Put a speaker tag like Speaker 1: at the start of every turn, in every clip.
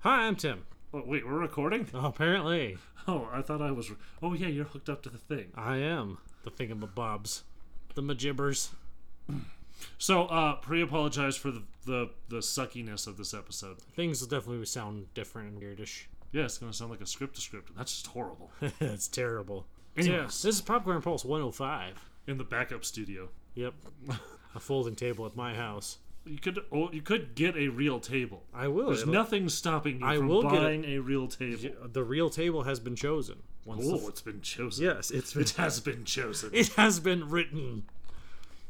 Speaker 1: Hi, I'm Tim.
Speaker 2: Oh, wait, we're recording?
Speaker 1: Oh, apparently,
Speaker 2: Oh, I thought I was. Re- oh, yeah, you're hooked up to the thing.
Speaker 1: I am the thingamabobs, the majibbers.
Speaker 2: So, uh, pre apologize for the, the, the suckiness of this episode.
Speaker 1: Things will definitely sound different and weirdish.
Speaker 2: Yeah, it's going to sound like a script to script, and that's just horrible.
Speaker 1: it's terrible.
Speaker 2: Anyways.
Speaker 1: So, this is Popcorn Pulse 105.
Speaker 2: In the backup studio.
Speaker 1: Yep, a folding table at my house.
Speaker 2: You could oh, you could get a real table.
Speaker 1: I will.
Speaker 2: There's
Speaker 1: it'll-
Speaker 2: nothing stopping you
Speaker 1: I
Speaker 2: from
Speaker 1: will get a-
Speaker 2: buying a, real table.
Speaker 1: The real table has been chosen. Once the
Speaker 2: Oh,
Speaker 1: f-
Speaker 2: it's been chosen.
Speaker 1: yes, it's been
Speaker 2: It has been chosen.
Speaker 1: it has been written.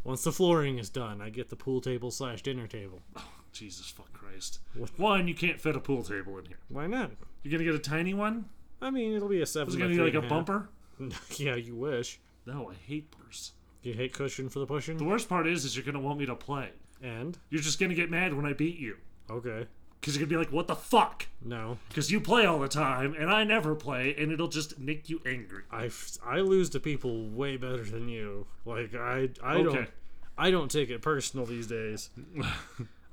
Speaker 1: Once the flooring is done, I get the pool table slash dinner table.
Speaker 2: Jesus fuck Christ. One, you can't fit a pool table in here.
Speaker 1: Why not?
Speaker 2: You're going to get a tiny one?
Speaker 1: I mean, it'll be a seven.
Speaker 2: Is it
Speaker 1: by
Speaker 2: going to be
Speaker 1: three
Speaker 2: like a
Speaker 1: and half.
Speaker 2: bumper?
Speaker 1: yeah, you wish.
Speaker 2: No, I hate bumpers.
Speaker 1: You hate cushion for the
Speaker 2: The
Speaker 1: pushing?
Speaker 2: worst part is, is you're going to want me to play.
Speaker 1: And?
Speaker 2: You're just gonna get mad when I beat you.
Speaker 1: Okay.
Speaker 2: Because you're gonna be like, what the fuck?
Speaker 1: No.
Speaker 2: Because you play all the time, and I never play, and it'll just make you angry.
Speaker 1: I, f- I lose to people way better than you. Like, I, I don't.
Speaker 2: Okay.
Speaker 1: I don't take it personal these days.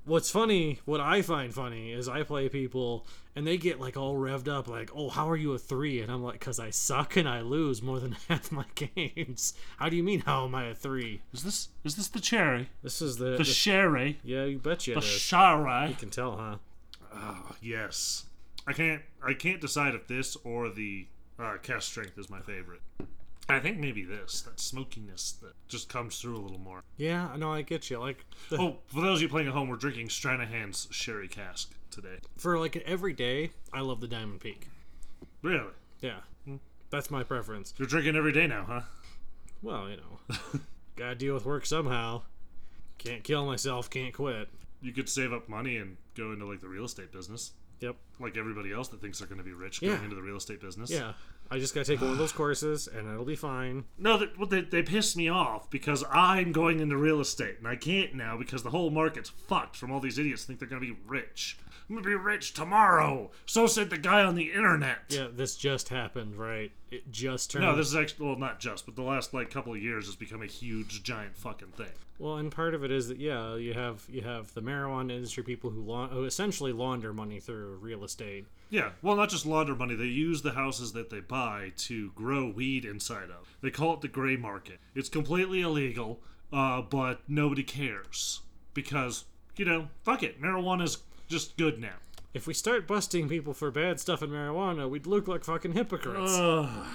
Speaker 1: What's funny, what I find funny, is I play people and they get like all revved up, like, oh, how are you a three? And I'm like, because I suck and I lose more than half my games. How do you mean, how am I a three?
Speaker 2: Is this is this the cherry?
Speaker 1: This is the.
Speaker 2: The
Speaker 1: the-
Speaker 2: sherry?
Speaker 1: yeah, you betcha it
Speaker 2: The
Speaker 1: is.
Speaker 2: shari?
Speaker 1: you can tell, huh?
Speaker 2: Yes. I can't I can't decide if this or the uh, cast strength is my favorite. I think maybe this. That smokiness that just comes through a little more.
Speaker 1: Yeah, no, I get you. Like, the,
Speaker 2: Oh, for those of you playing at home, we're drinking Stranahan's sherry cask today.
Speaker 1: for like every day, I love the Diamond Peak.
Speaker 2: Really?
Speaker 1: Yeah. That's my preference.
Speaker 2: You're drinking every day now, huh?
Speaker 1: Well, you know, gotta deal with work somehow. Can't kill myself, can't quit.
Speaker 2: You could save up money and go into like the real estate business.
Speaker 1: Yep.
Speaker 2: like everybody else that thinks they're going to be rich
Speaker 1: Yeah.
Speaker 2: going into the real estate business.
Speaker 1: Yeah. I just gotta take one of those courses and it'll be fine.
Speaker 2: No, that, well, they, they piss me off because I'm going into real estate and I can't now because the whole market's fucked from all these idiots think they're going to be rich. I'm going to be rich tomorrow. So said the guy on the internet.
Speaker 1: Yeah, this just happened, right? It just turned.
Speaker 2: No, this is actually, well, not just, but the last like couple of years has become a huge, giant fucking thing.
Speaker 1: Well, and part of it is that yeah, you have you have the marijuana industry people who, laun- who essentially launder money through real estate.
Speaker 2: Yeah, well, not just launder money. They use the houses that they buy to grow weed inside of. They call it the gray market. It's completely illegal, uh, but nobody cares because you know, fuck it, marijuana's just good now.
Speaker 1: If we start busting people for bad stuff in marijuana, we'd look like fucking hypocrites.
Speaker 2: Ugh.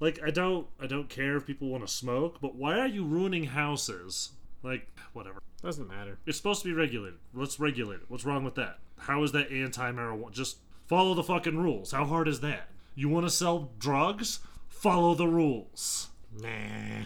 Speaker 2: like I don't, I don't care if people want to smoke, but why are you ruining houses? Like whatever.
Speaker 1: Doesn't matter.
Speaker 2: It's supposed to be regulated. Let's regulate it. What's wrong with that? How is that anti marijuana? Just follow the fucking rules. How hard is that? You want to sell drugs? Follow the rules.
Speaker 1: Nah.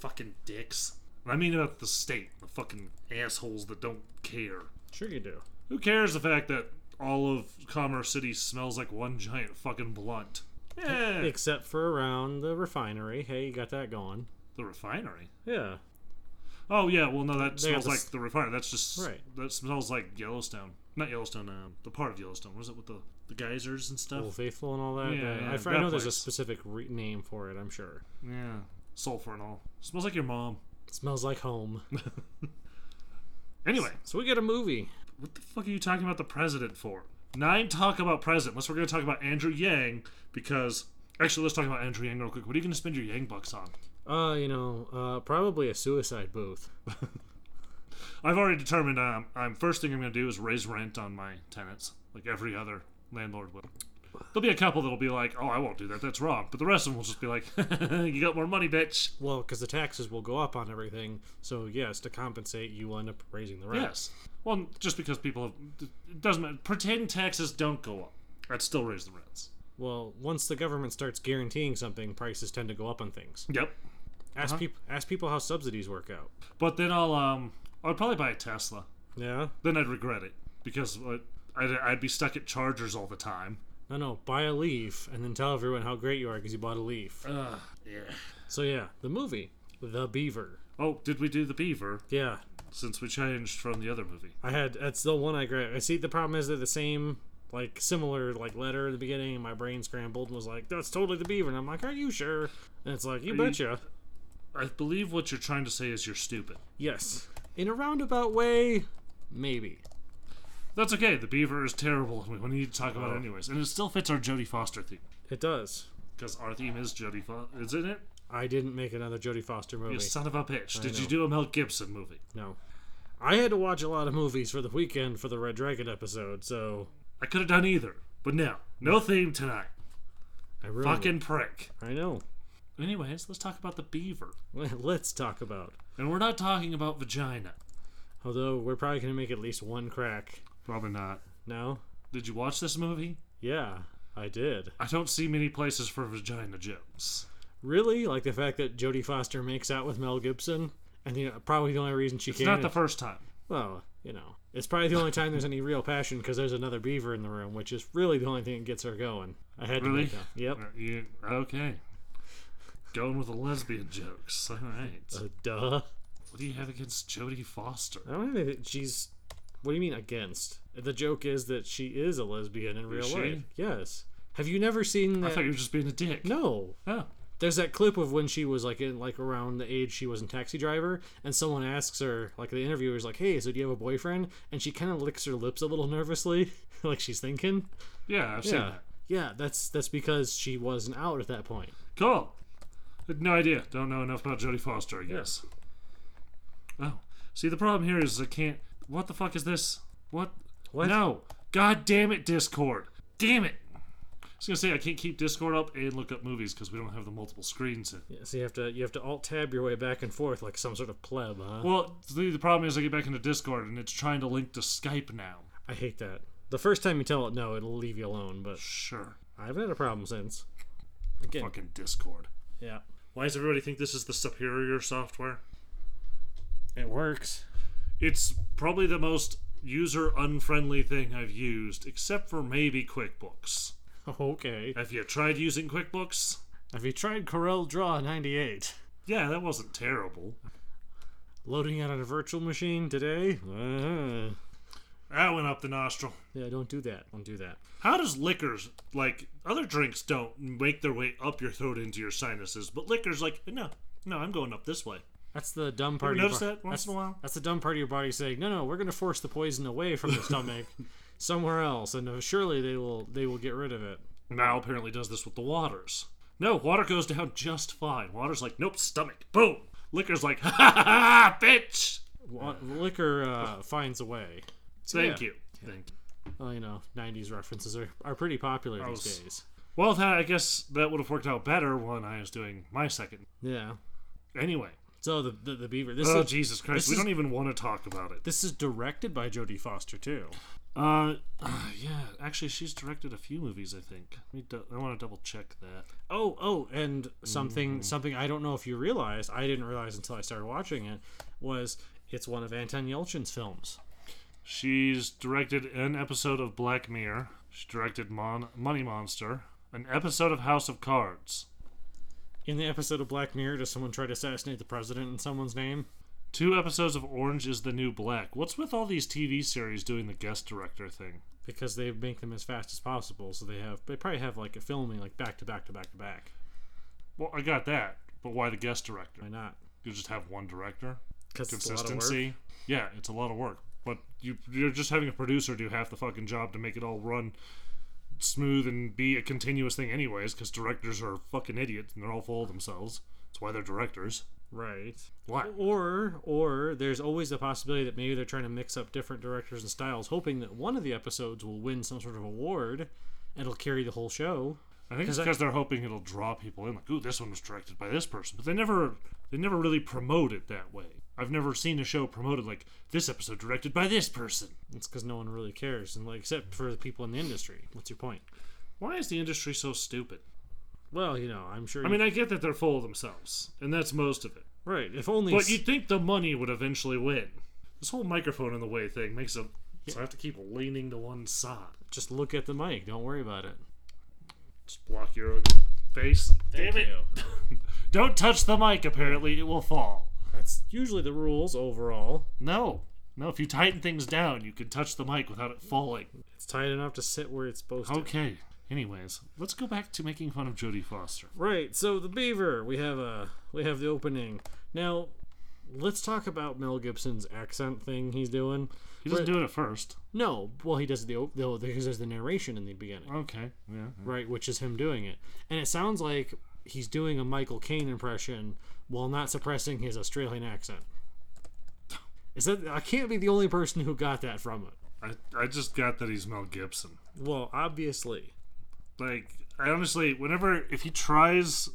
Speaker 2: Fucking dicks. And I mean about the state, the fucking assholes that don't care.
Speaker 1: Sure you do.
Speaker 2: Who cares the fact that all of Commerce City smells like one giant fucking blunt? Eh, Yeah.
Speaker 1: Except for around the refinery. Hey, you got that going.
Speaker 2: The refinery.
Speaker 1: Yeah.
Speaker 2: Oh yeah, well no, that
Speaker 1: They have
Speaker 2: smells
Speaker 1: the
Speaker 2: like
Speaker 1: s-
Speaker 2: the refinery. That's just
Speaker 1: Right.
Speaker 2: That smells like Yellowstone, not Yellowstone. Um, the part of Yellowstone. Was it with the the geysers and stuff?
Speaker 1: Old Faithful and all that.
Speaker 2: Yeah,
Speaker 1: Yeah,
Speaker 2: yeah,
Speaker 1: I, fr- I
Speaker 2: that
Speaker 1: know there's a
Speaker 2: place.
Speaker 1: specific re- name for it. I'm sure.
Speaker 2: Yeah, sulfur and all. Smells like your mom.
Speaker 1: It smells like home.
Speaker 2: Anyway,
Speaker 1: so we get a movie.
Speaker 2: what the fuck are you talking about the president for? Nine talk about president. Unless we're going to talk about Andrew Yang, because actually, let's talk about Andrew Yang real quick. What are you going to spend your Yang bucks on?
Speaker 1: Uh, you know, uh, probably a suicide booth.
Speaker 2: I've already determined. Um, I'm first thing I'm going to do is raise rent on my tenants, like every other landlord will. There'll be a couple that'll be like, "Oh, I won't do that. That's wrong." But the rest of them will just be like, "You got more money, bitch."
Speaker 1: Well, because the taxes will go up on everything. So yes, to compensate, you end up raising the rent.
Speaker 2: Yes. Well, just because people have, it doesn't matter. Pretend taxes don't go up. I'd still raise the rents.
Speaker 1: Well, once the government starts guaranteeing something, prices tend to go up on things.
Speaker 2: Yep.
Speaker 1: Ask
Speaker 2: Uh-huh.
Speaker 1: people. Ask people how subsidies work out.
Speaker 2: But then I'll um I'd probably buy a Tesla.
Speaker 1: Yeah.
Speaker 2: Then I'd regret it because uh, I'd, I'd be stuck at chargers all the time.
Speaker 1: No, no. Buy a leaf and then tell everyone how great you are because you bought a leaf.
Speaker 2: Ugh, yeah.
Speaker 1: So yeah, the movie, The Beaver.
Speaker 2: Oh, did we do the beaver
Speaker 1: Yeah,
Speaker 2: since we changed from the other movie?
Speaker 1: I had that's the one I grabbed. I see the problem is they're the same, like similar, like letter at the beginning, and my brain scrambled and was like, "That's totally the beaver." And I'm like, "Are you sure?" And it's like, "You betcha."
Speaker 2: I believe what you're trying to say is you're stupid.
Speaker 1: Yes, in a roundabout way, maybe.
Speaker 2: That's okay. The Beaver is terrible, and we need to talk about it anyways. And it still fits our Jodie Foster theme
Speaker 1: It does.
Speaker 2: because our theme is Jodie Foster, isn't it?
Speaker 1: I didn't make another Jodie Foster movie.
Speaker 2: You son of a bitch! Did you
Speaker 1: know.
Speaker 2: do a Mel Gibson movie?
Speaker 1: No. I had to watch a lot of movies for the weekend for the Red Dragon episode, so
Speaker 2: I could have done either, but no, no theme tonight.
Speaker 1: I ruined it.
Speaker 2: Fucking prick.
Speaker 1: I know.
Speaker 2: Anyways, let's talk about the Beaver,
Speaker 1: Let's talk about.
Speaker 2: and we're not talking about vagina.
Speaker 1: Although we're probably gonna make at least one crack.
Speaker 2: Probably not.
Speaker 1: No?
Speaker 2: Did you watch this movie?
Speaker 1: Yeah, I did.
Speaker 2: I don't see many places for vagina jokes.
Speaker 1: Really? Like the fact that Jodie Foster makes out with Mel Gibson? And the, probably the only reason she
Speaker 2: It's
Speaker 1: can't.
Speaker 2: not the first time.
Speaker 1: well, you know. It's probably the only time there's any real passion because there's another beaver in the room, which is really the only thing that gets her going. I had to
Speaker 2: Really?
Speaker 1: make that. Yep.
Speaker 2: Uh, You, okay. Going with the lesbian jokes. All right.
Speaker 1: Uh, duh.
Speaker 2: What do you have against Jodie Foster?
Speaker 1: I don't know that she's. What do you mean against? The joke is that she is a lesbian in real
Speaker 2: she?
Speaker 1: life. Yes. Have you never seen
Speaker 2: I
Speaker 1: that?
Speaker 2: thought you were just being a dick.
Speaker 1: Uh, no.
Speaker 2: Oh.
Speaker 1: There's that clip of when she was like in like around the age she was in Taxi Driver, and someone asks her like the interviewer's like, "Hey, so do you have a boyfriend?" And she kind of licks her lips a little nervously, like she's thinking.
Speaker 2: Yeah, I've seen
Speaker 1: Yeah.
Speaker 2: that.
Speaker 1: Yeah, that's that's because she wasn't out at that point.
Speaker 2: Cool. Had no idea. Don't know enough about Jodie Foster, I guess. Oh. See, the problem here is I can't. What the fuck is this? What?
Speaker 1: What?
Speaker 2: No. God damn it, Discord. Damn it. I was going to say, I can't keep Discord up and look up movies because we don't have the multiple screens. In.
Speaker 1: Yeah, so you have to you have to alt tab your way back and forth like some sort of pleb, huh?
Speaker 2: Well, the, the problem is I get back into Discord and it's trying to link to Skype now.
Speaker 1: I hate that. The first time you tell it no, it'll leave you alone, but
Speaker 2: Sure.
Speaker 1: I haven't had a problem since. Again,
Speaker 2: Fucking Discord.
Speaker 1: yeah,
Speaker 2: Why does everybody think this is the superior software?
Speaker 1: it works.
Speaker 2: It's probably the most user unfriendly thing I've used, except for maybe QuickBooks.
Speaker 1: Okay.
Speaker 2: Have you tried using QuickBooks?
Speaker 1: Have you tried Corel Draw 98?
Speaker 2: Yeah, that wasn't terrible.
Speaker 1: Loading out on a virtual machine today? Uh-huh.
Speaker 2: That went up the nostril.
Speaker 1: Yeah, don't do that. Don't do that.
Speaker 2: How does liquors, like other drinks, don't make their way up your throat into your sinuses, but liquors, like, no, no, I'm going up this way.
Speaker 1: That's the dumb part. of your
Speaker 2: notice
Speaker 1: bo-
Speaker 2: that once
Speaker 1: that's-
Speaker 2: in a while?
Speaker 1: That's the dumb part of your body saying, "No, no, we're going to force the poison away from the stomach, somewhere else, and uh, surely they will they will get rid of it."
Speaker 2: Mal apparently does this with the waters. No, water goes down just fine. Water's like, nope, stomach. Boom. Liquor's like, ha ha ha, ha, bitch.
Speaker 1: Wa- liquor uh, finds a way.
Speaker 2: Thank
Speaker 1: Yeah.
Speaker 2: you. Thank you.
Speaker 1: Well, you know, '90s references are, are pretty popular
Speaker 2: Gross.
Speaker 1: these days.
Speaker 2: Well, that, I guess that would have worked out better when I was doing my second.
Speaker 1: Yeah.
Speaker 2: Anyway.
Speaker 1: So the the, the beaver. Uh, This
Speaker 2: Oh,
Speaker 1: is
Speaker 2: Jesus Christ. We
Speaker 1: is-
Speaker 2: don't even want to talk about it.
Speaker 1: This is directed by Jodie Foster too.
Speaker 2: Uh, yeah. Actually, she's directed a few movies, I think. Let me dou- I want to double check that.
Speaker 1: Oh, oh, and something
Speaker 2: Hmm.
Speaker 1: something I don't know if you realized, I didn't realize until I started watching it, was it's one of Anton Yelchin's films.
Speaker 2: She's directed an episode of Black Mirror. She directed Mon- Money Monster. An episode of House of Cards.
Speaker 1: In the episode of Black Mirror, does someone try to assassinate the president in someone's name?
Speaker 2: Two episodes of Orange is the New Black. What's with all these TV series doing the guest director thing?
Speaker 1: Because they make them as fast as possible, so they have they probably have like a filming like back to back to back to back.
Speaker 2: Well, I got that, but why the guest director?
Speaker 1: Why not?
Speaker 2: You just have one director?
Speaker 1: Because it's a lot of work.
Speaker 2: Consistency? Yeah, it's a lot of work. But you, you're just having a producer do half the fucking job to make it all run smooth and be a continuous thing, anyways, because directors are fucking idiots and they're all full of themselves. That's why they're directors.
Speaker 1: Right.
Speaker 2: Why?
Speaker 1: Or or there's always the possibility that maybe they're trying to mix up different directors and styles, hoping that one of the episodes will win some sort of award and it'll carry the whole show.
Speaker 2: I think it's
Speaker 1: I-
Speaker 2: because they're hoping it'll draw people in. Like, ooh, this one was directed by this person, but they never they never really promote it that way. I've never seen a show promoted like this episode directed by this person.
Speaker 1: It's because no one really cares, and like except for the people in the industry. What's your point?
Speaker 2: Why is the industry so stupid?
Speaker 1: Well, you know, I'm sure.
Speaker 2: I mean, I get that they're full of themselves, and that's most of it.
Speaker 1: right? If only.
Speaker 2: But you'd think the money would eventually win. This whole microphone in the way thing makes it so I have to keep leaning to one side.
Speaker 1: just look at the mic. Don't worry about it.
Speaker 2: Just block your own face. Damn it! Don't touch the mic. Apparently, it will fall.
Speaker 1: That's usually the rules overall.
Speaker 2: No. No, if you tighten things down, you can touch the mic without it falling.
Speaker 1: It's tight enough to sit where it's supposed to.
Speaker 2: Okay. Anyways, let's go back to making fun of Jodie Foster.
Speaker 1: Right. So the beaver. We have a. We have the opening now. Let's talk about Mel Gibson's accent thing he's doing.
Speaker 2: He doesn't
Speaker 1: But-
Speaker 2: do it at first.
Speaker 1: No, well, he does the o- though because there's the narration in the beginning,
Speaker 2: Okay. Yeah.
Speaker 1: right, which is him doing it, and it sounds like he's doing a Michael Caine impression while not suppressing his Australian accent. Is that I can't be the only person who got that from it.
Speaker 2: I, I just got that he's Mel Gibson.
Speaker 1: Well, obviously,
Speaker 2: Like I honestly, whenever if he tries,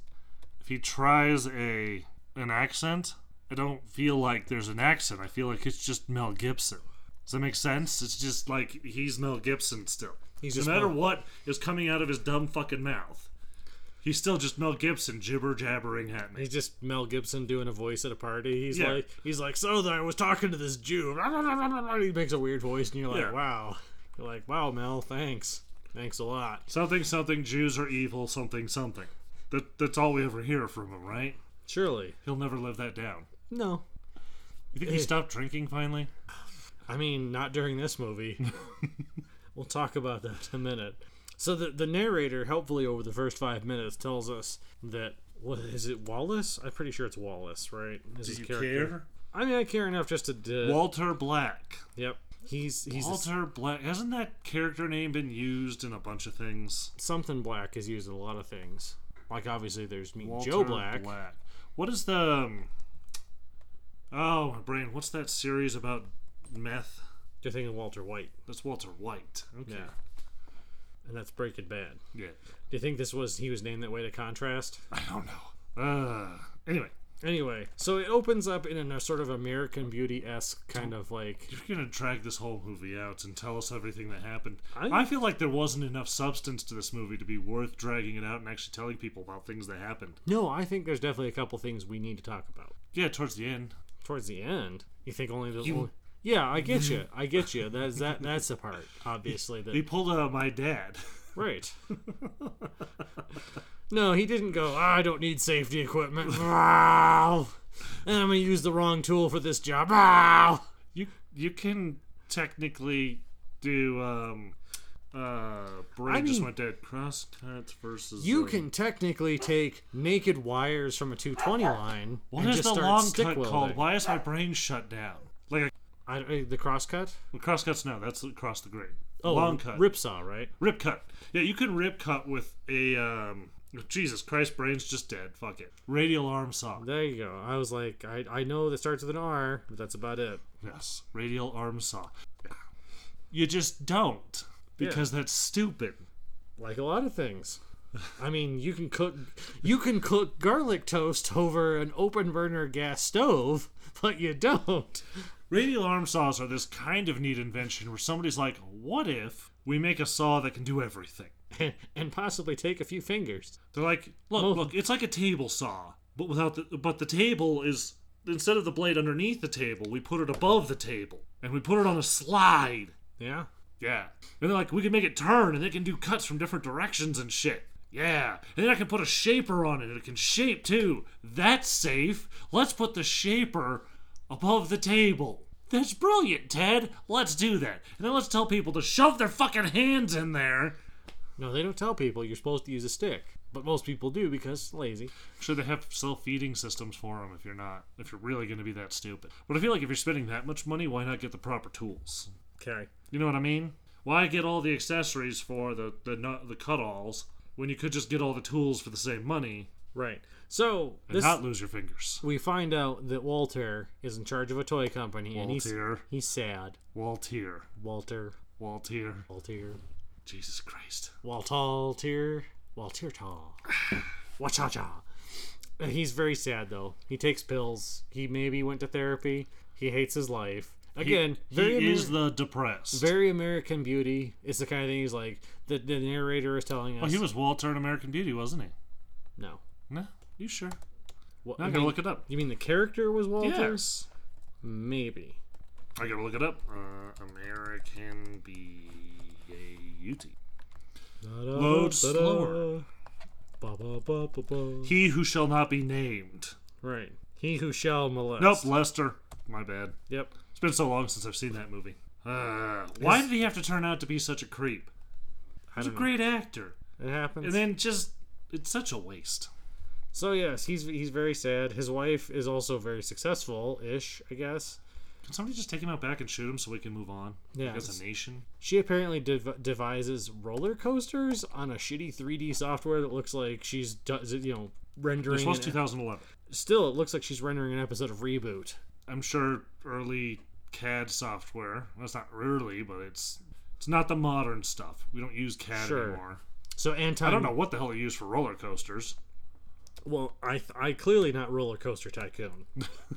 Speaker 2: if he tries a an accent, I don't feel like there's an accent. I feel like it's just Mel Gibson. Does that make sense? It's just like he's Mel Gibson still.
Speaker 1: He's
Speaker 2: no
Speaker 1: just
Speaker 2: matter
Speaker 1: Mel.
Speaker 2: what is coming out of his dumb fucking mouth, he's still just Mel Gibson gibber jabbering at me.
Speaker 1: he's just Mel Gibson doing a voice at a party. He's
Speaker 2: Yeah.
Speaker 1: like he's like so that I was talking to this Jew. He makes a weird voice, and you're like,
Speaker 2: Yeah.
Speaker 1: wow, you're like, wow, Mel, thanks, thanks a lot.
Speaker 2: Something something Jews are evil. Something something. That that's all we ever hear from him, right?
Speaker 1: Surely,
Speaker 2: He'll never live that down.
Speaker 1: no,
Speaker 2: You think he stopped drinking finally?
Speaker 1: I mean, not during this movie. we'll talk about that in a minute. So the the narrator, helpfully over the first five minutes, tells us that what is it Wallace? I'm pretty sure it's Wallace, right? Is
Speaker 2: Do
Speaker 1: his
Speaker 2: you
Speaker 1: character.
Speaker 2: care?
Speaker 1: I mean, I care enough just to. d-
Speaker 2: Walter Black.
Speaker 1: yep. He's he's
Speaker 2: Walter Black. Hasn't that character name been used in a bunch of things?
Speaker 1: something black is used in a lot of things. Like obviously, there's me,
Speaker 2: Walter
Speaker 1: Joe Black.
Speaker 2: What is the? Um, oh, my brain. What's that series about meth?
Speaker 1: You're thinking Walter White.
Speaker 2: That's Walter White. Okay.
Speaker 1: Yeah. And that's Breaking Bad.
Speaker 2: Yeah.
Speaker 1: Do you think this was he was named that way to contrast?
Speaker 2: I don't know. Uh. Anyway,
Speaker 1: Anyway, so it opens up in a sort of American Beauty esque kind of like
Speaker 2: you're gonna drag this whole movie out and tell us everything that happened.
Speaker 1: I-
Speaker 2: I, feel like there wasn't enough substance to this movie to be worth dragging it out and actually telling people about things that happened.
Speaker 1: No, I think there's definitely a couple things we need to talk about
Speaker 2: Yeah, towards the end.
Speaker 1: towards the end. You think only the only- yeah, I get you, I get you. That's that that's the part obviously
Speaker 2: He
Speaker 1: that
Speaker 2: pulled out my dad.
Speaker 1: right. No, he didn't go. I don't need safety equipment. Wow. And I'm gonna use the wrong tool for this job. Wow.
Speaker 2: You you can technically do um uh brain
Speaker 1: I
Speaker 2: just
Speaker 1: mean-
Speaker 2: went dead crosscuts versus
Speaker 1: You
Speaker 2: uh,
Speaker 1: can technically take naked wires from a 220 line
Speaker 2: what
Speaker 1: and
Speaker 2: is
Speaker 1: just
Speaker 2: the
Speaker 1: start
Speaker 2: long
Speaker 1: stick
Speaker 2: cut
Speaker 1: welding.
Speaker 2: called? Why is my brain shut down? Like
Speaker 1: I, I- the crosscut.
Speaker 2: a, crosscuts no, that's across the grade.
Speaker 1: Oh,
Speaker 2: long cut. Rip,
Speaker 1: Rip saw, right?
Speaker 2: cut. Yeah, you can rip cut with a um Jesus Christ, brain's just dead. Fuck it. Radial arm saw.
Speaker 1: There you go. I was like, I, I know that starts with an R, but that's about it.
Speaker 2: Yes, radial arm saw. You just don't because that's stupid.
Speaker 1: Like a lot of things. I mean, you can cook you can cook garlic toast over an open burner gas stove, but you don't.
Speaker 2: Radial arm saws are this kind of neat invention where somebody's like, what if we make a saw that can do everything?
Speaker 1: And, and possibly take a few fingers.
Speaker 2: They're like, look,
Speaker 1: Oh.
Speaker 2: look, it's like a table saw, but without the but the table is instead of the blade underneath the table, we put it above the table and we put it on a slide.
Speaker 1: Yeah.
Speaker 2: Yeah. And they're like, we can make it turn and it can do cuts from different directions and shit. Yeah. And then I can put a shaper on it and it can shape too. That's safe. Let's put the shaper above the table. That's brilliant, Ted. Let's do that. And then let's tell people to shove their fucking hands in there.
Speaker 1: No, they don't tell people you're supposed to use a stick, but most people do because lazy.
Speaker 2: Sure, they have self feeding systems for them if you're not, if you're really going to be that stupid. But I feel like if you're spending that much money, why not get the proper tools?
Speaker 1: Okay.
Speaker 2: You know what I mean? Why get all the accessories for the the nu- the cut-alls when you could just get all the tools for the same money
Speaker 1: Right. So
Speaker 2: and
Speaker 1: this
Speaker 2: not lose your fingers?
Speaker 1: we find out that Walter is in charge of a toy company and he's
Speaker 2: Waltier,
Speaker 1: he's sad.
Speaker 2: Waltier,
Speaker 1: Walter,
Speaker 2: Waltier.
Speaker 1: Walter,
Speaker 2: Jesus Christ!
Speaker 1: Waltaltier, Waltirtal, Wachacha. He's very sad though. He takes pills. He maybe went to therapy. He hates his life. Again,
Speaker 2: he
Speaker 1: very Ameri-
Speaker 2: is the depressed.
Speaker 1: very American Beauty. It's the kind of thing he's like. The, the narrator is telling us.
Speaker 2: well, Oh, he was Walter in American Beauty, wasn't he?
Speaker 1: no.
Speaker 2: No, you sure?
Speaker 1: What,
Speaker 2: I
Speaker 1: you
Speaker 2: gotta
Speaker 1: mean-
Speaker 2: look it up.
Speaker 1: You mean the character was Walter?
Speaker 2: Yes,
Speaker 1: Maybe.
Speaker 2: I gotta look it up. Uh, American Beauty. Load slower.
Speaker 1: Ba, ba, ba, ba, ba.
Speaker 2: He who shall not be named.
Speaker 1: Right. He who shall molest.
Speaker 2: Nope, Lester. My bad.
Speaker 1: Yep.
Speaker 2: It's been so long since I've seen that movie. Uh, why did he have to turn out to be such a creep?
Speaker 1: I
Speaker 2: He's a
Speaker 1: don't know.
Speaker 2: great actor.
Speaker 1: It happens.
Speaker 2: And then just, it's such a waste.
Speaker 1: So yes, he's he's very sad. His wife is also very successful ish, I guess.
Speaker 2: Can somebody just take him out back and shoot him so we can move on?
Speaker 1: Yeah.
Speaker 2: As a nation?
Speaker 1: She apparently dev- devises roller coasters on a shitty 3D software that looks like she's does it, you know rendering.
Speaker 2: This was
Speaker 1: an-
Speaker 2: 2011.
Speaker 1: Still, it looks like she's rendering an episode of Reboot.
Speaker 2: I'm sure early CAD software. Well, it's not early, but it's it's not the modern stuff. We don't use CAD
Speaker 1: Sure.
Speaker 2: anymore.
Speaker 1: So Anton,
Speaker 2: I don't know what the hell they use for roller coasters.
Speaker 1: Well, I th- I clearly not roller coaster tycoon.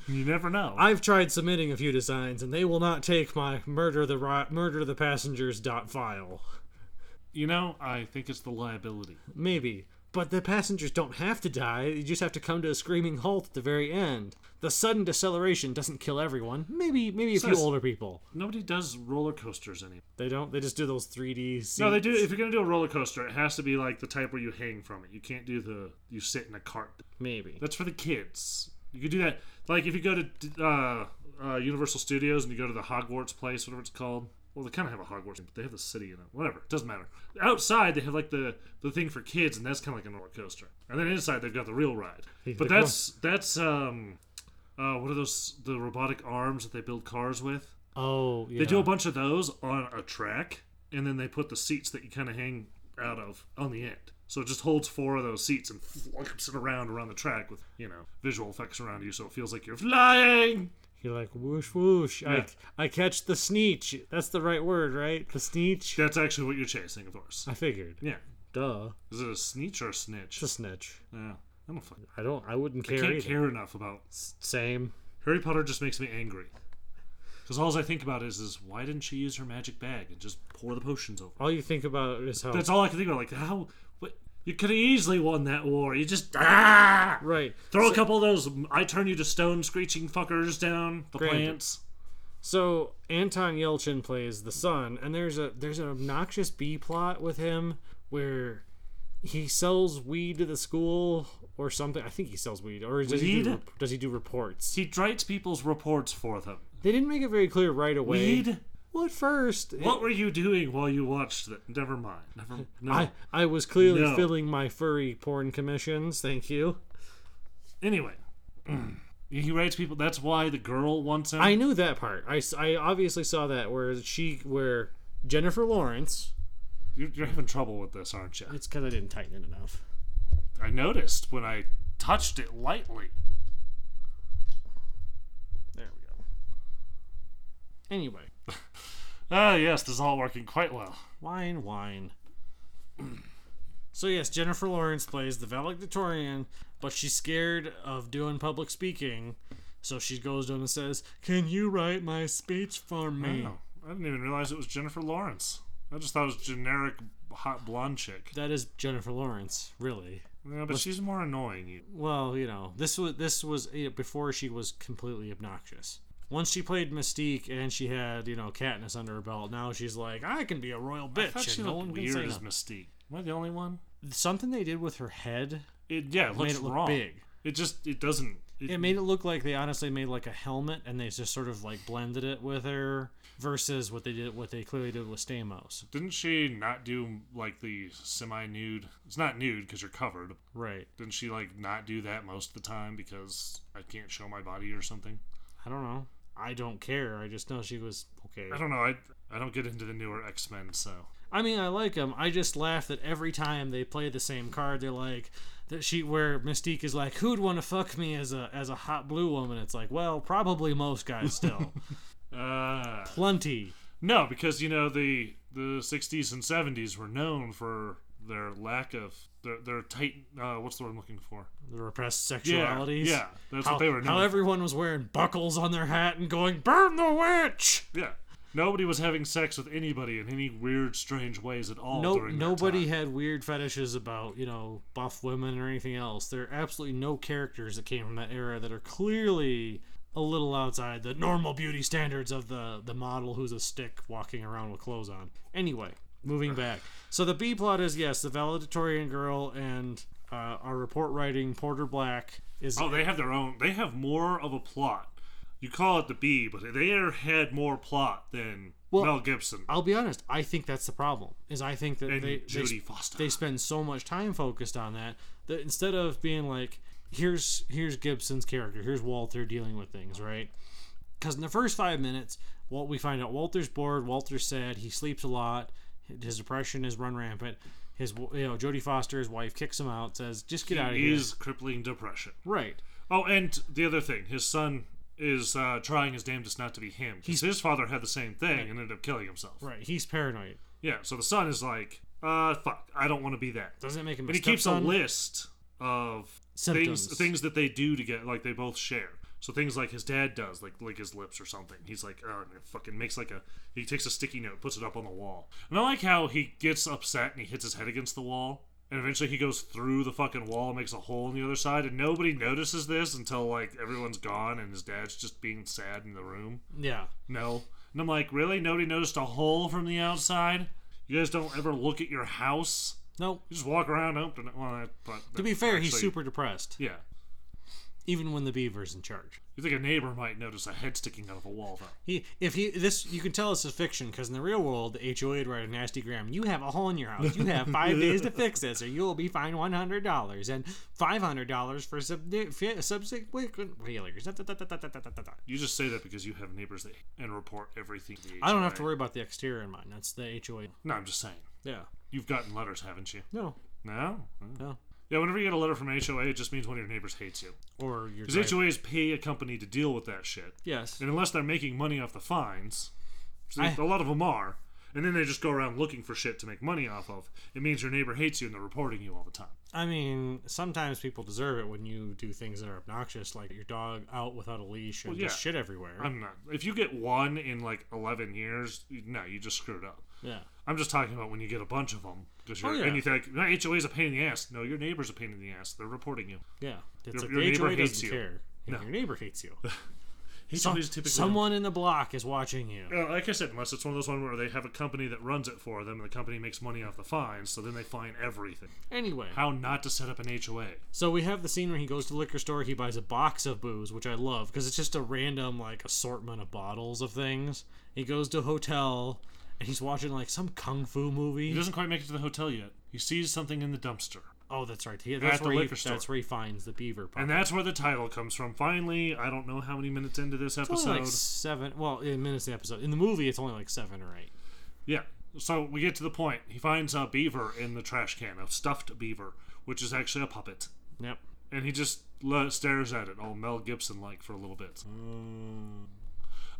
Speaker 2: You never know.
Speaker 1: I've tried submitting a few designs and they will not take my murder the ri- murder the passengers dot file.
Speaker 2: you know, I think it's the liability.
Speaker 1: Maybe. But the passengers don't have to die, you just have to come to a screaming halt at the very end. The sudden deceleration doesn't kill everyone. Maybe maybe a few
Speaker 2: Says-
Speaker 1: older people.
Speaker 2: Nobody does roller coasters anymore.
Speaker 1: They don't they just do those 3D scenes.
Speaker 2: No, they do. If you're gonna do a roller coaster, it has to be like the type where you hang from it. You can't do the you sit in a cart.
Speaker 1: maybe.
Speaker 2: That's for the kids. You could do that. Like if you go to uh, uh, Universal Studios and you go to the Hogwarts place, whatever it's called. Well, they kind of have a Hogwarts, but they have the city in it. Whatever, it doesn't matter. Outside, they have like the the thing for kids, and that's kind of like a roller coaster. And then inside, they've got the real ride. But
Speaker 1: the
Speaker 2: that's that's um, uh, what are those the robotic arms that they build cars with?
Speaker 1: Oh, yeah.
Speaker 2: They do a bunch of those on a track, and then they put the seats that you kind of hang out of on the end. So it just holds four of those seats and flops it around around the track with you know visual effects around you, so it feels like you're flying.
Speaker 1: You're like whoosh whoosh.
Speaker 2: Yeah.
Speaker 1: I I catch the sneech. That's the right word, right? The sneech.
Speaker 2: That's actually what you're chasing, of course.
Speaker 1: I figured.
Speaker 2: Yeah,
Speaker 1: Duh.
Speaker 2: is it a sneech or a snitch?
Speaker 1: It's a snitch.
Speaker 2: yeah, I don't fucking
Speaker 1: I don't. I wouldn't care.
Speaker 2: can't
Speaker 1: either.
Speaker 2: care enough about
Speaker 1: Same.
Speaker 2: Harry Potter. Just makes me angry because all I think about is is why didn't she use her magic bag and just pour the potions over?
Speaker 1: All you think about is how.
Speaker 2: That's all I can think about. Like how what, you could have easily won that war. You just ah.
Speaker 1: right.
Speaker 2: Throw a couple of those I turn you to stone screeching fuckers down the
Speaker 1: Granted.
Speaker 2: plants.
Speaker 1: So Anton Yelchin plays the son, and there's a there's an obnoxious B plot with him where he sells weed to the school or something. I think he sells weed, or does he do,
Speaker 2: Weed?
Speaker 1: rep- does he do reports?
Speaker 2: He writes people's reports for them.
Speaker 1: They didn't make it very clear right away.
Speaker 2: Weed?
Speaker 1: Well, at first, it-
Speaker 2: What were you doing while you watched that? Never mind. Never no.
Speaker 1: I I was clearly
Speaker 2: No.
Speaker 1: filling my furry porn commissions. Thank you.
Speaker 2: Anyway. He writes people that's why the girl wants him.
Speaker 1: I knew that part. I, s- I obviously saw that where she where Jennifer Lawrence.
Speaker 2: you're, you're having trouble with this, aren't you?
Speaker 1: It's because I didn't tighten it enough.
Speaker 2: I noticed when I touched it lightly.
Speaker 1: There we go. Anyway,
Speaker 2: Ah yes, this is all working quite well.
Speaker 1: wine, wine. so yes, Jennifer Lawrence plays the valedictorian, but she's scared of doing public speaking, so she goes to him and says, "Can you write my speech for me?"
Speaker 2: Oh, I didn't even realize it was Jennifer Lawrence. I just thought it was generic hot blonde chick.
Speaker 1: That is Jennifer Lawrence, really.
Speaker 2: Yeah, but she's more annoying. You.
Speaker 1: Well, you know, this was this was you know, before she was completely obnoxious. Once she played Mystique and she had you know Katniss under her belt, now she's like, I can be a royal
Speaker 2: I thought
Speaker 1: bitch.
Speaker 2: she
Speaker 1: and no
Speaker 2: looked
Speaker 1: one can
Speaker 2: weird
Speaker 1: say
Speaker 2: as
Speaker 1: nothing.
Speaker 2: Mystique. Am I the only one?
Speaker 1: Something they did with her head
Speaker 2: It yeah, it looks
Speaker 1: made it look
Speaker 2: wrong.
Speaker 1: big.
Speaker 2: It just it doesn't. It,
Speaker 1: It made it look like they honestly made like a helmet and they just sort of like blended it with her versus what they did what they clearly did with Stamos.
Speaker 2: didn't she not do like the semi-nude? It's not nude because you're covered.
Speaker 1: Right.
Speaker 2: Didn't she like not do that most of the time because I can't show my body or something?
Speaker 1: I don't know. I don't care. I just know she was okay.
Speaker 2: I don't know. I I don't get into the newer X Men, so
Speaker 1: I mean, I like them. I just laugh that every time they play the same card, they're like that she where Mystique is like, "Who'd want to fuck me as a as a hot blue woman?" It's like, well, probably most guys still,
Speaker 2: uh,
Speaker 1: plenty.
Speaker 2: no, because you know the the '60s and '70s were known for their lack of their their tight. Uh, what's the word I'm looking for?
Speaker 1: The repressed
Speaker 2: Yeah,
Speaker 1: sexualities.
Speaker 2: yeah, that's
Speaker 1: How,
Speaker 2: what they were known.
Speaker 1: how
Speaker 2: for.
Speaker 1: everyone was wearing buckles on their hat and going, "Burn the witch."
Speaker 2: Yeah. Nobody was having sex with anybody in any weird, strange ways at all.
Speaker 1: No,
Speaker 2: during that
Speaker 1: nobody
Speaker 2: time.
Speaker 1: had weird fetishes about you know buff women or anything else. There are absolutely no characters that came from that era that are clearly a little outside the normal beauty standards of the the model who's a stick walking around with clothes on. Anyway, moving back. So the B plot is yes, the valedictorian girl and uh, our report writing Porter Black is
Speaker 2: Oh, they have their own. They have more of a plot. You call it the B, but they had more plot than
Speaker 1: Well,
Speaker 2: Mel Gibson
Speaker 1: I'll be honest. I think that's the problem. Is I think that
Speaker 2: and
Speaker 1: they they
Speaker 2: Jodie Foster.
Speaker 1: they spend so much time focused on that that instead of being like here's here's gibson's character here's walter dealing with things right because in the first five minutes what we find out walter's bored walter's sad he sleeps a lot his depression is run rampant his you know jodie foster his wife kicks him out says just get out of here
Speaker 2: is crippling depression.
Speaker 1: right
Speaker 2: Oh, and the other thing, his son is uh, trying his damnedest not to be him. 'cause his father had the same thing and ended up killing himself.
Speaker 1: right he's paranoid
Speaker 2: Yeah, so the son is like, uh, fuck, I don't want to be that.
Speaker 1: doesn't it make him a
Speaker 2: And he keeps a
Speaker 1: stepson?
Speaker 2: list of
Speaker 1: symptoms
Speaker 2: things things that they do together, like they both share. So things like his dad does, like lick his lips or something. He's like, oh, and it fucking makes like a. He takes a sticky note, puts it up on the wall, and I like how he gets upset and he hits his head against the wall, and eventually he goes through the fucking wall, and makes a hole in the other side, and nobody notices this until like everyone's gone and his dad's just being sad in the room.
Speaker 1: yeah
Speaker 2: No, and I'm like, really? Nobody noticed a hole from the outside? You guys don't ever look at your house?
Speaker 1: no
Speaker 2: You just walk around open. Well, that, but
Speaker 1: to be fair he's
Speaker 2: actually-
Speaker 1: super depressed
Speaker 2: Yeah.
Speaker 1: even when the beaver's in charge
Speaker 2: You think a neighbor might notice a head sticking out of a wall, though?
Speaker 1: He, if he, this, you can tell this is fiction because in the real world, the HOA would write a nasty gram. You have a hole in your house. You have five days to fix this, or you will be fined one hundred dollars and five hundred dollars for sub- fi- subsequent failures. Da- da- da- da- da- da- da- da- da.
Speaker 2: You just say that because you have neighbors that and report everything to the
Speaker 1: I don't have
Speaker 2: HOA.
Speaker 1: to worry about the exterior in mine. That's the HOA.
Speaker 2: No, I'm just saying.
Speaker 1: Yeah.
Speaker 2: You've gotten letters, haven't you?
Speaker 1: No.
Speaker 2: No? Mm.
Speaker 1: No.
Speaker 2: Yeah, whenever you get a letter from HOA, it just means one of your neighbors hates you.
Speaker 1: Or your.
Speaker 2: Because
Speaker 1: drive-
Speaker 2: HOAs pay a company to deal with that shit.
Speaker 1: Yes.
Speaker 2: And unless they're making money off the fines, so
Speaker 1: I-
Speaker 2: a lot of them are, and then they just go around looking for shit to make money off of, it means your neighbor hates you and they're reporting you all the time.
Speaker 1: I mean, sometimes people deserve it when you do things that are obnoxious, like your dog out without a leash and just
Speaker 2: yeah.
Speaker 1: shit everywhere.
Speaker 2: I'm not. If you get one in like 11 years, you- no, you just screwed up.
Speaker 1: yeah.
Speaker 2: I'm just talking about when you get a bunch of them because
Speaker 1: Oh,
Speaker 2: you're
Speaker 1: yeah.
Speaker 2: and you think my HOA's a pain in the ass. No, your neighbor's a pain in the ass. They're reporting you.
Speaker 1: Yeah. It's
Speaker 2: Your-
Speaker 1: like
Speaker 2: your
Speaker 1: the
Speaker 2: neighbor
Speaker 1: HOA
Speaker 2: hates
Speaker 1: doesn't
Speaker 2: you.
Speaker 1: care.
Speaker 2: No.
Speaker 1: Your neighbor hates you.
Speaker 2: HOA's typically
Speaker 1: Oh, Someone in the block is watching you.
Speaker 2: Uh, like I said, unless it's one of those ones where they have a company that runs it for them, and the company makes money off the fines, so then they fine everything.
Speaker 1: Anyway,
Speaker 2: How not to set up an HOA?
Speaker 1: so we have the scene where he goes to the liquor store, he buys a box of booze, which I love because it's just a random like assortment of bottles of things. He goes to a hotel and he's watching like some kung fu movie.
Speaker 2: He doesn't quite make it to the hotel yet. He sees something in the dumpster,
Speaker 1: oh, that's right. He, that's
Speaker 2: the
Speaker 1: where he,
Speaker 2: liquor store.
Speaker 1: that's where he finds the beaver. Pup.
Speaker 2: and that's where the title comes from. Finally, I don't know how many minutes into this
Speaker 1: It's
Speaker 2: episode.
Speaker 1: only like seven. Well, in minutes of the episode, in the movie, it's only like seven or eight.
Speaker 2: Yeah. So we get to the point. He finds a beaver in the trash can, a stuffed beaver, which is actually a puppet.
Speaker 1: Yep.
Speaker 2: and he just le- stares at it all Mel Gibson like for a little bit. Mm.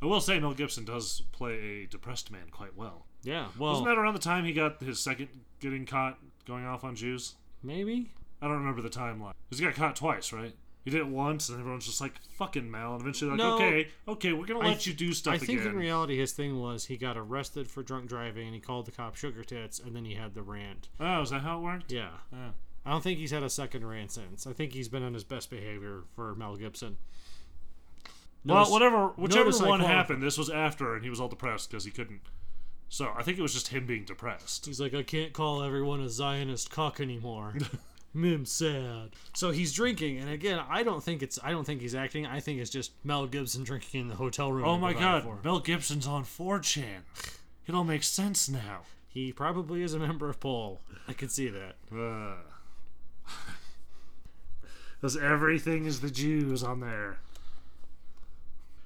Speaker 2: I will say Mel Gibson does play a depressed man quite well.
Speaker 1: Yeah. Well,
Speaker 2: Wasn't that around the time he got his second getting caught going off on Jews?
Speaker 1: maybe.
Speaker 2: I don't remember the timeline. 'Cause He got caught twice, right? He did it once, and everyone's just like, "Fucking Mel," and eventually, like,
Speaker 1: No.
Speaker 2: "Okay, okay, we're gonna
Speaker 1: I
Speaker 2: let
Speaker 1: th-
Speaker 2: you do stuff
Speaker 1: I think
Speaker 2: again."
Speaker 1: in reality, his thing was he got arrested for drunk driving and he called the cop sugar tits, and then he had the rant.
Speaker 2: oh, is that how it worked?
Speaker 1: Yeah.
Speaker 2: Yeah.
Speaker 1: I don't think he's had a second rant since. I think he's been on his best behavior for Mel Gibson.
Speaker 2: Well,
Speaker 1: Notice-
Speaker 2: whatever, whichever
Speaker 1: notice I
Speaker 2: one
Speaker 1: qualified.
Speaker 2: happened, this was after, and he was all depressed because he couldn't. So I think it was just him being depressed.
Speaker 1: He's like, I can't call everyone a Zionist cock anymore. Mim sad. So he's drinking, and again, I don't think it's. I don't think he's acting. I think it's just Mel Gibson drinking in the hotel room.
Speaker 2: Oh
Speaker 1: he
Speaker 2: my
Speaker 1: provided
Speaker 2: god,
Speaker 1: for him.
Speaker 2: Mel Gibson's on 4chan. It all makes sense now.
Speaker 1: He probably is a member of Paul. I could see that.
Speaker 2: Because everything is the Jews on there.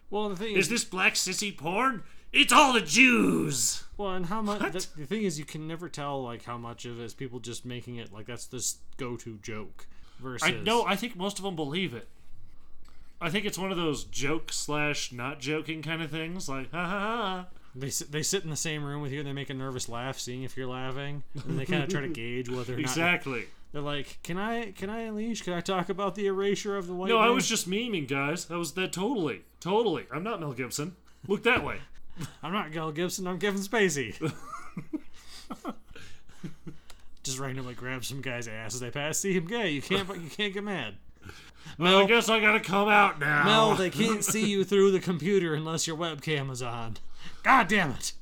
Speaker 1: Well, the thing
Speaker 2: Is this black sissy porn? It's all the Jews!
Speaker 1: Well, and how much?
Speaker 2: What?
Speaker 1: The, the thing is, you can never tell like how much of it is people just making it like that's this go-to joke. Versus,
Speaker 2: I know, I think most of them believe it. I think it's one of those joke slash not joking kind of things, like, ha ha ha.
Speaker 1: they sit, they sit in the same room with you and they make a nervous laugh, seeing if you're laughing, and they kind of try to gauge whether or not
Speaker 2: Exactly.
Speaker 1: they're like, "Can I? Can I unleash? Can I talk about the erasure of the white?"
Speaker 2: No, I
Speaker 1: man?"
Speaker 2: was just memeing, guys. I was that totally, totally. I'm not Mel Gibson. Look that way.
Speaker 1: I'm not Gal Gibson. I'm Kevin Spacey. just randomly grab some guy's ass as they pass. See him gay. You can't. You can't get mad.
Speaker 2: Well, I guess I gotta come out now. Uh,
Speaker 1: Mel, they can't see you through the computer unless your webcam is on. God damn it.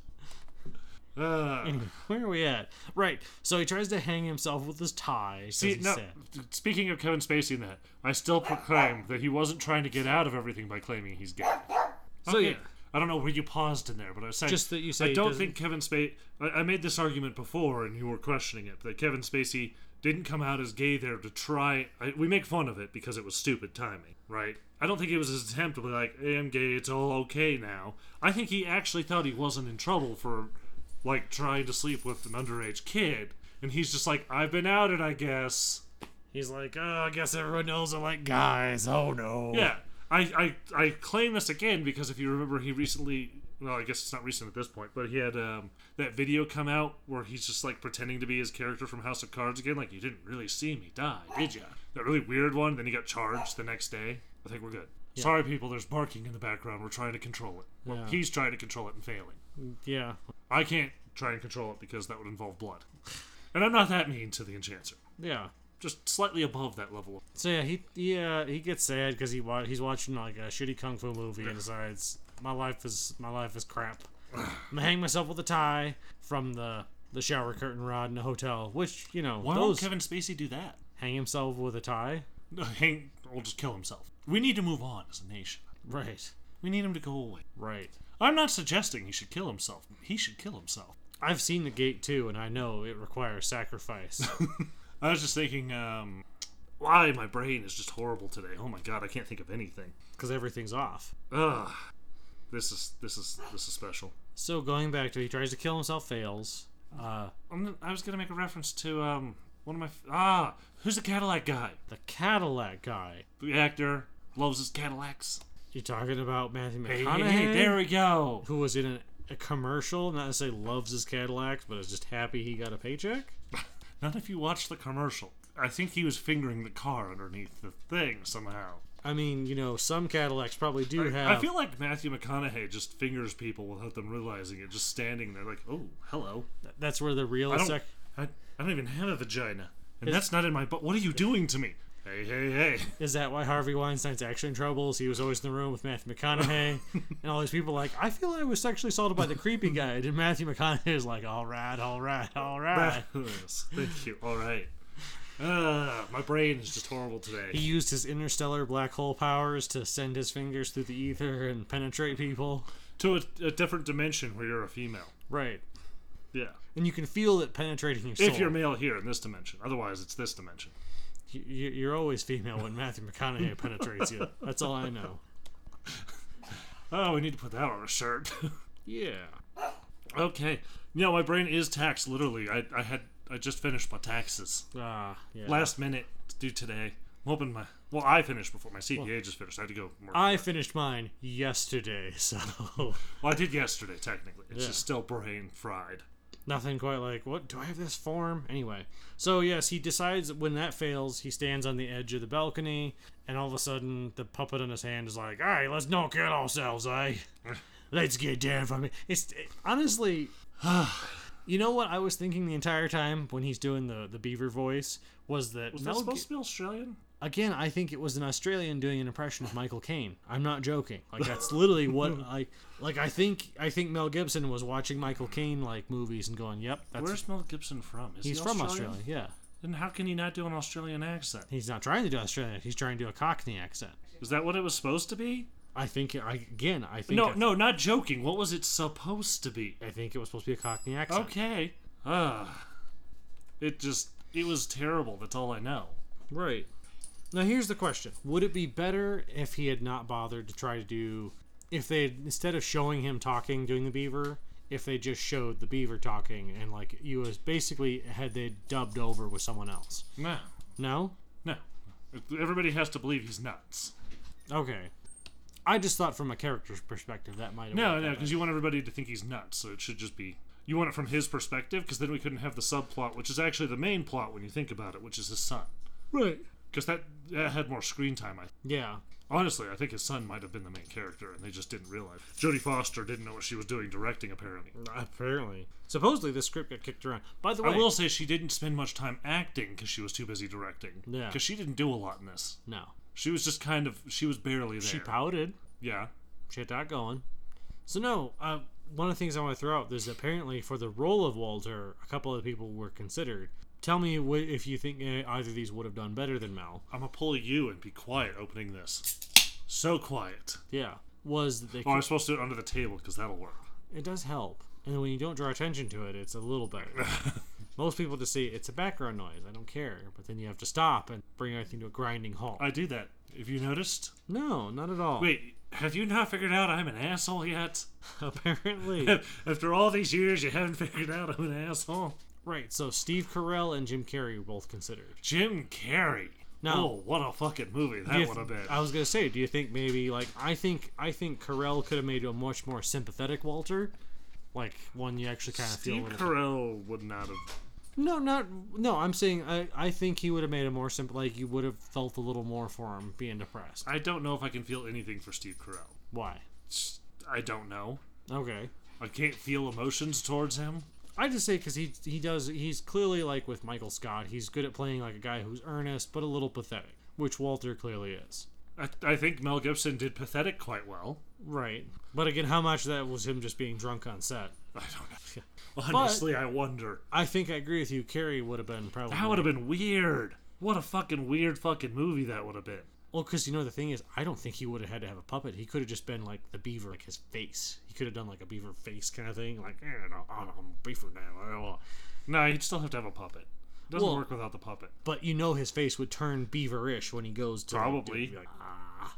Speaker 2: Uh,
Speaker 1: Anyway, where are we at? Right. So he tries to hang himself with his tie. 'cause
Speaker 2: see,
Speaker 1: he's
Speaker 2: no,
Speaker 1: sad.
Speaker 2: speaking of Kevin Spacey and that, I still proclaim that he wasn't trying to get out of everything by claiming he's gay.
Speaker 1: So
Speaker 2: Okay.
Speaker 1: yeah,
Speaker 2: I don't know where you paused in there, but I was saying
Speaker 1: Just that you say
Speaker 2: I
Speaker 1: it
Speaker 2: don't
Speaker 1: doesn't-
Speaker 2: think Kevin Spacey. I, I made this argument before, and you were questioning it that Kevin Spacey didn't come out as gay there to try. I, we make fun of it because it was stupid timing, right? I don't think it was his attempt to be like, hey, "I'm gay, it's all okay now." I think he actually thought he wasn't in trouble for like trying to sleep with an underage kid, and he's just like, "I've been outed, I guess."
Speaker 1: he's like, oh, I guess everyone knows I like guys. Oh no.
Speaker 2: Yeah, I, I I claim this again because if you remember, he recently. Well, I guess it's not recent at this point, but he had um, that video come out where he's just like pretending to be his character from House of Cards again. Like you didn't really see me die, did you? That really weird one. Then he got charged the next day. I think we're good. Sorry, people. There's barking in the background. We're trying to control it. Well,
Speaker 1: Yeah.
Speaker 2: he's trying to control it and failing.
Speaker 1: Yeah.
Speaker 2: I can't try and control it because that would involve blood, and I'm not that mean to the enchanter.
Speaker 1: Yeah.
Speaker 2: Just slightly above that level.
Speaker 1: So yeah, he yeah he gets sad because he wa- he's watching like a shitty kung fu movie and decides my life is my life is crap. I'm gonna hang myself with a tie from the the shower curtain rod in a hotel, which you know
Speaker 2: Why
Speaker 1: those
Speaker 2: won't Kevin Spacey do that?
Speaker 1: hang himself with a tie,
Speaker 2: No, Hank will just kill himself. We need to move on as a nation.
Speaker 1: right?
Speaker 2: We need him to go away.
Speaker 1: Right.
Speaker 2: I'm not suggesting he should kill himself. He should kill himself.
Speaker 1: I've seen the gate too, and I know it requires sacrifice.
Speaker 2: I was just thinking, um, why my brain is just horrible today. Oh my god, I can't think of anything.
Speaker 1: because everything's off.
Speaker 2: Ugh. This is this is this is special.
Speaker 1: So going back to he tries to kill himself, fails. Uh,
Speaker 2: I'm, I was gonna make a reference to um one of my f- ah who's the Cadillac guy?
Speaker 1: the Cadillac guy.
Speaker 2: The actor loves his Cadillacs.
Speaker 1: You talking about Matthew
Speaker 2: Hey,
Speaker 1: McConaughey?
Speaker 2: hey, hey, there we go.
Speaker 1: who was in a, a commercial, not necessarily loves his Cadillacs, but is just happy he got a paycheck.
Speaker 2: Not if you watch the commercial. I think he was fingering the car underneath the thing somehow.
Speaker 1: I mean, you know, some Cadillacs probably do have.
Speaker 2: I feel like Matthew McConaughey just fingers people without them realizing it, just standing there like, "Oh, hello."
Speaker 1: that's where the real
Speaker 2: I don't,
Speaker 1: sec-
Speaker 2: I, I don't even have a vagina, and that's not in my butt. What are you doing to me? Hey, hey, hey!
Speaker 1: is that why Harvey Weinstein's action troubles. He was always in the room with Matthew McConaughey, and all these people like, I feel I was sexually assaulted by the creepy guy, and Matthew McConaughey is like, all right, all right, all right.
Speaker 2: Yes, Thank you. All right. Uh, my brain is just horrible
Speaker 1: He
Speaker 2: today.
Speaker 1: used his interstellar black hole powers to send his fingers through the ether and penetrate people.
Speaker 2: To a, a different dimension where you're a female.
Speaker 1: Right.
Speaker 2: Yeah.
Speaker 1: And you can feel it penetrating your soul.
Speaker 2: If you're male here in this dimension, otherwise it's this dimension.
Speaker 1: You- you- You're always female when Matthew McConaughey penetrates you. That's all I know.
Speaker 2: Oh, we need to put that on a shirt.
Speaker 1: Yeah.
Speaker 2: okay. No, my brain is taxed. Literally, I, I had I just finished my taxes.
Speaker 1: Ah, yeah.
Speaker 2: last minute to do today. I'm hoping my well, I finished before my CPA just finished. I had to go. Work.
Speaker 1: I finished mine yesterday, so
Speaker 2: well, I did yesterday technically. It's
Speaker 1: Yeah.
Speaker 2: just still brain fried.
Speaker 1: nothing quite like what do I have this form anyway. So yes, he decides when that fails, he stands on the edge of the balcony, and all of a sudden, the puppet in his hand is like, "All right, let's not kill ourselves, eh? Let's get down from it." It's it- honestly, you know what I was thinking the entire time when he's doing the the beaver voice was that
Speaker 2: Is that
Speaker 1: Mel Gi-
Speaker 2: supposed to be Australian?
Speaker 1: again, I think it was an Australian doing an impression of Michael Caine. I'm not joking. Like that's literally what I like. I think I think Mel Gibson was watching Michael Caine like movies and going, "Yep, that's
Speaker 2: Where's Mel Gibson from? Is
Speaker 1: he's
Speaker 2: he
Speaker 1: from
Speaker 2: Australian?
Speaker 1: Australia." Yeah,
Speaker 2: Then how can he not do an Australian accent?
Speaker 1: he's not trying to do Australia. He's trying to do a Cockney accent.
Speaker 2: Is that what it was supposed to be?
Speaker 1: I think. I again, I think.
Speaker 2: No,
Speaker 1: I,
Speaker 2: no, not joking. What was it supposed to be?
Speaker 1: I think it was supposed to be a Cockney accent.
Speaker 2: Okay. Ah, it just it was terrible. That's all I know.
Speaker 1: Right. Now here's the question: Would it be better if he had not bothered to try to do, if they had, instead of showing him talking, doing the beaver, if they just showed the beaver talking and like you was basically had they dubbed over with someone else?
Speaker 2: No,
Speaker 1: No.
Speaker 2: no. Everybody has to believe he's nuts.
Speaker 1: Okay. I just thought from a character's perspective that might have
Speaker 2: No,
Speaker 1: worked
Speaker 2: no,
Speaker 1: out
Speaker 2: because you want everybody to think he's nuts, so it should just be. You want it from his perspective, because then we couldn't have the subplot, which is actually the main plot when you think about it, which is his son.
Speaker 1: better. right.
Speaker 2: Because that, that had more screen time. I
Speaker 1: Yeah.
Speaker 2: honestly, I think his son might have been the main character, and they just didn't realize. Jodie Foster didn't know what she was doing directing, apparently.
Speaker 1: Apparently, supposedly the script got kicked around. By the way,
Speaker 2: I will say she didn't spend much time acting because she was too busy directing.
Speaker 1: Yeah.
Speaker 2: Because she didn't do a lot in this.
Speaker 1: no.
Speaker 2: She was just kind of. She was barely there.
Speaker 1: She pouted.
Speaker 2: yeah.
Speaker 1: She had that going. So no, uh, one of the things I want to throw out is apparently for the role of Walter, a couple of people were considered. Tell me wh- if you think eh, either of these would have done better than Mal.
Speaker 2: I'm gonna pull you and be quiet opening this. So quiet.
Speaker 1: Yeah, was that they
Speaker 2: Oh, I'm supposed to do it under the table because that'll work.
Speaker 1: it does help, and when you don't draw attention to it, it's a little better. Most people just see it's a background noise. I don't care, but then you have to stop and bring everything to a grinding halt.
Speaker 2: I do that. If you noticed.
Speaker 1: no, not at all.
Speaker 2: Wait, have you not figured out I'm an asshole yet?
Speaker 1: Apparently,
Speaker 2: After all these years, you haven't figured out I'm an asshole.
Speaker 1: right. So Steve Carell and Jim Carrey were both considered.
Speaker 2: Jim Carrey.
Speaker 1: No.
Speaker 2: Oh, what a fucking movie
Speaker 1: Do
Speaker 2: that
Speaker 1: you
Speaker 2: would have
Speaker 1: th-
Speaker 2: been.
Speaker 1: I was gonna say, do you think maybe like I think I think Carell could have made a much more sympathetic Walter, like one you actually kind of feel.
Speaker 2: Steve
Speaker 1: a little-
Speaker 2: Carell would not have.
Speaker 1: no, not no. I'm saying I I think he would have made a more simple like you would have felt a little more for him being depressed.
Speaker 2: I don't know if I can feel anything for Steve Carell.
Speaker 1: Why?
Speaker 2: Just- I don't know.
Speaker 1: Okay.
Speaker 2: I can't feel emotions towards him.
Speaker 1: I just say because he he does he's clearly like with Michael Scott he's good at playing like a guy who's earnest but a little pathetic, which Walter clearly is.
Speaker 2: I, I think Mel Gibson did pathetic quite well.
Speaker 1: Right. But again, how much of that was him just being drunk on set?
Speaker 2: I don't know. Honestly, I wonder.
Speaker 1: I think I agree with you. Carrie would have been probably
Speaker 2: That would have been weird. What a fucking weird fucking movie that would have been.
Speaker 1: Well, because you know the thing is, I don't think he would have had to have a puppet. He could have just been like the beaver, like his face. He could have done like a beaver face kind of thing, like I don't know, I don't know, I'm a beaver now.
Speaker 2: No, you'd still have to have a puppet. Doesn't
Speaker 1: Well-
Speaker 2: work without the puppet.
Speaker 1: But you know his face would turn beaverish when he goes to
Speaker 2: Probably.
Speaker 1: Like, ah.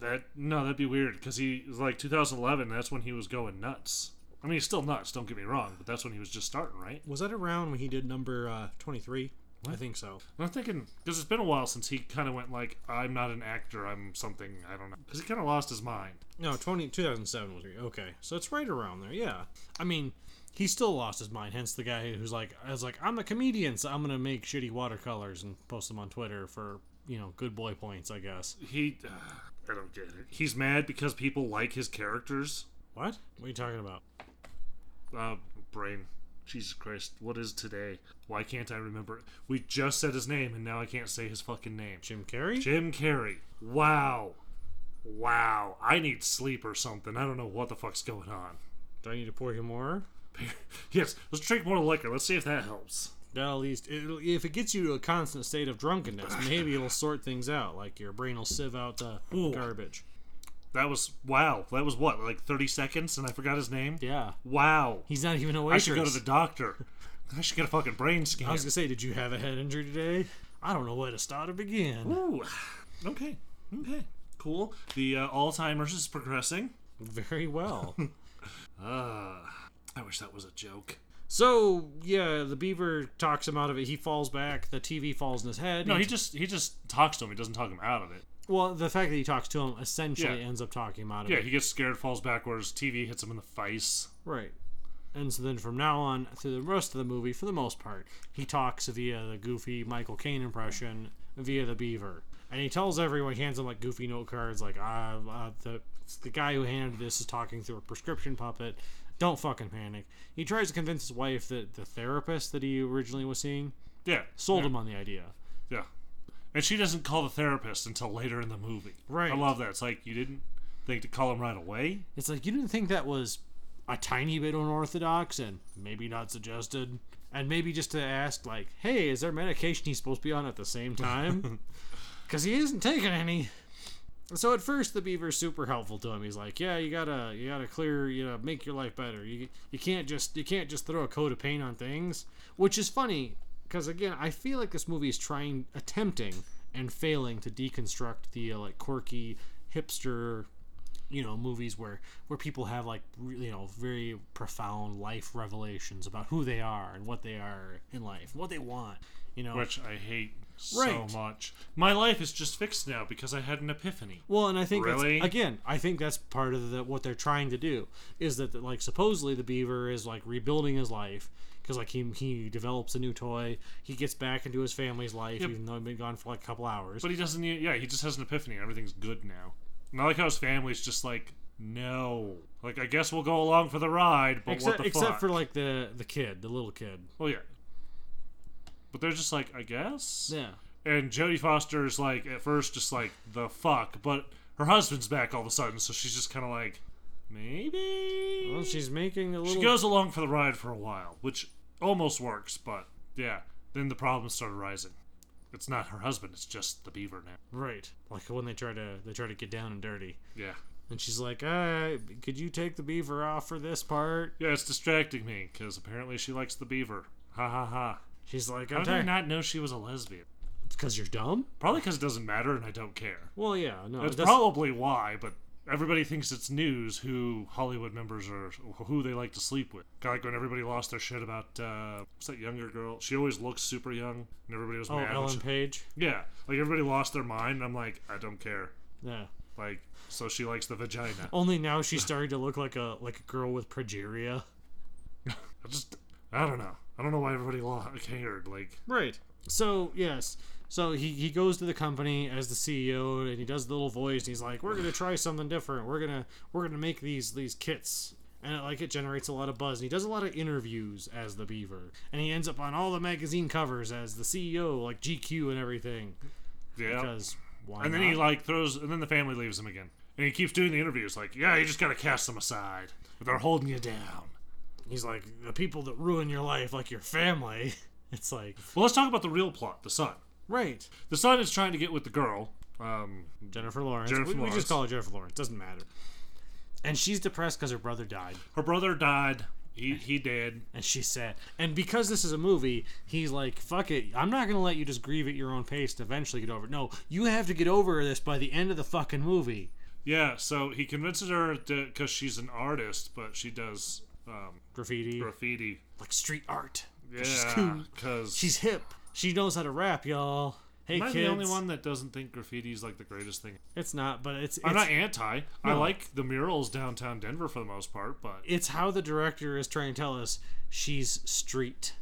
Speaker 2: That no, that'd be weird because he was like 2011. That's when he was going nuts. I mean, he's still nuts. Don't get me wrong, but that's when he was just starting, right?
Speaker 1: Was that around when he did number uh, twenty three? I think so.
Speaker 2: And I'm thinking because it's been a while since he kind of went like, "I'm not an actor. I'm something. I don't know." Because he kind of lost his mind.
Speaker 1: No, 20, 2007 was okay. So it's right around there. Yeah, I mean, he still lost his mind. Hence the guy who's like, I was like, I'm a comedian, so I'm gonna make shitty watercolors and post them on Twitter for you know good boy points, I guess.
Speaker 2: He, I don't get it. He's mad because people like his characters.
Speaker 1: What? What are you talking about?
Speaker 2: Uh, brain. Jesus Christ, what is today? Why can't I remember? it? We just said his name, and now I can't say his fucking name.
Speaker 1: Jim Carrey?
Speaker 2: Jim Carrey. Wow. Wow. I need sleep or something. I don't know what the fuck's going on.
Speaker 1: Do I need to pour you more?
Speaker 2: yes, let's drink more liquor. Let's see if that helps.
Speaker 1: That'll at least, it'll, if it gets you to a constant state of drunkenness, maybe it'll sort things out. Like your brain will sieve out the
Speaker 2: Ooh.
Speaker 1: garbage.
Speaker 2: That was wow. That was what, like 30 seconds, and I forgot his name.
Speaker 1: Yeah.
Speaker 2: Wow.
Speaker 1: He's not even a
Speaker 2: I
Speaker 1: waitress.
Speaker 2: should go to the doctor. I should get a fucking brain scan.
Speaker 1: I was gonna say, did you have a head injury today? I don't know where to start or begin.
Speaker 2: Ooh. Okay. Okay. Cool. The uh, Alzheimer's is progressing.
Speaker 1: Very well.
Speaker 2: Uh, I wish that was a joke.
Speaker 1: so yeah, the beaver talks him out of it. He falls back. The TV falls in his head.
Speaker 2: No, he just he just talks to him. He doesn't talk him out of it.
Speaker 1: well, the fact that he talks to him essentially
Speaker 2: Yeah.
Speaker 1: ends up talking him out of
Speaker 2: Yeah,
Speaker 1: it.
Speaker 2: he gets scared, falls backwards. TV hits him in the face.
Speaker 1: Right. And so then from now on, through the rest of the movie, for the most part, he talks via the goofy Michael Caine impression, via the beaver. And he tells everyone, he hands them like goofy note cards, like, ah, uh, the, the guy who handed this is talking through a prescription puppet. Don't fucking panic. He tries to convince his wife that the therapist that he originally was seeing
Speaker 2: Yeah,
Speaker 1: sold
Speaker 2: yeah,
Speaker 1: him on the idea.
Speaker 2: Yeah, and she doesn't call the therapist until later in the movie.
Speaker 1: Right.
Speaker 2: I love that. It's like you didn't think to call him right away.
Speaker 1: It's like, you didn't think that was a tiny bit unorthodox and maybe not suggested? And maybe just to ask, like, hey, is there medication he's supposed to be on at the same time? Because he isn't taking any. So at first, the beaver's super helpful to him. He's like, "Yeah, you gotta, you gotta clear, you know, make your life better. You, you can't just, you can't just throw a coat of paint on things." Which is funny, because again, I feel like this movie is trying, attempting, and failing to deconstruct the uh, like quirky hipster you know movies where where people have like re- you know very profound life revelations about who they are and what they are in life what they want you know
Speaker 2: which I hate so
Speaker 1: Oh. Right.
Speaker 2: much. My life is just fixed now because I had an epiphany.
Speaker 1: well and i think
Speaker 2: Really?
Speaker 1: that's, again i think that's part of the, what they're trying to do is that like supposedly the beaver is like rebuilding his life because like he, he develops a new toy he gets back into his family's life even though he's been gone for like a couple hours
Speaker 2: But he doesn't. e- Yeah, he just has an epiphany. and Everything's good now. And I like how his family's just like, no, like I guess we'll go along for the ride, but
Speaker 1: except,
Speaker 2: what the fuck?
Speaker 1: except for like the the kid the little kid
Speaker 2: well, yeah. But they're just like, I guess.
Speaker 1: yeah
Speaker 2: And Jodie Foster's like at first just like the fuck, but her husband's back all of a sudden, so she's just kind of like, Maybe.
Speaker 1: Well, she's making a little.
Speaker 2: She goes along for the ride for a while, which almost works, but yeah. Then the problems start arising. It's not her husband; it's just the beaver now.
Speaker 1: right, like when they try to they try to get down and dirty,
Speaker 2: Yeah,
Speaker 1: and she's like, uh, "Could you take the beaver off for this part?"
Speaker 2: yeah. It's distracting me because apparently she likes the beaver. Ha ha ha.
Speaker 1: She's like,
Speaker 2: How
Speaker 1: "I'm
Speaker 2: did I
Speaker 1: tired."
Speaker 2: not know she was a lesbian?
Speaker 1: Because you're dumb.
Speaker 2: Probably because it doesn't matter and I don't care.
Speaker 1: Well, yeah, no,
Speaker 2: That's,
Speaker 1: that's
Speaker 2: probably why, but everybody thinks it's news who Hollywood members are, who they like to sleep with. Kinda like when everybody lost their shit about, uh, what's that younger girl? She always looks super young, and everybody was
Speaker 1: oh
Speaker 2: mad. when
Speaker 1: Ellen
Speaker 2: she-
Speaker 1: Page.
Speaker 2: yeah, like everybody lost their mind, and I'm like, I don't care.
Speaker 1: Yeah.
Speaker 2: Like, so she likes the vagina.
Speaker 1: Only now she's starting to look like a like a girl with progeria.
Speaker 2: I just, I don't know. I don't know why everybody lo- cared. Like,
Speaker 1: Right. So yes. So he, he goes to the company as the CEO and he does the little voice and he's like, We're gonna try something different. We're gonna we're gonna make these these kits. And it, like it generates a lot of buzz. And he does a lot of interviews as the beaver. And he ends up on all the magazine covers as the CEO, like GQ and everything.
Speaker 2: yeah.
Speaker 1: Because why
Speaker 2: and then he
Speaker 1: not?
Speaker 2: like throws, and then the family leaves him again, and he keeps doing the interviews. Like, yeah, you just gotta cast them aside. They're holding you down.
Speaker 1: he's like, The people that ruin your life, like your family. It's like
Speaker 2: Well, let's talk about the real plot. The son.
Speaker 1: Right.
Speaker 2: The son is trying to get with the girl. Um,
Speaker 1: Jennifer Lawrence.
Speaker 2: Jennifer
Speaker 1: we, we
Speaker 2: Lawrence.
Speaker 1: just call her Jennifer Lawrence. Doesn't matter. And she's depressed because her brother died.
Speaker 2: her brother died. He he did.
Speaker 1: And she's sad. And because this is a movie, he's like, fuck it. I'm not going to let you just grieve at your own pace to eventually get over it. No, you have to get over this by the end of the fucking movie.
Speaker 2: Yeah. So he convinces her because she's an artist, but she does um,
Speaker 1: Graffiti.
Speaker 2: graffiti.
Speaker 1: Like street art.
Speaker 2: Yeah.
Speaker 1: She's cool.
Speaker 2: Because
Speaker 1: She's hip. She knows how to rap, y'all. Hey,
Speaker 2: Am I
Speaker 1: kids.
Speaker 2: the only one that doesn't think graffiti is like the greatest thing?
Speaker 1: It's not, but it's it's,
Speaker 2: I'm not anti. I like the murals downtown Denver for the most part, but
Speaker 1: it's how the director is trying to tell us she's street.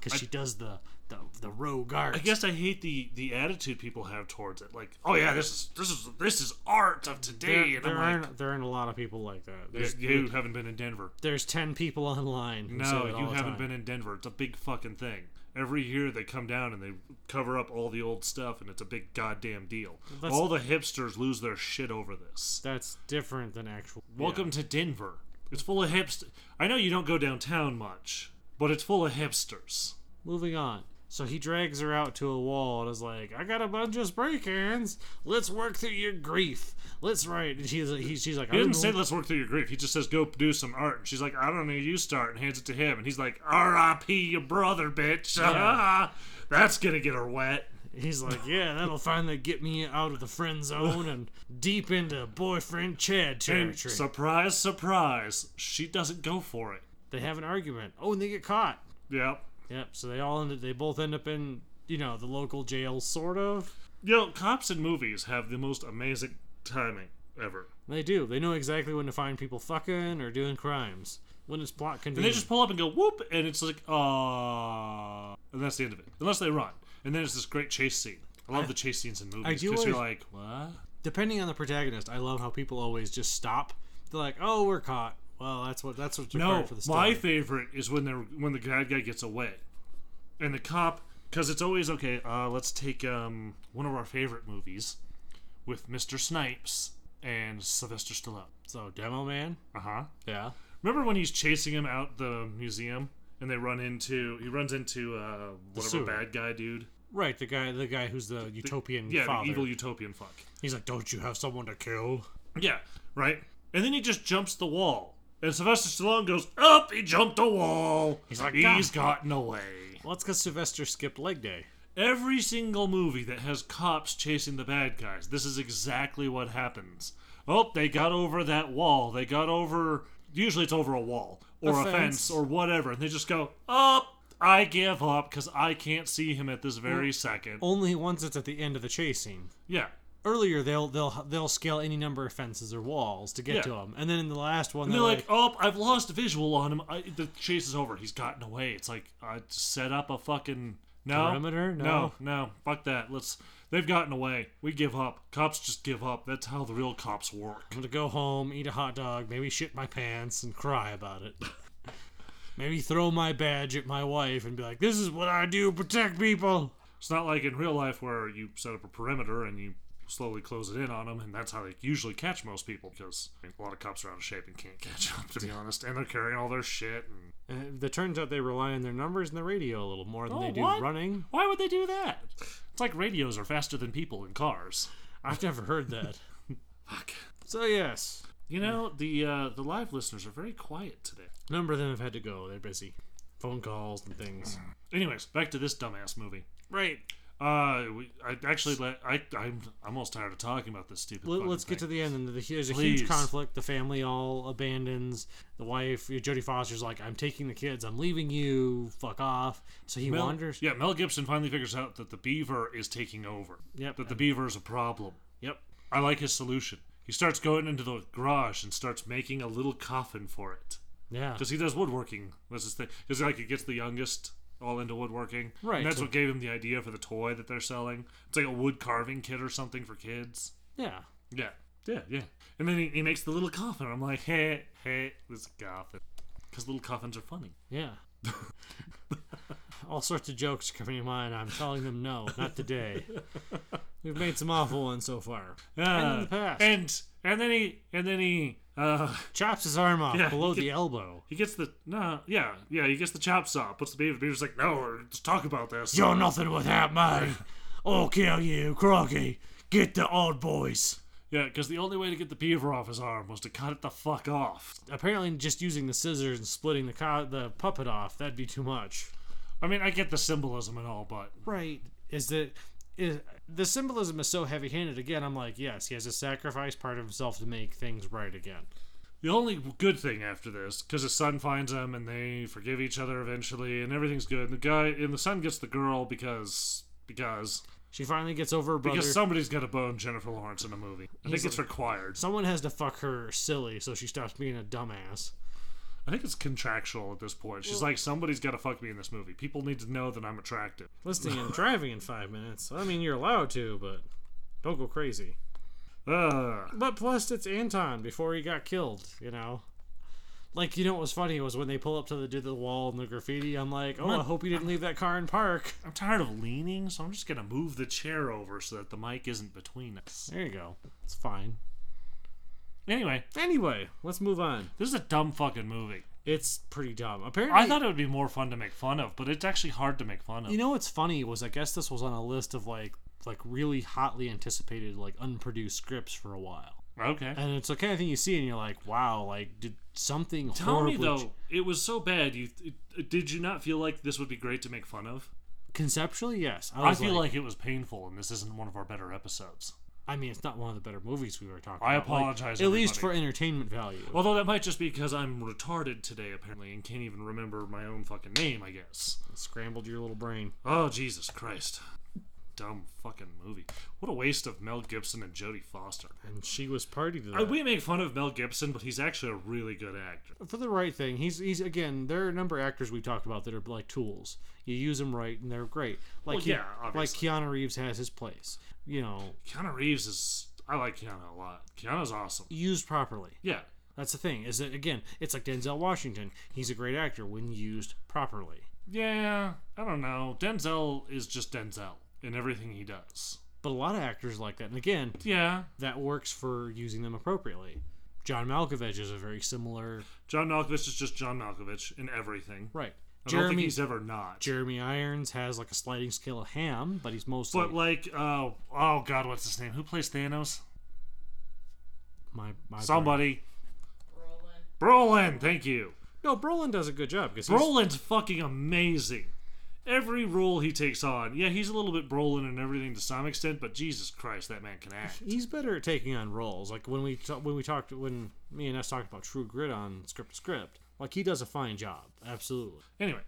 Speaker 1: Because she does the, the, the rogue art.
Speaker 2: I guess I hate the the attitude people have towards it. Like, oh yeah, this is this is this is art of
Speaker 1: There,
Speaker 2: today, and
Speaker 1: there
Speaker 2: I'm
Speaker 1: aren't
Speaker 2: like,
Speaker 1: there aren't a lot of people like that. There's,
Speaker 2: you haven't been in Denver.
Speaker 1: there's ten people online. Who say
Speaker 2: No,
Speaker 1: that all
Speaker 2: you
Speaker 1: the
Speaker 2: haven't
Speaker 1: time.
Speaker 2: been in Denver. It's a big fucking thing. Every year they come down and they cover up all the old stuff, and it's a big goddamn deal.
Speaker 1: That's-
Speaker 2: all the hipsters lose their shit over this.
Speaker 1: That's different than actual.
Speaker 2: Welcome to Denver. It's full of hipsters. I know you don't go downtown much, but it's full of hipsters.
Speaker 1: Moving on. So he drags her out to a wall and is like, "I got a bunch of spray cans. Let's work through your grief. Let's write." And she's he, she's like, "I
Speaker 2: He
Speaker 1: don't
Speaker 2: didn't say
Speaker 1: know."
Speaker 2: let's work through your grief. He just says go do some art. And she's like, I don't know, you start, and hands it to him. And he's like, R.I.P. your brother, bitch. That's gonna get her wet.
Speaker 1: He's like, "Yeah, that'll finally get me out of the friend zone and deep into boyfriend Chad
Speaker 2: And
Speaker 1: territory."
Speaker 2: surprise, surprise, she doesn't go for it.
Speaker 1: they have an argument. Oh, and they get caught.
Speaker 2: Yep.
Speaker 1: Yep. So they all end. Up, they both end up in you know the local jail, sort of.
Speaker 2: You know, cops in movies have the most amazing timing ever.
Speaker 1: They do. They know exactly when to find people fucking or doing crimes. When it's plot
Speaker 2: And they
Speaker 1: convenient.
Speaker 2: just pull up and go whoop, and it's like, ah, and that's the end of it. Unless they run, and then it's this great chase scene. I love the chase scenes in movies
Speaker 1: do
Speaker 2: because you're
Speaker 1: always-
Speaker 2: like, what?
Speaker 1: Depending on the protagonist, I love how people always just stop. They're like, "Oh, we're caught." Well, that's what that's what's required
Speaker 2: No,
Speaker 1: for the
Speaker 2: my
Speaker 1: story.
Speaker 2: favorite is when the when the bad guy gets away, and the cop because it's always okay. Uh, let's take um, one of our favorite movies with Mr. Snipes and Sylvester Stallone.
Speaker 1: so, Demo Man.
Speaker 2: Uh huh.
Speaker 1: Yeah.
Speaker 2: Remember when he's chasing him out the museum and they run into he runs into uh, whatever
Speaker 1: sewer.
Speaker 2: bad guy dude.
Speaker 1: Right. The guy. The guy who's the utopian
Speaker 2: Yeah,
Speaker 1: father.
Speaker 2: the evil utopian fuck.
Speaker 1: He's like, "Don't you have someone to kill?"
Speaker 2: Yeah, right. And then he just jumps the wall. And Sylvester Stallone goes up. He jumped the wall. He's
Speaker 1: like,
Speaker 2: he's
Speaker 1: "God."
Speaker 2: gotten away.
Speaker 1: Well, that's because Sylvester skipped leg day.
Speaker 2: Every single movie that has cops chasing the bad guys, this is exactly what happens. Oh, they got over that wall. They got over. Usually it's over a wall or a
Speaker 1: A fence.
Speaker 2: fence or whatever. And they just go, up. I give up because I can't see him at this very second.
Speaker 1: Only once it's at the end of the chase scene.
Speaker 2: Yeah.
Speaker 1: Earlier, they'll they'll they'll scale any number of fences or walls to get
Speaker 2: Yeah.
Speaker 1: to him, and then in the last one,
Speaker 2: And
Speaker 1: they're
Speaker 2: they're like, oh, I've lost visual on him. I, the chase is over. He's gotten away. It's like, I set up a fucking. No.
Speaker 1: Perimeter?
Speaker 2: No, no. Fuck that. Let's. They've gotten away. We give up. Cops just give up. That's how the real cops work.
Speaker 1: I'm gonna go home, eat a hot dog, maybe shit my pants and cry about it. maybe throw my badge at my wife and be like, "This is what I do, protect people."
Speaker 2: It's not like in real life where you set up a perimeter and you slowly close it in on them, and that's how they usually catch most people because I mean, a lot of cops are out of shape and can't catch up, to be honest. And they're carrying all their shit. And
Speaker 1: And Uh, it turns out they rely on their numbers and the radio a little more than
Speaker 2: Oh,
Speaker 1: they do
Speaker 2: what?
Speaker 1: running.
Speaker 2: why would they do that? It's like radios are faster than people in cars.
Speaker 1: I've never heard that.
Speaker 2: Fuck.
Speaker 1: so yes,
Speaker 2: You know the uh, the live listeners are very quiet today.
Speaker 1: a number of them have had to go. They're busy, phone calls and things.
Speaker 2: Anyways, back to this dumbass movie.
Speaker 1: Right.
Speaker 2: Uh, we, I actually let I I'm I'm almost tired of talking about this stupid.
Speaker 1: Let,
Speaker 2: fucking
Speaker 1: us get to
Speaker 2: thing.
Speaker 1: the end. And the, there's a
Speaker 2: Please.
Speaker 1: huge conflict. The family all abandons the wife. Jodie Foster's like, "I'm taking the kids. I'm leaving you. Fuck off." So he
Speaker 2: Mel,
Speaker 1: wanders.
Speaker 2: Yeah, Mel Gibson finally figures out that the beaver is taking over.
Speaker 1: Yep.
Speaker 2: That the beaver is a problem. Yep. I like his solution. He starts going into the garage and starts making a little coffin for it
Speaker 1: Yeah.
Speaker 2: because he does woodworking. That's his thing. Because like he gets the youngest all into woodworking.
Speaker 1: Right,
Speaker 2: And that's
Speaker 1: so-
Speaker 2: what gave him the idea for the toy that they're selling. It's like a wood carving kit or something for kids.
Speaker 1: yeah.
Speaker 2: Yeah. Yeah, yeah. And then he, he makes the little coffin. I'm like, hey, hey, this coffin. Because little coffins are funny.
Speaker 1: Yeah. All sorts of jokes coming to mind. I'm telling them no, not today. We've made some awful ones so far. And in the
Speaker 2: Uh,
Speaker 1: past.
Speaker 2: And and then he and then he uh
Speaker 1: Chops his arm off
Speaker 2: Yeah,
Speaker 1: below
Speaker 2: he
Speaker 1: the elbow.
Speaker 2: he gets the no yeah yeah he gets the chop saw. Puts the beaver. The beaver's like, no, just talk about this.
Speaker 1: You're nothing without me. I'll kill you, Crocky. Get the odd boys.
Speaker 2: Yeah, because the only way to get the beaver off his arm was to cut it the fuck off.
Speaker 1: Apparently, just using the scissors and splitting the co- the puppet off that'd be too much.
Speaker 2: I mean, I get the symbolism and all, but
Speaker 1: Right? Is that is the symbolism is so heavy-handed? Again, I'm like, yes, he has to sacrifice part of himself to make things right again.
Speaker 2: the only good thing after this, because his son finds him and they forgive each other eventually, and everything's good. And the guy and the son gets the girl because because
Speaker 1: She finally gets over her brother.
Speaker 2: Because somebody's got to bone Jennifer Lawrence in a movie. I think it's required.
Speaker 1: Someone has to fuck her silly so she stops being a dumbass.
Speaker 2: I think it's contractual at this point. She's like, somebody's got to fuck me in this movie. People need to know that I'm attractive.
Speaker 1: Listening and driving in five minutes. I mean, you're allowed to, but don't go crazy.
Speaker 2: Ugh.
Speaker 1: But plus, it's Anton before he got killed, you know? Like, you know what was funny was when they pull up to the, do the wall and the graffiti, I'm like, oh, I hope you didn't leave that car in park.
Speaker 2: I'm tired of leaning, so I'm just going to move the chair over so that the mic isn't between us.
Speaker 1: There you go. It's fine.
Speaker 2: Anyway,
Speaker 1: Anyway, let's move on.
Speaker 2: this is a dumb fucking movie.
Speaker 1: It's pretty dumb. Apparently,
Speaker 2: I thought it would be more fun to make fun of, but it's actually hard to make fun of.
Speaker 1: You know what's funny was I guess this was on a list of like like really hotly anticipated like unproduced scripts for a while.
Speaker 2: okay.
Speaker 1: and it's the kind of thing you see and you're like, wow, like did something
Speaker 2: Tell me
Speaker 1: horribly
Speaker 2: though, it was so bad. You it, did you not feel like this would be great to make fun of?
Speaker 1: conceptually, yes. I,
Speaker 2: I
Speaker 1: was
Speaker 2: feel like it was painful, and this isn't one of our better episodes.
Speaker 1: I mean, it's not one of the better movies we were talking.
Speaker 2: I
Speaker 1: about. Like,
Speaker 2: apologize,
Speaker 1: at least for
Speaker 2: everybody.
Speaker 1: entertainment value.
Speaker 2: Although that might just be because I'm retarded today, apparently, and can't even remember my own fucking name, I guess.
Speaker 1: scrambled your little brain.
Speaker 2: Oh, Jesus Christ. Dumb fucking movie. What a waste of Mel Gibson and Jodie Foster.
Speaker 1: And she was party to that.
Speaker 2: Uh, We make fun of Mel Gibson, but he's actually a really good actor.
Speaker 1: for the right thing, he's he's again. There are a number of actors we've talked about that are like tools. You use them right, and they're great. Like
Speaker 2: Well,
Speaker 1: Ke-
Speaker 2: yeah, obviously.
Speaker 1: like Keanu Reeves has his place. You know,
Speaker 2: Keanu Reeves is. I like Keanu a lot. Keanu's awesome.
Speaker 1: used properly.
Speaker 2: Yeah.
Speaker 1: That's the thing. Is that again? It's like Denzel Washington. He's a great actor when used properly.
Speaker 2: Yeah, I don't know. Denzel is just Denzel in everything he does.
Speaker 1: But a lot of actors like that. And again,
Speaker 2: Yeah.
Speaker 1: that works for using them appropriately. John Malkovich is a very similar
Speaker 2: John Malkovich is just John Malkovich in everything.
Speaker 1: right.
Speaker 2: I don't think
Speaker 1: Jeremy
Speaker 2: he's ever not.
Speaker 1: Jeremy Irons has like a sliding scale of ham, but he's mostly
Speaker 2: But like, uh, oh god, what's his name? Who plays Thanos?
Speaker 1: my, my
Speaker 2: Somebody. Brolin. Brolin, thank you.
Speaker 1: No, Brolin does a good job because he's
Speaker 2: Brolin's fucking amazing. Every role he takes on, yeah, he's a little bit Brolin and everything to some extent, but Jesus Christ, that man can act.
Speaker 1: he's better at taking on roles. Like when we ta- when we talked when me and us talked about True Grit on script to script, like he does a fine job, absolutely.
Speaker 2: Anyway,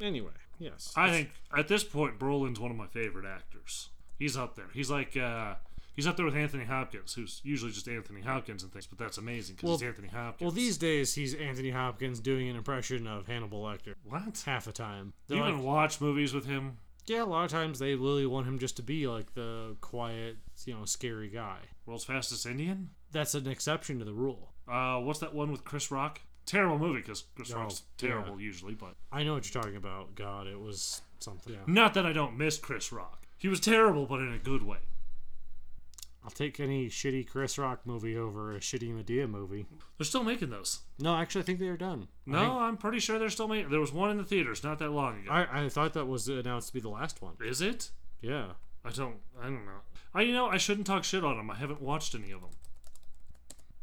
Speaker 1: Anyway, yes,
Speaker 2: I think at this point Brolin's one of my favorite actors. He's up there. He's like, uh, he's up there with Anthony Hopkins, who's usually just Anthony Hopkins and things, but that's amazing because
Speaker 1: Well-
Speaker 2: it's Anthony Hopkins.
Speaker 1: Well, these days he's Anthony Hopkins doing an impression of Hannibal Lecter
Speaker 2: what?
Speaker 1: half the time.
Speaker 2: You
Speaker 1: They're like,
Speaker 2: even watch movies with him?
Speaker 1: Yeah, a lot of times they really want him just to be like the quiet, you know, scary guy.
Speaker 2: World's Fastest Indian?
Speaker 1: That's an exception to the rule.
Speaker 2: Uh, what's that one with Chris Rock? Terrible movie because Chris
Speaker 1: Oh,
Speaker 2: Rock's terrible usually, but
Speaker 1: I know what you're talking about. God, it was something. Yeah.
Speaker 2: not that I don't miss Chris Rock. He was terrible, but in a good way.
Speaker 1: I'll take any shitty Chris Rock movie over a shitty Medea movie.
Speaker 2: They're still making those.
Speaker 1: No, actually, I think they are done.
Speaker 2: No, I'm pretty sure they're still making. There was one in the theaters not that long ago.
Speaker 1: I, I thought that was announced to be the last one.
Speaker 2: Is it?
Speaker 1: Yeah.
Speaker 2: I don't. I don't know. I you know I shouldn't talk shit on them. I haven't watched any of them.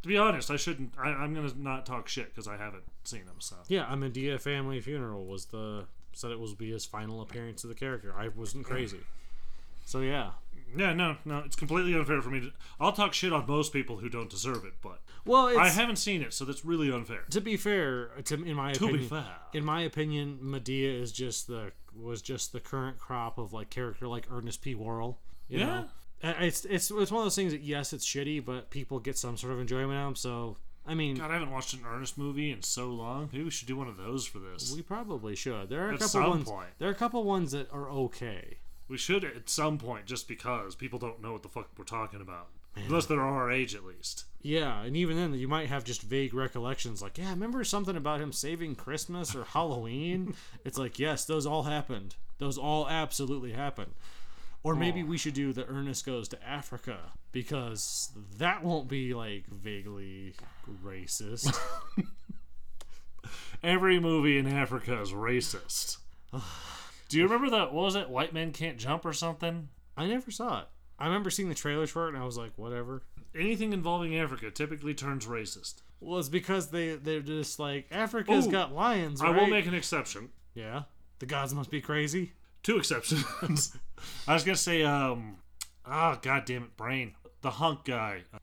Speaker 2: To be honest, I shouldn't. I, I'm gonna not talk shit because I haven't seen them. So
Speaker 1: Yeah, a Medea family funeral was the said it was be his final appearance of the character. I wasn't crazy. So yeah.
Speaker 2: yeah, no, no, it's completely unfair for me to. I'll talk shit on most people who don't deserve it, but
Speaker 1: Well, it's,
Speaker 2: I haven't seen it, so that's really unfair.
Speaker 1: to be fair, to, in my
Speaker 2: To
Speaker 1: opinion,
Speaker 2: be fair,
Speaker 1: in my opinion, Medea is just the was just the current crop of like character like Ernest P. Worrell. You
Speaker 2: Yeah.
Speaker 1: know? Uh, it's it's it's one of those things that yes, it's shitty, but people get some sort of enjoyment out. of 'em, So I mean,
Speaker 2: God, I haven't watched an Ernest movie in so long. Maybe we should do one of those for this.
Speaker 1: we probably should. There are a
Speaker 2: At
Speaker 1: couple
Speaker 2: some
Speaker 1: ones.
Speaker 2: point.
Speaker 1: There are a couple ones that are okay.
Speaker 2: We should at some point, just because people don't know what the fuck we're talking about, unless they're our age at least.
Speaker 1: Yeah, and even then, you might have just vague recollections, like yeah, I remember something about him saving Christmas or Halloween. it's like yes, those all happened. Those all absolutely happened. Or maybe we should do the Ernest goes to Africa because that won't be like vaguely racist.
Speaker 2: Every movie in Africa is racist. Do you remember that? What was it? White men can't jump or something?
Speaker 1: I never saw it. I remember seeing the trailers for it, and I was like, whatever.
Speaker 2: Anything involving Africa typically turns racist.
Speaker 1: Well, it's because they they're just like Africa's
Speaker 2: Ooh,
Speaker 1: got lions.
Speaker 2: I will
Speaker 1: right?"
Speaker 2: make an exception.
Speaker 1: yeah. The gods must be crazy.
Speaker 2: Two exceptions. I was gonna say, um, ah, goddamn it, brain. The hunk guy, uh,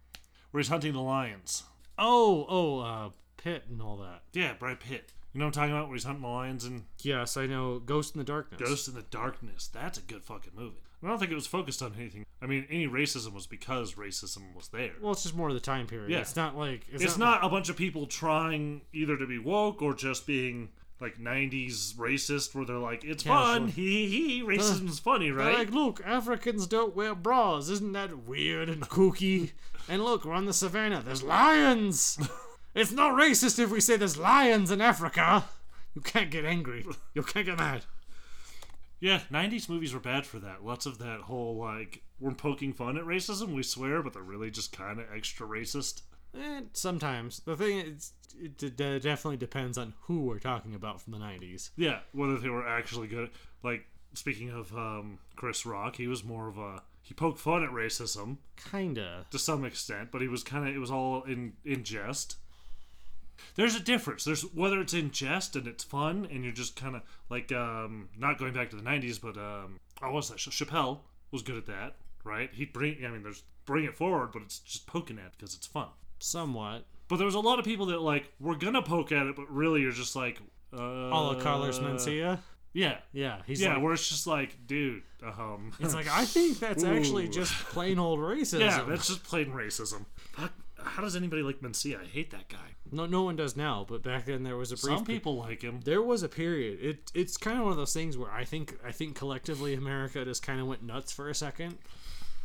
Speaker 2: where he's hunting the lions.
Speaker 1: Oh, oh, uh, Pitt and all that.
Speaker 2: Yeah, Brad Pitt. You know what I'm talking about? Where he's hunting the lions and
Speaker 1: Yes, I know. Ghost in the Darkness.
Speaker 2: Ghost in the Darkness. That's a good fucking movie. I don't think it was focused on anything. I mean, any racism was because racism was there.
Speaker 1: Well, it's just more of the time period.
Speaker 2: Yeah.
Speaker 1: It's not like it's,
Speaker 2: it's not a bunch of people trying either to be woke or just being like 90s racist where they're like it's
Speaker 1: Casual.
Speaker 2: fun hee hee hee racism's funny
Speaker 1: They're
Speaker 2: right
Speaker 1: Like, look, Africans don't wear bras. Isn't that weird and kooky? and look, we're on the savannah. There's lions. it's not racist if we say there's lions in Africa. You can't get angry. You can't get mad.
Speaker 2: yeah 90s movies were bad for that lots of that whole like we're poking fun at racism we swear but they're really just kind of extra racist
Speaker 1: Eh, sometimes the thing is, it d- d- definitely depends on who we're talking about from the '90s.
Speaker 2: yeah whether they were actually good like speaking of um, chris rock he was more of a he poked fun at racism
Speaker 1: Kinda.
Speaker 2: to some extent, but he was kind of it was all in in jest. There's a difference. There's whether it's in jest and it's fun, and you're just kind of like um, not going back to the '90s, but um, oh, what's that? Ch- Chappelle was good at that, right? He would bring. I mean, there's bring it forward, but it's just poking at it because it's fun.
Speaker 1: Somewhat.
Speaker 2: But there was a lot of people that like we're gonna poke at it, but really you're just like uh,
Speaker 1: All the Carlos Mencia.
Speaker 2: Yeah,
Speaker 1: Yeah, he's
Speaker 2: Uh, yeah.
Speaker 1: like,
Speaker 2: where it's just like, dude, um,
Speaker 1: It's like I think that's actually
Speaker 2: Ooh.
Speaker 1: just plain old racism.
Speaker 2: yeah, that's just plain racism. Fuck, how does anybody like Mencia? I hate that guy.
Speaker 1: no, no one does now, but back then there was a brief.
Speaker 2: Some people like him.
Speaker 1: there was a period. It it's kind of one of those things where I think I think collectively America just kind of went nuts for a second.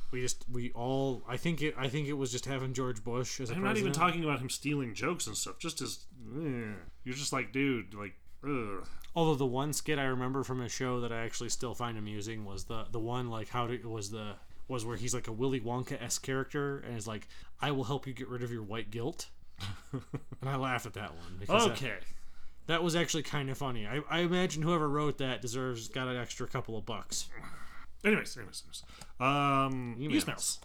Speaker 1: We just we all I think it I think it was just having George Bush as a
Speaker 2: I'm not even
Speaker 1: president.
Speaker 2: talking about him stealing jokes and stuff. Just as ugh. you're just like, dude, like, ugh.
Speaker 1: Although the one skit I remember from a show that I actually still find amusing was the the one like how to was the was where he's like a Willy Wonka esque character and is like I will help you get rid of your white guilt. and I laughed at that one because that-
Speaker 2: okay.
Speaker 1: That was actually kind of funny. I, I imagine whoever wrote that deserves got an extra couple of bucks.
Speaker 2: Anyways, anyways, anyways. Um,
Speaker 1: Emails.
Speaker 2: emails.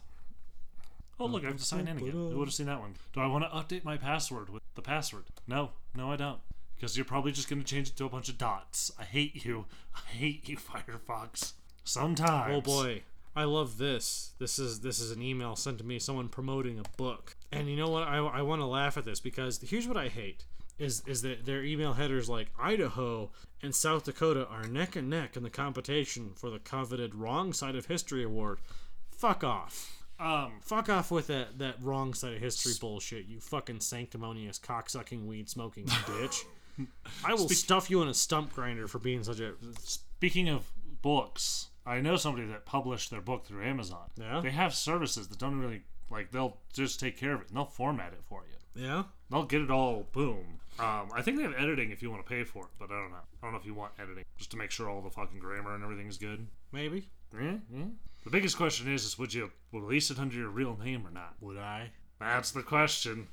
Speaker 2: Oh look, I have to sign in again. Who would have seen that one? Do I want to update my password with the password? No, no, I don't. Because you're probably just going to change it to a bunch of dots. I hate you. I hate you, Firefox. Sometimes.
Speaker 1: Oh boy, I love this. This is this is an email sent to me someone promoting a book. And you know what? I, I want to laugh at this because here's what I hate is is that their email headers like Idaho and South Dakota are neck and neck in the competition for the coveted Wrong Side of History award. Fuck off.
Speaker 2: Um,
Speaker 1: Fuck off with that, that wrong side of history bullshit, you fucking sanctimonious cocksucking weed smoking bitch. I will stuff you in a stump grinder for being such a
Speaker 2: speaking of books, I know somebody that published their book through Amazon.
Speaker 1: Yeah?
Speaker 2: They have services that don't really like they'll just take care of it and they'll format it for you.
Speaker 1: Yeah?
Speaker 2: They'll get it all boom. Um, I think they have editing if you want to pay for it, but I don't know. I don't know if you want editing just to make sure all the fucking grammar and everything is good.
Speaker 1: Maybe.
Speaker 2: Mm-hmm. The biggest question is, is would you release it under your real name or not?
Speaker 1: Would I?
Speaker 2: That's the question.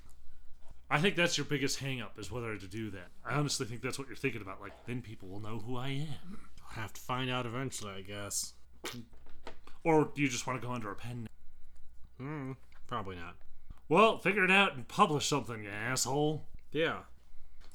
Speaker 2: I think that's your biggest hang up is whether to do that. I honestly think that's what you're thinking about. Like, then people will know who I am.
Speaker 1: I'll have to find out eventually, I guess.
Speaker 2: Or you just want to go under a pen name.
Speaker 1: Hmm. Probably not.
Speaker 2: Well, figure it out and publish something, you asshole.
Speaker 1: Yeah.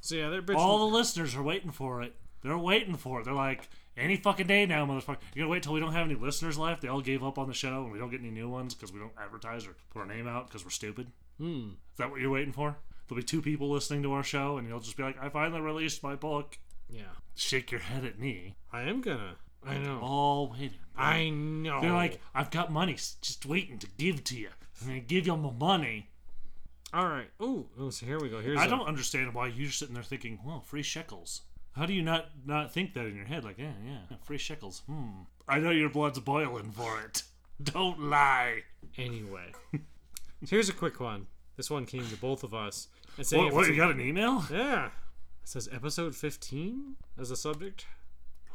Speaker 1: So yeah, they're bitching.
Speaker 2: All the listeners are waiting for it. They're waiting for it. They're like, any fucking day now, motherfucker. You're gonna wait till we don't have any listeners left. They all gave up on the show, and we don't get any new ones because we don't advertise or put our name out because we're stupid.
Speaker 1: Hmm.
Speaker 2: Is that what you're waiting for? There'll be two people listening to our show, and you'll just be like, I finally released my book.
Speaker 1: Yeah.
Speaker 2: Shake your head at me.
Speaker 1: I am gonna. I know.
Speaker 2: All waiting.
Speaker 1: I know.
Speaker 2: They're like, I've got money s- just waiting to give to you. I'm gonna give you my money.
Speaker 1: all right. Ooh. Oh, so here we go. Here's.
Speaker 2: I
Speaker 1: a-
Speaker 2: don't understand why you're sitting there thinking, well, free shekels. How do you not not think that in your head? Like, yeah, yeah, yeah, free shekels. Hmm. I know your blood's boiling for it. Don't lie.
Speaker 1: Anyway. So here's a quick one. This one came to both of us. It's saying
Speaker 2: What,
Speaker 1: if
Speaker 2: what, you
Speaker 1: it's-
Speaker 2: got an email?
Speaker 1: Yeah. It says episode 15 as a subject.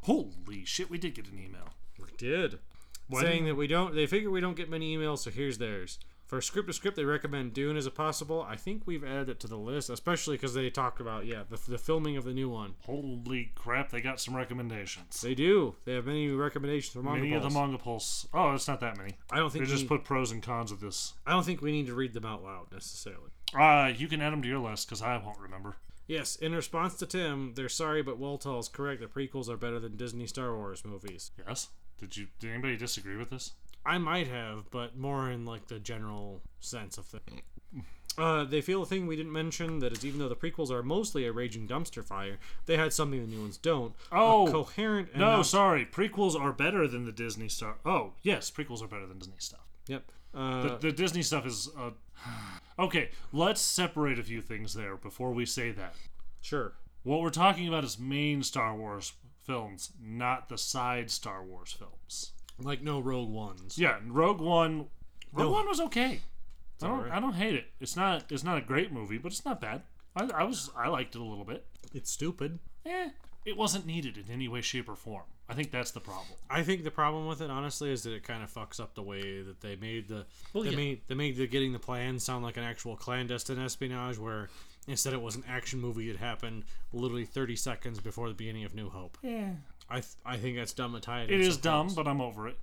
Speaker 2: Holy shit, we did get an email.
Speaker 1: We did.
Speaker 2: What?
Speaker 1: Saying that we don't, they figure we don't get many emails, so here's theirs. For script to script, they recommend Dune as a possible. I think we've added it to the list, especially because they talked about, yeah, the, the filming of the new one.
Speaker 2: Holy crap, they got some recommendations.
Speaker 1: They do. They have many recommendations for manga
Speaker 2: Many of the
Speaker 1: Pulse.
Speaker 2: manga pulse. Oh, it's not that many.
Speaker 1: I don't
Speaker 2: They
Speaker 1: think we,
Speaker 2: just put pros and cons of this.
Speaker 1: I don't think we need to read them out loud necessarily.
Speaker 2: Uh, you can add them to your list because I won't remember.
Speaker 1: Yes, in response to Tim, they're sorry, but Waltall is correct. The prequels are better than Disney Star Wars movies.
Speaker 2: Yes. Did you? Did anybody disagree with this?
Speaker 1: I might have, but more in like the general sense of things. Uh, they feel a thing we didn't mention that is even though the prequels are mostly a raging dumpster fire, they had something the new ones don't.
Speaker 2: Oh,
Speaker 1: a coherent and
Speaker 2: No,
Speaker 1: non-
Speaker 2: sorry. Prequels are better than the Disney stuff. Oh, yes, prequels are better than Disney stuff.
Speaker 1: yep. Uh,
Speaker 2: The, the Disney stuff is uh, okay. Let's separate a few things there before we say that.
Speaker 1: sure.
Speaker 2: What we're talking about is main Star Wars films, not the side Star Wars films.
Speaker 1: Like no Rogue Ones.
Speaker 2: Yeah, and Rogue One. Rogue
Speaker 1: No.
Speaker 2: One was okay. I don't.
Speaker 1: alright.
Speaker 2: I don't hate it. It's not. It's not a great movie, but it's not bad. I, I was. I liked it a little bit.
Speaker 1: It's stupid.
Speaker 2: Eh, it wasn't needed in any way, shape, or form. I think that's the problem.
Speaker 1: I think the problem with it, honestly, is that it kind of fucks up the way that they made the they
Speaker 2: yeah.
Speaker 1: made they made the getting the plan sound like an actual clandestine espionage, where instead it was an action movie. It happened literally 30 seconds before the beginning of New Hope.
Speaker 2: Yeah.
Speaker 1: I th- I think that's dumb and tied.
Speaker 2: It
Speaker 1: in
Speaker 2: is
Speaker 1: some
Speaker 2: dumb,
Speaker 1: ways.
Speaker 2: but I'm over it.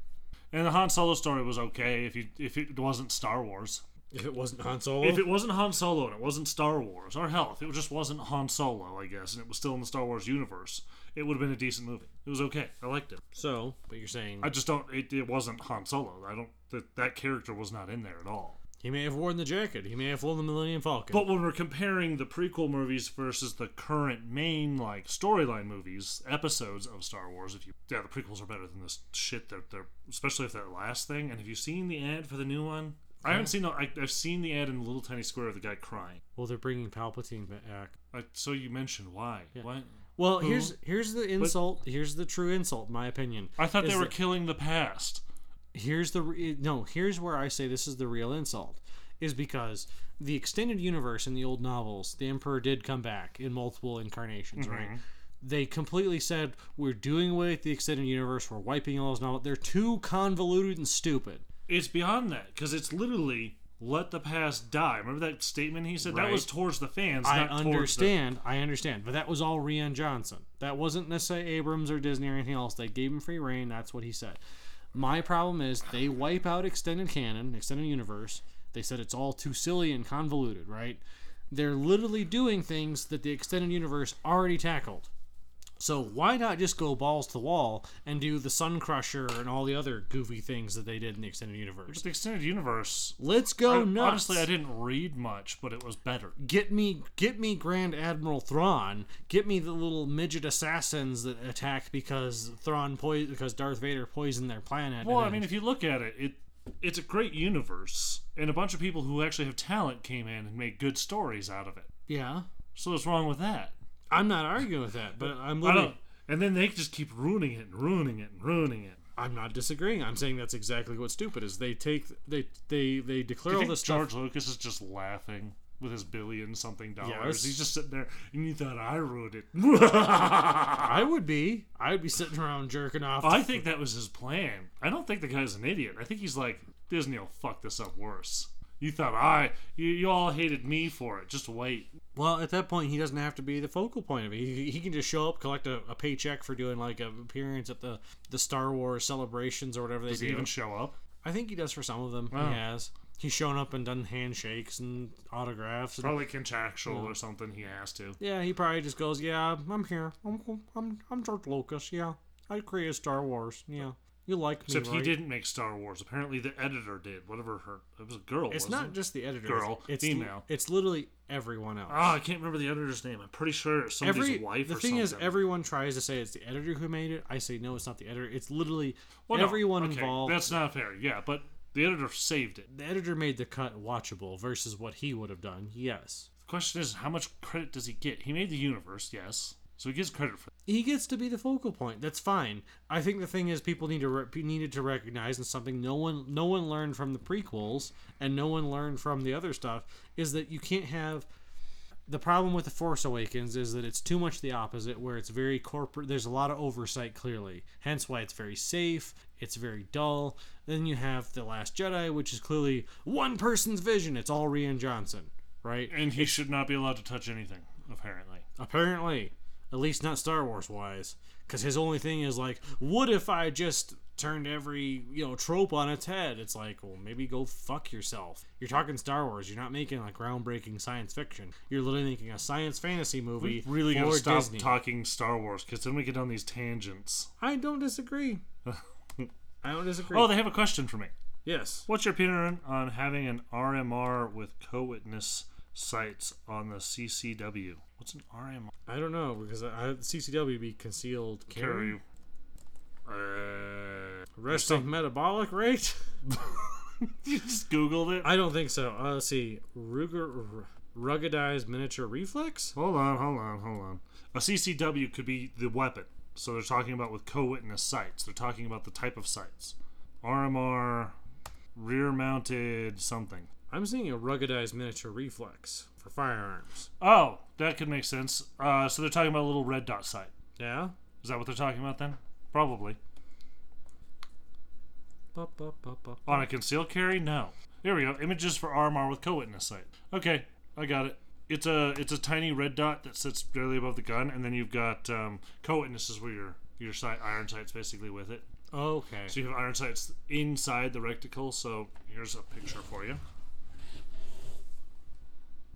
Speaker 2: And the Han Solo story was okay if you if it wasn't Star Wars.
Speaker 1: If it wasn't Han Solo,
Speaker 2: If it wasn't Han Solo and it wasn't Star Wars, or hell, if it just wasn't Han Solo, I guess, and it was still in the Star Wars universe, it would have been a decent movie. It was okay. I liked it.
Speaker 1: so, but you're saying
Speaker 2: I just don't. It, it wasn't Han Solo. I don't. That that character was not in there at all.
Speaker 1: he may have worn the jacket. He may have flown the Millennium Falcon.
Speaker 2: But when we're comparing the prequel movies versus the current main like storyline movies episodes of Star Wars, if you yeah, the prequels are better than this shit. That they're especially if that last thing. And have you seen the ad for the new one? I haven't seen. The, I, I've seen the ad in the little tiny square of the guy crying.
Speaker 1: well, they're bringing Palpatine back.
Speaker 2: I, so you mentioned why? Why?
Speaker 1: Well, here's here's the insult. here's the true insult, in my opinion.
Speaker 2: I thought they
Speaker 1: Is
Speaker 2: were
Speaker 1: that-
Speaker 2: killing the past.
Speaker 1: here's the re- no here's where i say this is the real insult is because the extended universe in the old novels the emperor did come back in multiple incarnations right they completely said we're doing away with the extended universe we're wiping all those novels they're too convoluted and stupid
Speaker 2: It's beyond that because it's literally let the past die. Remember that statement he said? That
Speaker 1: Right.
Speaker 2: was towards the fans.
Speaker 1: i
Speaker 2: not towards the-
Speaker 1: understand i understand but that was all rian johnson that wasn't necessarily abrams or disney or anything else they gave him free reign that's what he said my problem is they wipe out extended canon extended universe they said it's all too silly and convoluted right they're literally doing things that the extended universe already tackled so why not just go balls to the wall and do the sun crusher and all the other goofy things that they did in the extended
Speaker 2: But
Speaker 1: universe
Speaker 2: the extended universe
Speaker 1: let's go nuts
Speaker 2: Honestly, I didn't read much, but it was better.
Speaker 1: get me get me Grand Admiral Thrawn, get me the little midget assassins that attacked because Thrawn poi- because Darth Vader poisoned their planet.
Speaker 2: Well,
Speaker 1: and
Speaker 2: I
Speaker 1: then-
Speaker 2: mean, if you look at it, it it's a great universe, and a bunch of people who actually have talent came in and made good stories out of it.
Speaker 1: yeah,
Speaker 2: So what's wrong with that?
Speaker 1: I'm not arguing with that, but I'm
Speaker 2: I
Speaker 1: literally,
Speaker 2: don't. And then they just keep ruining it and ruining it and ruining it.
Speaker 1: I'm not disagreeing. I'm saying that's exactly what's stupid is they take they they they declare
Speaker 2: Do you
Speaker 1: all
Speaker 2: think
Speaker 1: this stuff.
Speaker 2: George Lucas is just laughing? with his billion something dollars.
Speaker 1: Yes.
Speaker 2: He's just sitting there, and you thought I wrote it.
Speaker 1: I would be. I'd be sitting around jerking off.
Speaker 2: I think that was his plan. I don't think the guy's an idiot. I think he's like Disney will fuck this up worse. You thought I, you, you all hated me for it. Just wait.
Speaker 1: well, at that point, he doesn't have to be the focal point of it. He, he can just show up, collect a, a paycheck for doing like an appearance at the, the Star Wars celebrations or whatever they
Speaker 2: Does
Speaker 1: do.
Speaker 2: he even show up?
Speaker 1: I think he does for some of them.
Speaker 2: Wow.
Speaker 1: He has. He's shown up and done handshakes and autographs. And,
Speaker 2: Probably contractual or something. He has to.
Speaker 1: yeah, he probably just goes, "Yeah, I'm here. I'm I'm I'm George Lucas. Yeah, I created Star Wars. Yeah, you like me,
Speaker 2: Except he
Speaker 1: right?"
Speaker 2: didn't make Star Wars. Apparently the editor did. Whatever her, it was a girl.
Speaker 1: It's
Speaker 2: wasn't
Speaker 1: not
Speaker 2: it?
Speaker 1: just the editor.
Speaker 2: Girl,
Speaker 1: it's
Speaker 2: female.
Speaker 1: It's literally everyone else.
Speaker 2: Ah, I can't remember the editor's name. I'm pretty sure it's somebody's
Speaker 1: Every,
Speaker 2: wife
Speaker 1: the
Speaker 2: or
Speaker 1: thing
Speaker 2: something.
Speaker 1: is, everyone tries to say it's the editor who made it. I say no, it's not the editor. It's literally
Speaker 2: Well, no,
Speaker 1: everyone
Speaker 2: okay,
Speaker 1: involved.
Speaker 2: That's not fair. Yeah, but the editor saved it.
Speaker 1: The editor made the cut watchable versus what he would have done. Yes,
Speaker 2: The question is, how much credit does he get? He made the universe, yes, so he gets credit for.
Speaker 1: he gets to be the focal point. That's fine. I think the thing is, people need to re- needed to recognize and something no one no one learned from the prequels and no one learned from the other stuff is that you can't have. The problem with the Force Awakens is that it's too much the opposite, where it's very corporate. There's a lot of oversight, clearly. Hence why it's very safe. It's very dull. Then you have the Last Jedi, which is clearly one person's vision. It's all Rian Johnson, right?
Speaker 2: And he should not be allowed to touch anything, apparently.
Speaker 1: Apparently, at least not Star Wars wise, because his only thing is like, what if I just turned every you know trope on its head? It's like, well, maybe go fuck yourself. You're talking Star Wars. You're not making like groundbreaking science fiction. You're literally making a science fantasy movie.
Speaker 2: We really
Speaker 1: for
Speaker 2: gotta stop
Speaker 1: Disney.
Speaker 2: talking Star Wars because then we get on these tangents.
Speaker 1: I don't disagree. I don't disagree.
Speaker 2: Oh, they have a question for me.
Speaker 1: yes.
Speaker 2: What's your opinion on having an RMR with co-witness sites on the CCW? What's an RMR?
Speaker 1: I don't know because I, I CCW be concealed carry.
Speaker 2: Carry. Uh,
Speaker 1: Resting metabolic rate.
Speaker 2: you just googled it.
Speaker 1: I don't think so. Uh, let's see. Ruger, ruggedized miniature reflex?
Speaker 2: Hold on, hold on, hold on. A CCW could be the weapon. So they're talking about with co-witness sights. They're talking about the type of sights. RMR, rear-mounted something.
Speaker 1: I'm seeing a ruggedized miniature reflex for firearms.
Speaker 2: Oh, that could make sense. Uh, so they're talking about a little red dot sight.
Speaker 1: Yeah?
Speaker 2: Is that what they're talking about then? Probably.
Speaker 1: Bup, bup, bup, bup.
Speaker 2: On a concealed carry? No. There we go. Images for RMR with co-witness sight. Okay, I got it. It's a it's a tiny red dot that sits barely above the gun, and then you've got um, co-witnesses where your your sight iron sights basically with it.
Speaker 1: Okay.
Speaker 2: So you have iron sights inside the reticle. So here's a picture for you.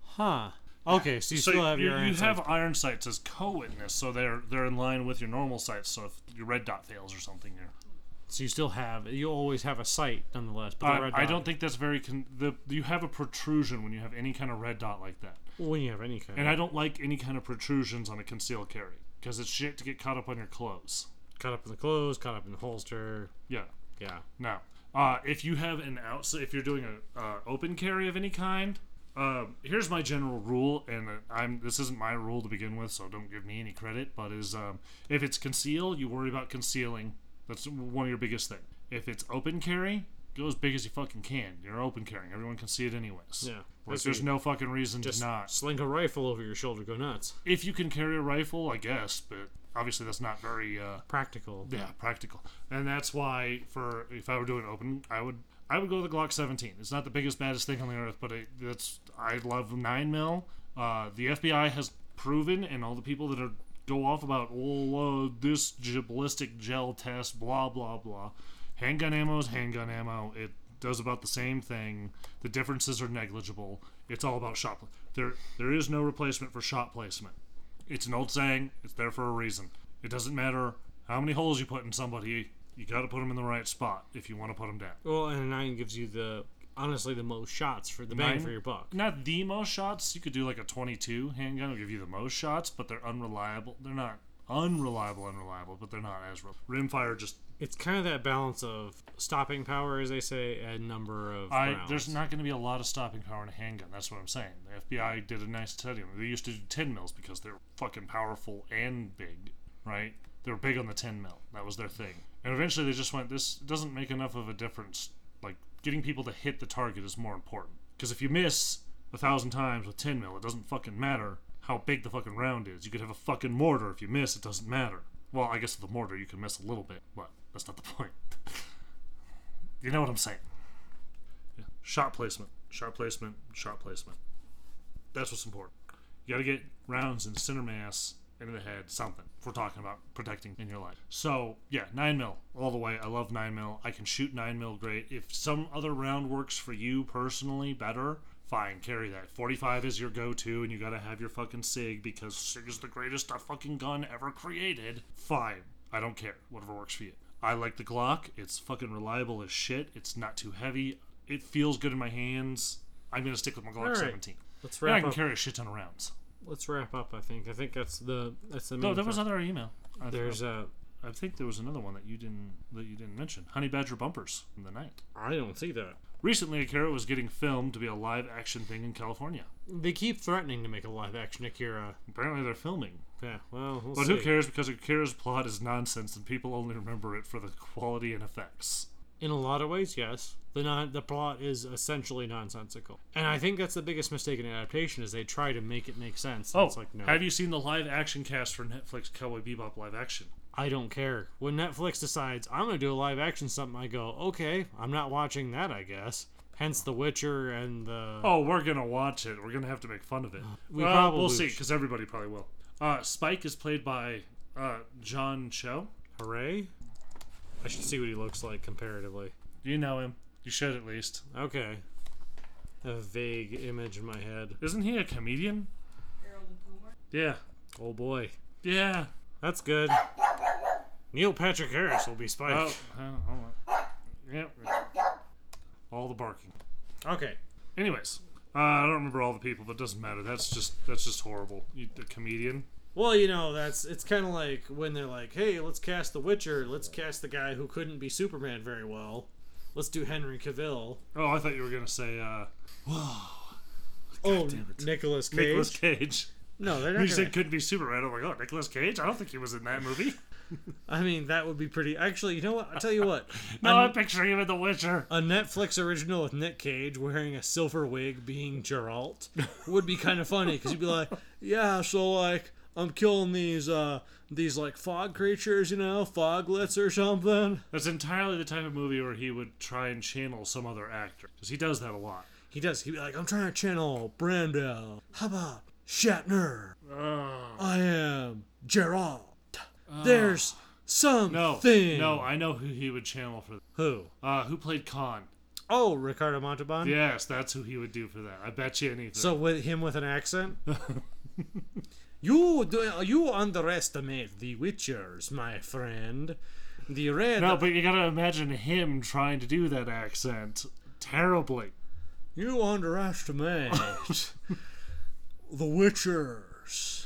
Speaker 1: Huh. Okay, so you
Speaker 2: So
Speaker 1: still have
Speaker 2: you,
Speaker 1: your
Speaker 2: you
Speaker 1: hands
Speaker 2: have iron sights as co-witness, so they're they're in line with your normal sights. So if your red dot fails or something, you're
Speaker 1: So you still have, you always have a sight nonetheless. But the
Speaker 2: I,
Speaker 1: red
Speaker 2: I
Speaker 1: dot-
Speaker 2: don't think that's very. Con- the you have a protrusion when you have any kind of red dot like that,
Speaker 1: When you have any kind.
Speaker 2: and I don't like any kind of protrusions on a concealed carry because it's shit to get caught up on your clothes.
Speaker 1: caught up in the clothes, caught up in the holster.
Speaker 2: Yeah.
Speaker 1: Yeah.
Speaker 2: No. Uh, if you have an outside, if you're doing a uh, open carry of any kind, uh, here's my general rule, and uh, I'm this isn't my rule to begin with, so don't give me any credit. But is um, if it's conceal, you worry about concealing. That's one of your biggest thing. If it's open carry, go as big as you fucking can. You're open carrying. Everyone can see it anyways.
Speaker 1: Yeah.
Speaker 2: Like,
Speaker 1: That's
Speaker 2: there's
Speaker 1: what you-
Speaker 2: no fucking reason
Speaker 1: Just
Speaker 2: to not.
Speaker 1: sling a rifle over your shoulder, go nuts.
Speaker 2: If you can carry a rifle, I guess, but obviously that's not very uh,
Speaker 1: Practical.
Speaker 2: yeah, practical. And that's why for if I were doing open, I would I would go with the Glock 17. It's not the biggest baddest thing on the earth, but it, that's I love 9 mil. Uh, the FBI has proven and all the people that are go off about oh uh, this j- ballistic gel test blah blah blah. Handgun ammo is handgun ammo. It does about the same thing. The differences are negligible. It's all about shot. Pl- there there is no replacement for shot placement. It's an old saying. It's there for a reason. It doesn't matter how many holes you put in somebody. You got to put them in the right spot if you want to put them down.
Speaker 1: Well, and a nine gives you the, honestly, the most shots for the bang
Speaker 2: Nine?
Speaker 1: for your buck.
Speaker 2: Not the most shots. You could do like a 22 handgun. will give you the most shots, but they're unreliable. They're not unreliable, unreliable, but they're not as reliable. Rimfire just.
Speaker 1: It's kind of that balance of stopping power, as they say, and number of
Speaker 2: I,
Speaker 1: rounds.
Speaker 2: there's not going to be a lot of stopping power in a handgun. That's what I'm saying. The FBI did a nice study. on it. They used to do 10 mils because they're fucking powerful and big, right? They were big on the 10 mil. That was their thing. And eventually they just went, this doesn't make enough of a difference. Like, getting people to hit the target is more important. Because if you miss, a thousand times with 10 mil. It doesn't fucking matter how big the fucking round is. You could have a fucking mortar. If you miss, it doesn't matter. Well, I guess with the mortar, you can miss a little bit, but that's not the point. you know what I'm saying. Yeah. Shot placement, shot placement, shot placement. That's what's important. You gotta get rounds and center mass into the head, something. If we're talking about protecting in your life. So yeah, nine mil all the way. I love nine mil. I can shoot nine mil great. If some other round works for you personally better, fine, carry that. Forty five is your go to and you gotta have your fucking SIG because SIG is the greatest fucking gun ever created. Fine. I don't care. Whatever works for you. I like the Glock. It's fucking reliable as shit. It's not too heavy. It feels good in my hands. I'm gonna stick with my Glock
Speaker 1: All right.
Speaker 2: 17.
Speaker 1: Let's
Speaker 2: And I
Speaker 1: wrap
Speaker 2: can
Speaker 1: up.
Speaker 2: carry a shit ton of rounds.
Speaker 1: Let's wrap up. I think. I think that's the that's the main.
Speaker 2: No, there was
Speaker 1: thing.
Speaker 2: another email. I
Speaker 1: There's a.
Speaker 2: I think there was another one that you didn't that you didn't mention. Honey Badger bumpers in the night.
Speaker 1: I don't see that.
Speaker 2: Recently, a carrot was getting filmed to be a live action thing in California.
Speaker 1: They keep threatening to make a live action Akira.
Speaker 2: Apparently, they're filming,
Speaker 1: Yeah. Well, we'll
Speaker 2: but
Speaker 1: see.
Speaker 2: who cares? Because Akira's plot is nonsense, and people only remember it for the quality and effects.
Speaker 1: In a lot of ways, yes. The non- the plot is essentially nonsensical, and I think that's the biggest mistake in adaptation is they try to make it make sense. and
Speaker 2: Oh,
Speaker 1: it's like no,
Speaker 2: have you seen the live action cast for Netflix Cowboy Bebop live action?
Speaker 1: I don't care. When Netflix decides I'm going to do a live action something, I go okay, I'm not watching that. I guess. Hence, The Witcher and the
Speaker 2: Oh, we're gonna watch it. We're gonna have to make fun of it. Uh,
Speaker 1: We
Speaker 2: Well,
Speaker 1: probably
Speaker 2: we'll see
Speaker 1: should.
Speaker 2: because everybody probably will. Uh, Spike is played by uh, John Cho.
Speaker 1: Hooray. I should see what he looks like comparatively.
Speaker 2: You know him. You should at least.
Speaker 1: Okay. A vague image in my head.
Speaker 2: Isn't he a comedian? Yeah.
Speaker 1: Oh boy.
Speaker 2: Yeah.
Speaker 1: That's good. Neil Patrick Harris will be Spike.
Speaker 2: Oh, oh, hold on. Yep. All the barking.
Speaker 1: Oh, Okay.
Speaker 2: Anyways, uh, I don't remember all the people, but it doesn't matter. That's just that's just horrible. You, a comedian.
Speaker 1: Well, you know, that's it's kind of like when they're like, "Hey, let's cast the Witcher. Let's cast the guy who couldn't be Superman very well. Let's do Henry Cavill."
Speaker 2: Oh, I thought you were gonna say uh,
Speaker 1: oh,
Speaker 2: damn it.
Speaker 1: Nicholas Cage.
Speaker 2: Nicholas Cage.
Speaker 1: No, they're
Speaker 2: You
Speaker 1: not. Gonna,
Speaker 2: said couldn't be Superman. I'm like, oh, Nicholas Cage. I don't think he was in that movie.
Speaker 1: I mean, that would be pretty. Actually, you know what? I'll tell you what.
Speaker 2: No,
Speaker 1: I'm-
Speaker 2: I'm picturing him in The Witcher.
Speaker 1: a Netflix original with Nick Cage wearing a silver wig being Geralt would be kind of funny because you'd be like, yeah, so like I'm killing these uh these like fog creatures, you know, foglets or something.
Speaker 2: That's entirely the type of movie where he would try and channel some other actor because he does that a lot.
Speaker 1: He does. He'd be like, I'm trying to channel Brando. How about Shatner?
Speaker 2: Oh.
Speaker 1: I am Geralt. There's something.
Speaker 2: Ah. No, Oh, no, I know who he would channel for.
Speaker 1: Who?
Speaker 2: Uh, who played Khan?
Speaker 1: Oh, Ricardo Montalban.
Speaker 2: Yes, that's who he would do for that. I bet you anything.
Speaker 1: So with him with an accent. you do, you underestimate the Witchers, my friend. The red.
Speaker 2: no, but you gotta imagine him trying to do that accent terribly.
Speaker 1: You underestimate the Witchers,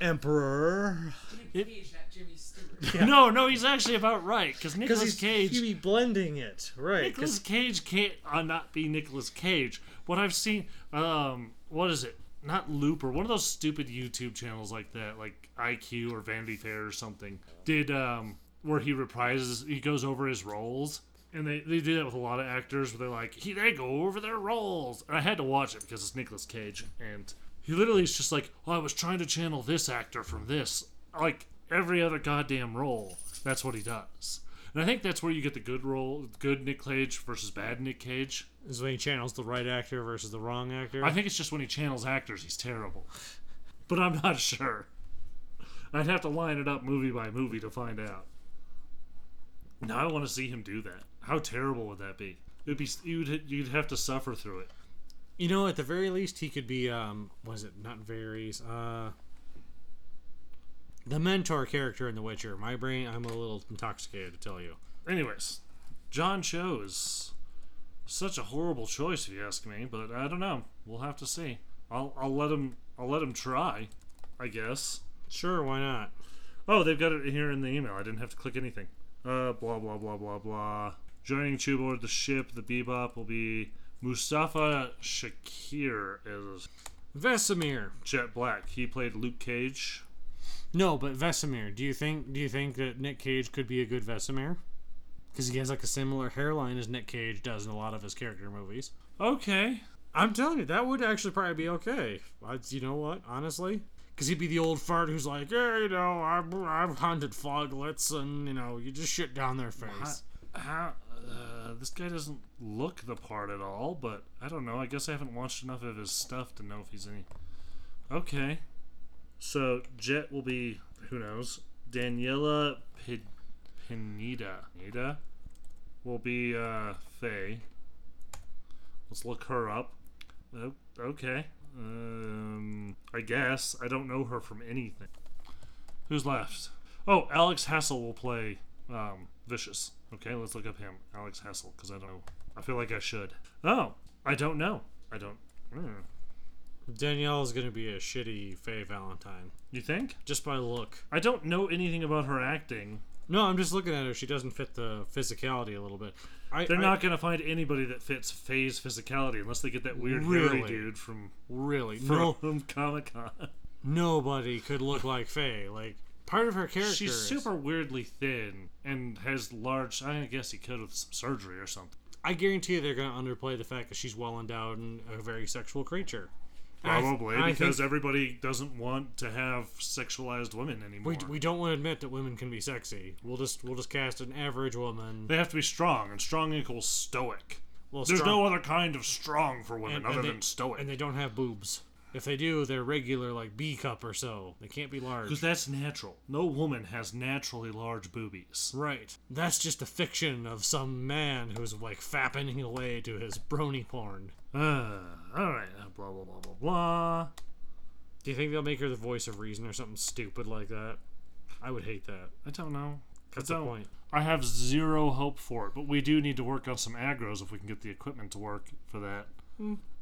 Speaker 1: Emperor.
Speaker 3: Cage, not Jimmy Stewart.
Speaker 2: No, no, he's actually about right because
Speaker 1: Because
Speaker 2: Nicolas
Speaker 1: he's
Speaker 2: Cage.
Speaker 1: he be blending it right. 'cause-
Speaker 2: Nicolas Cage can't uh, not be Nicolas Cage. What I've seen, um, what is it? Not Loop or one of those stupid YouTube channels like that, like IQ or Vanity Fair or something. Did um, where he reprises, he goes over his roles, and they, they do that with a lot of actors where they're like, he, they go over their roles. And I had to watch it because it's Nicolas Cage, and he literally is just like, oh, I was trying to channel this actor from this, like every other goddamn role. That's what he does. And I think that's where you get the good role, good Nick Cage versus bad Nick Cage.
Speaker 1: is when he channels the right actor versus the wrong actor.
Speaker 2: I think it's just when he channels actors, he's terrible. But I'm not sure. I'd have to line it up movie by movie to find out. Now I want to see him do that. How terrible would that be? It'd be you'd you'd have to suffer through it.
Speaker 1: you know, at the very least, he could be um, was it not varies uh. The mentor character in The Witcher. My brain, I'm a little intoxicated to tell you.
Speaker 2: Anyways, John Cho is such a horrible choice if you ask me, but I don't know. We'll have to see. I'll I'll let him I'll let him try, I guess.
Speaker 1: Sure, why not?
Speaker 2: Oh, they've got it here in the email. I didn't have to click anything. Uh, blah blah blah blah blah. Joining Chu aboard the ship, the Bebop will be Mustafa Shakir as
Speaker 1: Vesemir.
Speaker 2: Jet Black. He played Luke Cage.
Speaker 1: No, but Vesemir. Do you think do you think that Nick Cage could be a good Vesemir? Because he has like a similar hairline as Nick Cage does in a lot of his character movies.
Speaker 2: Okay,
Speaker 1: I'm telling you, that would actually probably be okay. I, you know what? Honestly, because he'd be the old fart who's like, yeah, you know, I've, I've hunted foglets, and you know, you just shit down their face.
Speaker 2: How, uh, this guy doesn't look the part at all, but I don't know. I guess I haven't watched enough of his stuff to know if he's any. Okay. So Jet will be who knows. Daniela P- Pineda. Pineda will be uh, Faye. Let's look her up. O- Okay. Um, I guess I don't know her from anything. Who's left? Oh, Alex Hassel will play um, Vicious. Okay, let's look up him, Alex Hassel, because I don't know. I feel like I should. Oh, I don't know. I don't. Mm.
Speaker 1: Danielle's gonna be a shitty Faye Valentine
Speaker 2: You think?
Speaker 1: just by look.
Speaker 2: I don't know anything about her acting.
Speaker 1: No, I'm just looking at her. She doesn't fit the physicality a little bit. I,
Speaker 2: They're
Speaker 1: I-
Speaker 2: not going to find anybody that fits Faye's physicality unless they get that weird hairy
Speaker 1: Really?
Speaker 2: dude from
Speaker 1: really.
Speaker 2: from
Speaker 1: No,
Speaker 2: Comic Con.
Speaker 1: nobody could look like Faye. Like part of her character.
Speaker 2: She's
Speaker 1: is-
Speaker 2: super weirdly thin and has large. I guess he could with some surgery or something.
Speaker 1: I guarantee you they're gonna underplay the fact that she's well endowed and a very sexual creature. And I th-
Speaker 2: Probably
Speaker 1: I think
Speaker 2: because everybody doesn't want to have sexualized women anymore.
Speaker 1: we, we don't want to admit that women can be sexy. We'll just we'll just cast an average woman.
Speaker 2: they have to be strong, and strong equals stoic.
Speaker 1: Well,
Speaker 2: There's
Speaker 1: strong-
Speaker 2: no other kind of strong for women
Speaker 1: and-
Speaker 2: other
Speaker 1: and they-
Speaker 2: than stoic.
Speaker 1: and they don't have boobs. If they do, they're regular, like B cup or so. They can't be large.
Speaker 2: Because that's natural. No woman has naturally large boobies.
Speaker 1: Right. That's just a fiction of some man who's like fapping away to his brony porn.
Speaker 2: Uh, all right. uh, Blah blah blah blah blah.
Speaker 1: Do you think they'll make her the voice of reason or something stupid like that? I would hate that.
Speaker 2: I don't know.
Speaker 1: That's
Speaker 2: I
Speaker 1: the
Speaker 2: don't-
Speaker 1: point.
Speaker 2: I have zero hope for it, but we do need to work on some aggros if we can get the equipment to work for that.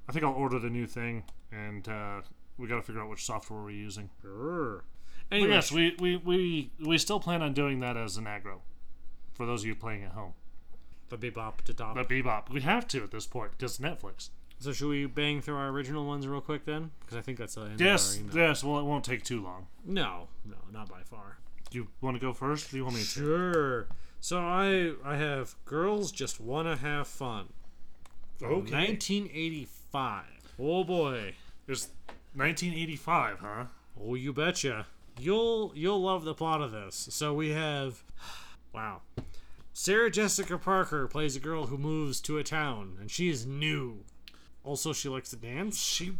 Speaker 2: I think I'll order the new thing, and uh, we got to figure out which software we're using.
Speaker 1: Grr.
Speaker 2: But
Speaker 1: Anyway,
Speaker 2: yes, we, we, we, we still plan on doing that as an aggro for those of you playing at home.
Speaker 1: the bebop to top.
Speaker 2: But Bebop, we have to at this point because Netflix.
Speaker 1: So should we bang through our original ones real quick then? Because I think that's the end
Speaker 2: Yes,
Speaker 1: of our email.
Speaker 2: yes. Well, it won't take too long.
Speaker 1: No, no, not by far.
Speaker 2: Do you want to go first? Do you want me to?
Speaker 1: Sure. So I I have girls just wanna have fun. 1985. Oh boy.
Speaker 2: It's 1985, huh?
Speaker 1: Oh, you betcha. You'll you'll love the plot of this. So we have wow. Sarah Jessica Parker plays a girl who moves to a town and she is new. Also she likes to dance?
Speaker 2: She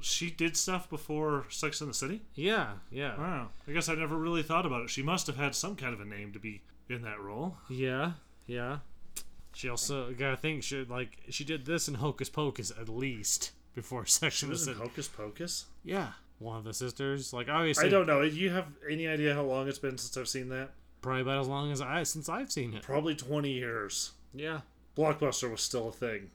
Speaker 2: she did stuff before Sex in the City.
Speaker 1: Yeah, yeah.
Speaker 2: Wow. I guess I never really thought about it. She must have had some kind of a name to be in that role.
Speaker 1: Yeah, yeah. She also gotta think she like she did this in Hocus Pocus at least before Sex in the City.
Speaker 2: Hocus Pocus.
Speaker 1: Yeah. One of the sisters. Like obviously
Speaker 2: I don't know. Do you have any idea how long it's been since I've seen that?
Speaker 1: probably about as long as I since I've seen it.
Speaker 2: Probably 20 years.
Speaker 1: Yeah.
Speaker 2: Blockbuster was still a thing.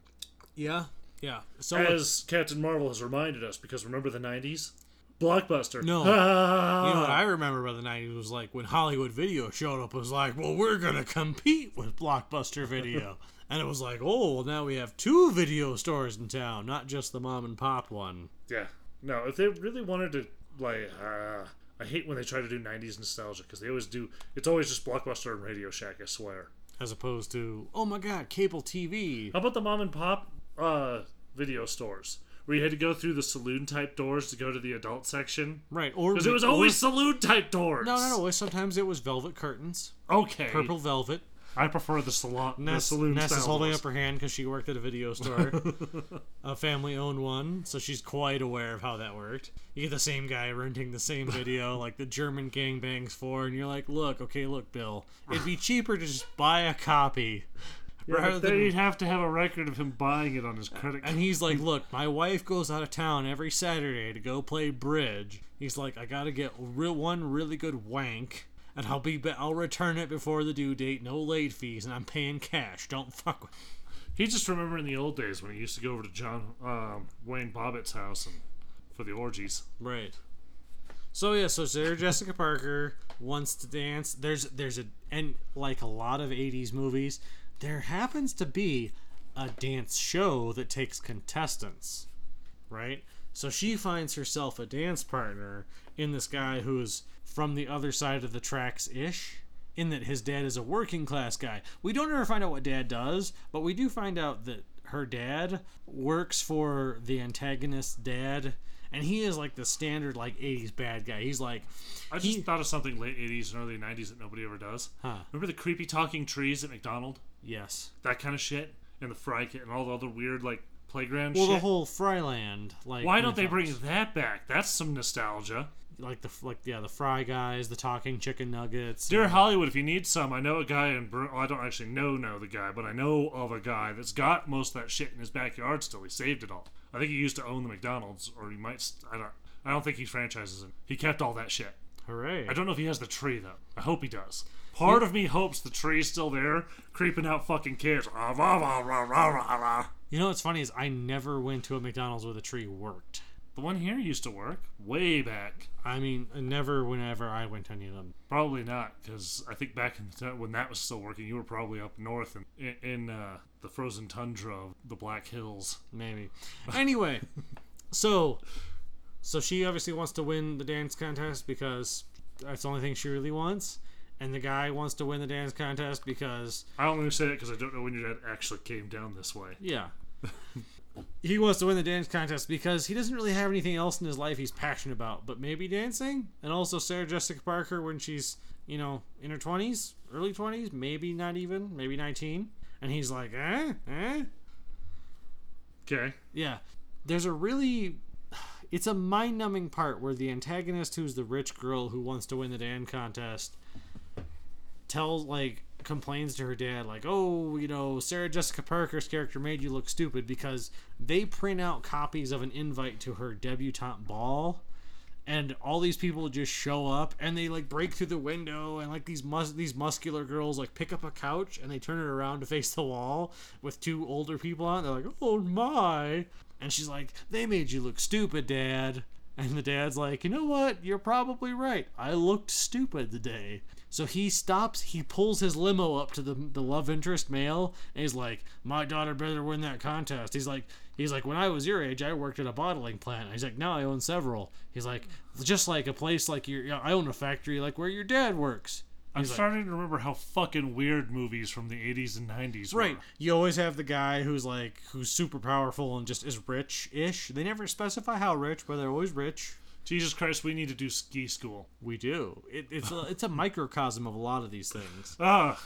Speaker 1: Yeah. Yeah. So
Speaker 2: As Captain Marvel has reminded us, because remember the 90s? Blockbuster.
Speaker 1: No.
Speaker 2: Ah!
Speaker 1: You know what I remember about the nineties was like when Hollywood Video showed up was like, well, we're gonna compete with Blockbuster Video, and it was like, oh, well, now we have two video stores in town, not just the mom and pop one.
Speaker 2: Yeah. No, if they really wanted to, like, uh, I hate when they try to do 90s nostalgia because they always do. It's always just Blockbuster and Radio Shack, I swear.
Speaker 1: As opposed to, oh my God, cable TV.
Speaker 2: How about the mom and pop uh, video stores where you had to go through the saloon type doors to go to the adult section?
Speaker 1: Right. Or
Speaker 2: Because it was always saloon type doors.
Speaker 1: No, no, no. Sometimes it was velvet curtains,
Speaker 2: Okay.
Speaker 1: purple velvet.
Speaker 2: I prefer the salon. Mm. the
Speaker 1: Ness,
Speaker 2: saloon
Speaker 1: Ness
Speaker 2: style
Speaker 1: is holding
Speaker 2: doors.
Speaker 1: up her hand because she worked at a video store, a family-owned one, so she's quite aware of how that worked. You get the same guy renting the same video, like the German Gang Bangs Four, and you're like, "Look, okay, look, Bill, it'd be cheaper to just buy a copy."
Speaker 2: Yeah,
Speaker 1: rather
Speaker 2: but then
Speaker 1: than-
Speaker 2: you'd have to have a record of him buying it on his credit card.
Speaker 1: Uh, And he's like, "Look, my wife goes out of town every Saturday to go play bridge." He's like, "I gotta get real one really good wank." And I'll be, ba- I'll return it before the due date. No late fees, and I'm paying cash. Don't fuck with.
Speaker 2: He just remembered in the old days when he used to go over to John um, Wayne Bobbitt's house and for the orgies.
Speaker 1: Right. So yeah, so Sarah Jessica Parker wants to dance. There's there's a and like a lot of '80s movies, there happens to be a dance show that takes contestants, right? So she finds herself a dance partner in this guy who's from the other side of the tracks ish. In that his dad is a working class guy. We don't ever find out what dad does, but we do find out that her dad works for the antagonist's dad, and he is like the standard like '80s bad guy. He's like,
Speaker 2: I just thought of something late 80s and early 90s that nobody ever does.
Speaker 1: Huh.
Speaker 2: Remember the creepy talking trees at McDonald's?
Speaker 1: yes.
Speaker 2: That kind of shit? And the fry kit and all the other weird, like, playground
Speaker 1: Well,
Speaker 2: shit?
Speaker 1: the whole Fryland, like
Speaker 2: Why don't they
Speaker 1: mythos.
Speaker 2: bring that back? That's some nostalgia.
Speaker 1: like the like yeah the Fry guys, the talking chicken nuggets,
Speaker 2: Dear Hollywood, if you need some, I know a guy in. Bur- well, I don't actually know know the guy, but I know of a guy that's got most of that shit in his backyard still. He saved it all. I think he used to own the McDonald's, or he might. St- I don't. I don't think he franchises it. He kept all that shit.
Speaker 1: hooray!
Speaker 2: I don't know if he has the tree though. I hope he does. Part of me hopes the tree's still there, creeping out fucking kids. Ah, rah, rah, rah, rah, rah, rah.
Speaker 1: You know what's funny is I never went to a McDonald's where the tree worked.
Speaker 2: The one here used to work way back.
Speaker 1: I mean, never whenever I went to any of them.
Speaker 2: Probably not, because I think back in the time when that was still working, you were probably up north in in, in uh, the frozen tundra of the Black Hills.
Speaker 1: Maybe. Anyway, so so she obviously wants to win the dance contest because that's the only thing she really wants, and the guy wants to win the dance contest because
Speaker 2: I only say that because I don't know when your dad actually came down this way.
Speaker 1: yeah. He wants to win the dance contest because he doesn't really have anything else in his life he's passionate about, but maybe dancing. And also Sarah Jessica Parker when she's, you know, in her 20s, early 20s, maybe not even, maybe 19. And he's like, eh, eh,
Speaker 2: Okay,
Speaker 1: Yeah. There's a really it's a mind-numbing part where the antagonist who's the rich girl who wants to win the Dan contest tells like complains to her dad like, "Oh, you know, Sarah Jessica Parker's character made you look stupid because they print out copies of an invite to her debutante ball." And all these people just show up, and they like break through the window, and like these mus- these muscular girls like pick up a couch and they turn it around to face the wall with two older people on. it. They're like, "Oh my!" And she's like, "They made you look stupid, Dad." And the dad's like, "You know what? You're probably right. I looked stupid today." So he stops. He pulls his limo up to the the love interest male, and he's like, "My daughter better win that contest." He's like, he's like, "When I was your age, I worked at a bottling plant." He's like, "Now I own several." He's like, "Just like a place like your, I own a factory like where your dad works."
Speaker 2: I'm
Speaker 1: like-
Speaker 2: starting to remember how fucking weird movies from the 80s and 90s were.
Speaker 1: Right. You always have the guy who's like who's super powerful and just is rich ish. They never specify how rich, but they're always rich.
Speaker 2: Jesus Christ, we need to do ski school.
Speaker 1: We do. It, it's a, it's a microcosm of a lot of these things.
Speaker 2: Ah,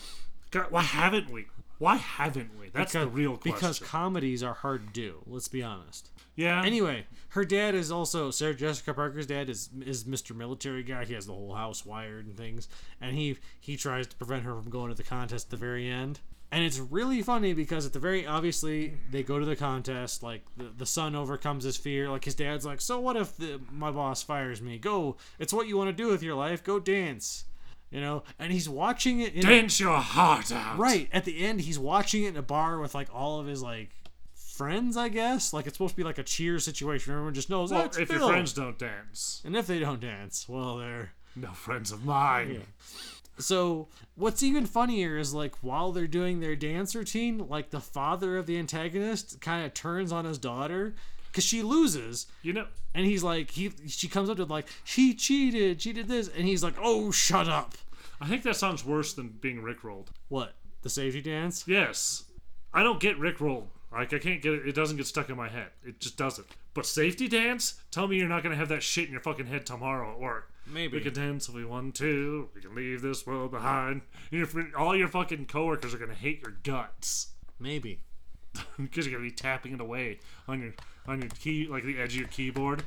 Speaker 2: God, why haven't we? Why haven't we? That's the
Speaker 1: Because-
Speaker 2: real question.
Speaker 1: Because comedies are hard to do. Let's be honest.
Speaker 2: yeah.
Speaker 1: Anyway, her dad is also Sarah Jessica Parker's dad is is Mr. Military guy. He has the whole house wired and things, and he he tries to prevent her from going to the contest at the very end. And it's really funny because at the very obviously they go to the contest. Like the, the son overcomes his fear. Like his dad's like, so what if the, my boss fires me? Go, it's what you want to do with your life. Go dance, you know. And he's watching it. In a-
Speaker 2: dance your heart out.
Speaker 1: Right. At the end, he's watching it in a bar with like all of his like friends, I guess. Like it's supposed to be like a cheer situation. Everyone just knows
Speaker 2: Well,
Speaker 1: that's
Speaker 2: if your
Speaker 1: Phil."
Speaker 2: friends don't dance,
Speaker 1: And if they don't dance, well, they're.
Speaker 2: no friends of mine.
Speaker 1: So what's even funnier is like while they're doing their dance routine, like the father of the antagonist kind of turns on his daughter because she loses.
Speaker 2: You know,
Speaker 1: And he's like, he she comes up to him like, she cheated, she did this, and he's like, oh, shut up.
Speaker 2: I think that sounds worse than being rickrolled.
Speaker 1: What the safety dance?
Speaker 2: Yes. I don't get Rickroll. Like I can't get it. It doesn't get stuck in my head. It just doesn't. But safety dance? Tell me you're not gonna have that shit in your fucking head tomorrow at work.
Speaker 1: Maybe.
Speaker 2: We can dance if we want to. We can leave this world behind. And Your, fr- all your fucking coworkers are gonna hate your guts
Speaker 1: Maybe.
Speaker 2: because you're gonna be tapping it away on your on your key, like the edge of your keyboard.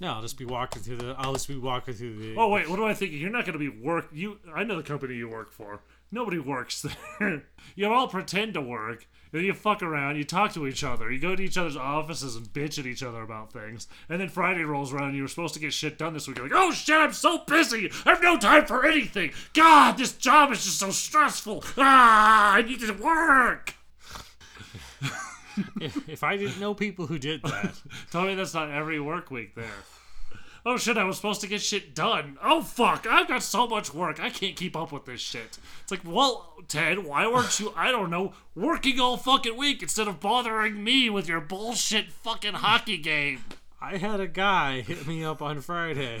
Speaker 1: No, I'll just be walking through the. I'll just be walking through the.
Speaker 2: Oh wait, what am I thinking? You're not gonna be work. You, I know the company you work for. Nobody works there. you all pretend to work. Then you fuck around. You talk to each other. You go to each other's offices and bitch at each other about things. And then Friday rolls around. and You were supposed to get shit done this week. You're like, oh shit, I'm so busy. I have no time for anything. God, this job is just so stressful. Ah, I need to work.
Speaker 1: if, if I didn't know people who did that,
Speaker 2: Tell me that's not every work week there. Oh shit, I was supposed to get shit done. Oh fuck, I've got so much work. I can't keep up with this shit. It's like, well, Ted, why weren't you, I don't know, working all fucking week instead of bothering me with your bullshit fucking hockey game?
Speaker 1: I had a guy hit me up on Friday,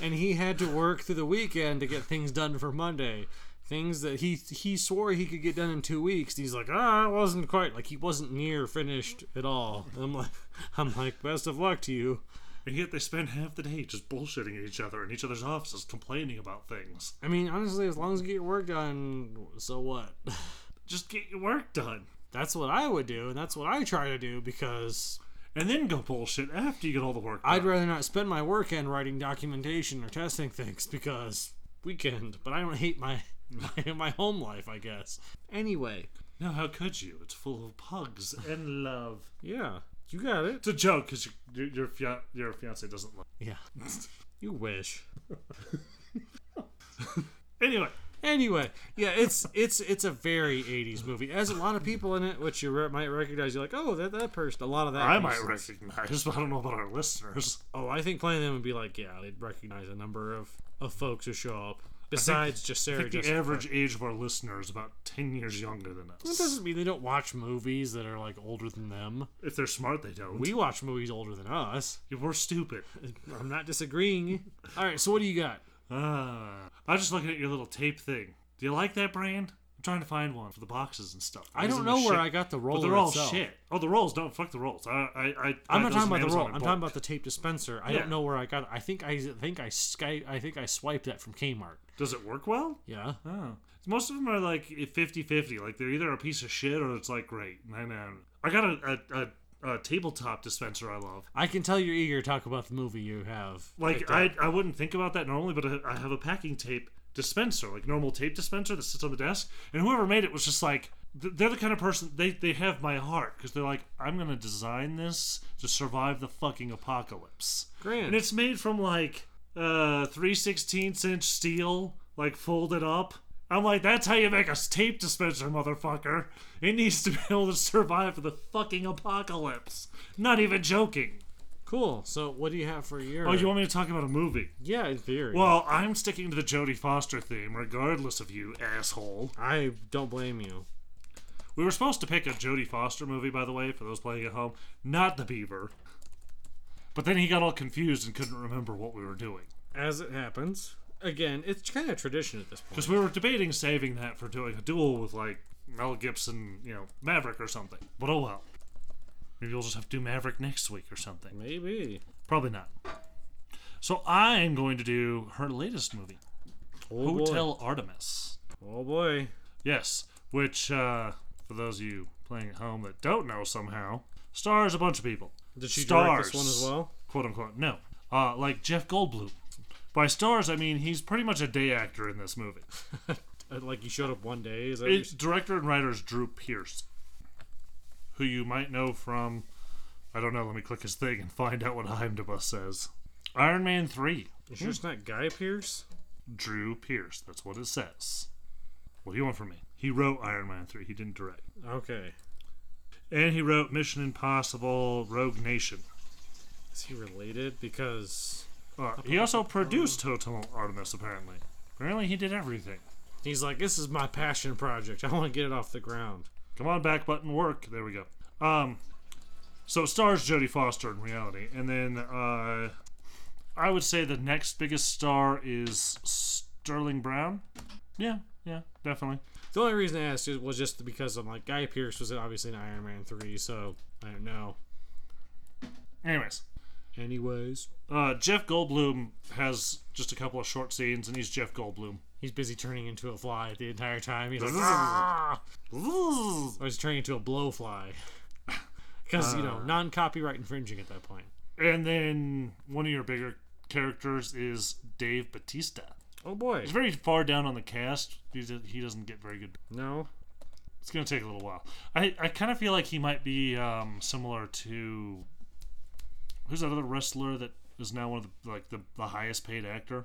Speaker 1: and he had to work through the weekend to get things done for Monday. things that he he swore he could get done in two weeks. He's like, ah, I wasn't quite like he wasn't near finished at all. And I'm like, I'm like, best of luck to you.
Speaker 2: And yet they spend half the day just bullshitting each other in each other's offices, complaining about things.
Speaker 1: I mean, honestly, as long as you get your work done, so what?
Speaker 2: Just get your work done.
Speaker 1: That's what I would do, and that's what I try to do because
Speaker 2: And then go bullshit after you get all the work done.
Speaker 1: I'd rather not spend my weekend writing documentation or testing things because weekend. But I don't hate my my, my home life, I guess. Anyway,
Speaker 2: no, how could you? It's full of pugs and love.
Speaker 1: yeah, you got it.
Speaker 2: It's a joke because your your, fia- your fiance doesn't love.
Speaker 1: Yeah, you wish.
Speaker 2: Anyway,
Speaker 1: Anyway, yeah, it's it's it's a very '80s movie. It has a lot of people in it, which you re- might recognize. You're like, oh, that that person. A lot of that.
Speaker 2: I might
Speaker 1: person.
Speaker 2: recognize, but I don't know about our listeners.
Speaker 1: Oh, I think playing them would be like, yeah, they'd recognize a number of of folks who show up. Besides just
Speaker 2: I
Speaker 1: Sarah
Speaker 2: think the
Speaker 1: Jessica.
Speaker 2: average age of our listeners is about 10 years younger than
Speaker 1: That
Speaker 2: us.
Speaker 1: doesn't mean they don't watch movies that are like older than them.
Speaker 2: If they're smart, they don't.
Speaker 1: We watch movies older than us.
Speaker 2: We're stupid.
Speaker 1: I'm not disagreeing. All right, so what do you got?
Speaker 2: Ah, I'm just looking at your little tape thing. Do you like that brand? I'm trying to find one for the boxes and stuff.
Speaker 1: I don't know where I got the roller.
Speaker 2: But they're all
Speaker 1: itself.
Speaker 2: shit. Oh, the rolls. Don't fuck the rolls. I, I, I
Speaker 1: I'm not
Speaker 2: got those
Speaker 1: talking about the
Speaker 2: on
Speaker 1: roll.
Speaker 2: Amazon
Speaker 1: I'm
Speaker 2: in
Speaker 1: talking
Speaker 2: bulk.
Speaker 1: about the tape dispenser. I
Speaker 2: Yeah.
Speaker 1: don't know where I got. It. I think I, I think I sky. I think I swiped that from Kmart.
Speaker 2: Does it work well?
Speaker 1: Yeah.
Speaker 2: Oh. Most of them are like 50 50. Like they're either a piece of shit or it's like great. And I, I got a, a, a, a tabletop dispenser I love.
Speaker 1: I can tell you're eager to talk about the movie you have.
Speaker 2: Like
Speaker 1: picked
Speaker 2: I,
Speaker 1: up.
Speaker 2: I wouldn't think about that normally, but I, I have a packing tape dispenser, like normal tape dispenser that sits on the desk, and whoever made it was just like th- they're the kind of person they they have my heart because they're like I'm gonna design this to survive the fucking apocalypse,
Speaker 1: Grand.
Speaker 2: and it's made from like uh three sixteenths inch steel, like folded up. I'm like, that's how you make a tape dispenser, motherfucker. It needs to be able to survive the fucking apocalypse. Not even joking.
Speaker 1: cool. So what do you have for your?
Speaker 2: Oh, you want me to talk about a movie?
Speaker 1: yeah, in theory.
Speaker 2: Well, I'm sticking to the Jodie Foster theme, regardless of you, asshole.
Speaker 1: I don't blame you.
Speaker 2: We were supposed to pick a Jodie Foster movie, by the way, for those playing at home, not The Beaver. But then he got all confused and couldn't remember what we were doing.
Speaker 1: As it happens, again, it's kind of tradition at this point.
Speaker 2: Because we were debating saving that for doing a duel with, like, Mel Gibson, you know, Maverick or something. But oh well. Maybe we'll just have to do Maverick next week or something.
Speaker 1: Maybe.
Speaker 2: Probably not. So I am going to do her latest movie,
Speaker 1: Oh, boy.
Speaker 2: Hotel Artemis.
Speaker 1: Oh boy.
Speaker 2: Yes, which, uh, for those of you playing at home that don't know somehow, stars a bunch of people.
Speaker 1: Did she direct
Speaker 2: stars,
Speaker 1: this one as well?
Speaker 2: Quote unquote. No. Uh, like Jeff Goldblum. By stars, I mean he's pretty much a day actor in this movie.
Speaker 1: Uh, Like you showed up one day. Is that what you're
Speaker 2: It's director and writer is Drew Pierce, who you might know from. I don't know, let me click his thing and find out what IMDb says. Iron Man 3,
Speaker 1: You sure it's not Guy Pierce?
Speaker 2: Drew Pierce. That's what it says. What do you want from me? He wrote Iron Man 3, he didn't direct.
Speaker 1: Okay.
Speaker 2: And he wrote Mission Impossible, Rogue Nation.
Speaker 1: Is he related? Because
Speaker 2: Uh, he also produced Hotel Artemis, apparently. Apparently, he did everything.
Speaker 1: he's like, this is my passion project. I want to get it off the ground.
Speaker 2: Come on, back button, work. There we go. Um, so it stars Jodie Foster in reality, and then uh, I would say the next biggest star is Sterling Brown. Yeah, yeah, definitely.
Speaker 1: The only reason I asked is- was just because I'm like, Guy Pierce was obviously in Iron Man 3, so I don't know.
Speaker 2: Anyways,
Speaker 1: Anyways,
Speaker 2: uh, Jeff Goldblum has just a couple of short scenes, and he's Jeff Goldblum.
Speaker 1: he's busy turning into a fly the entire time. He's like, "Ah!" or he's turning into a blowfly. Because, you know, non copyright infringing at that point.
Speaker 2: And then one of your bigger characters is Dave Batista.
Speaker 1: Oh boy.
Speaker 2: He's very far down on the cast. He do- he doesn't get very good.
Speaker 1: No.
Speaker 2: It's gonna take a little while. I, I kind of feel like he might be um, similar to who's that other wrestler that is now one of the like the, the highest paid actor.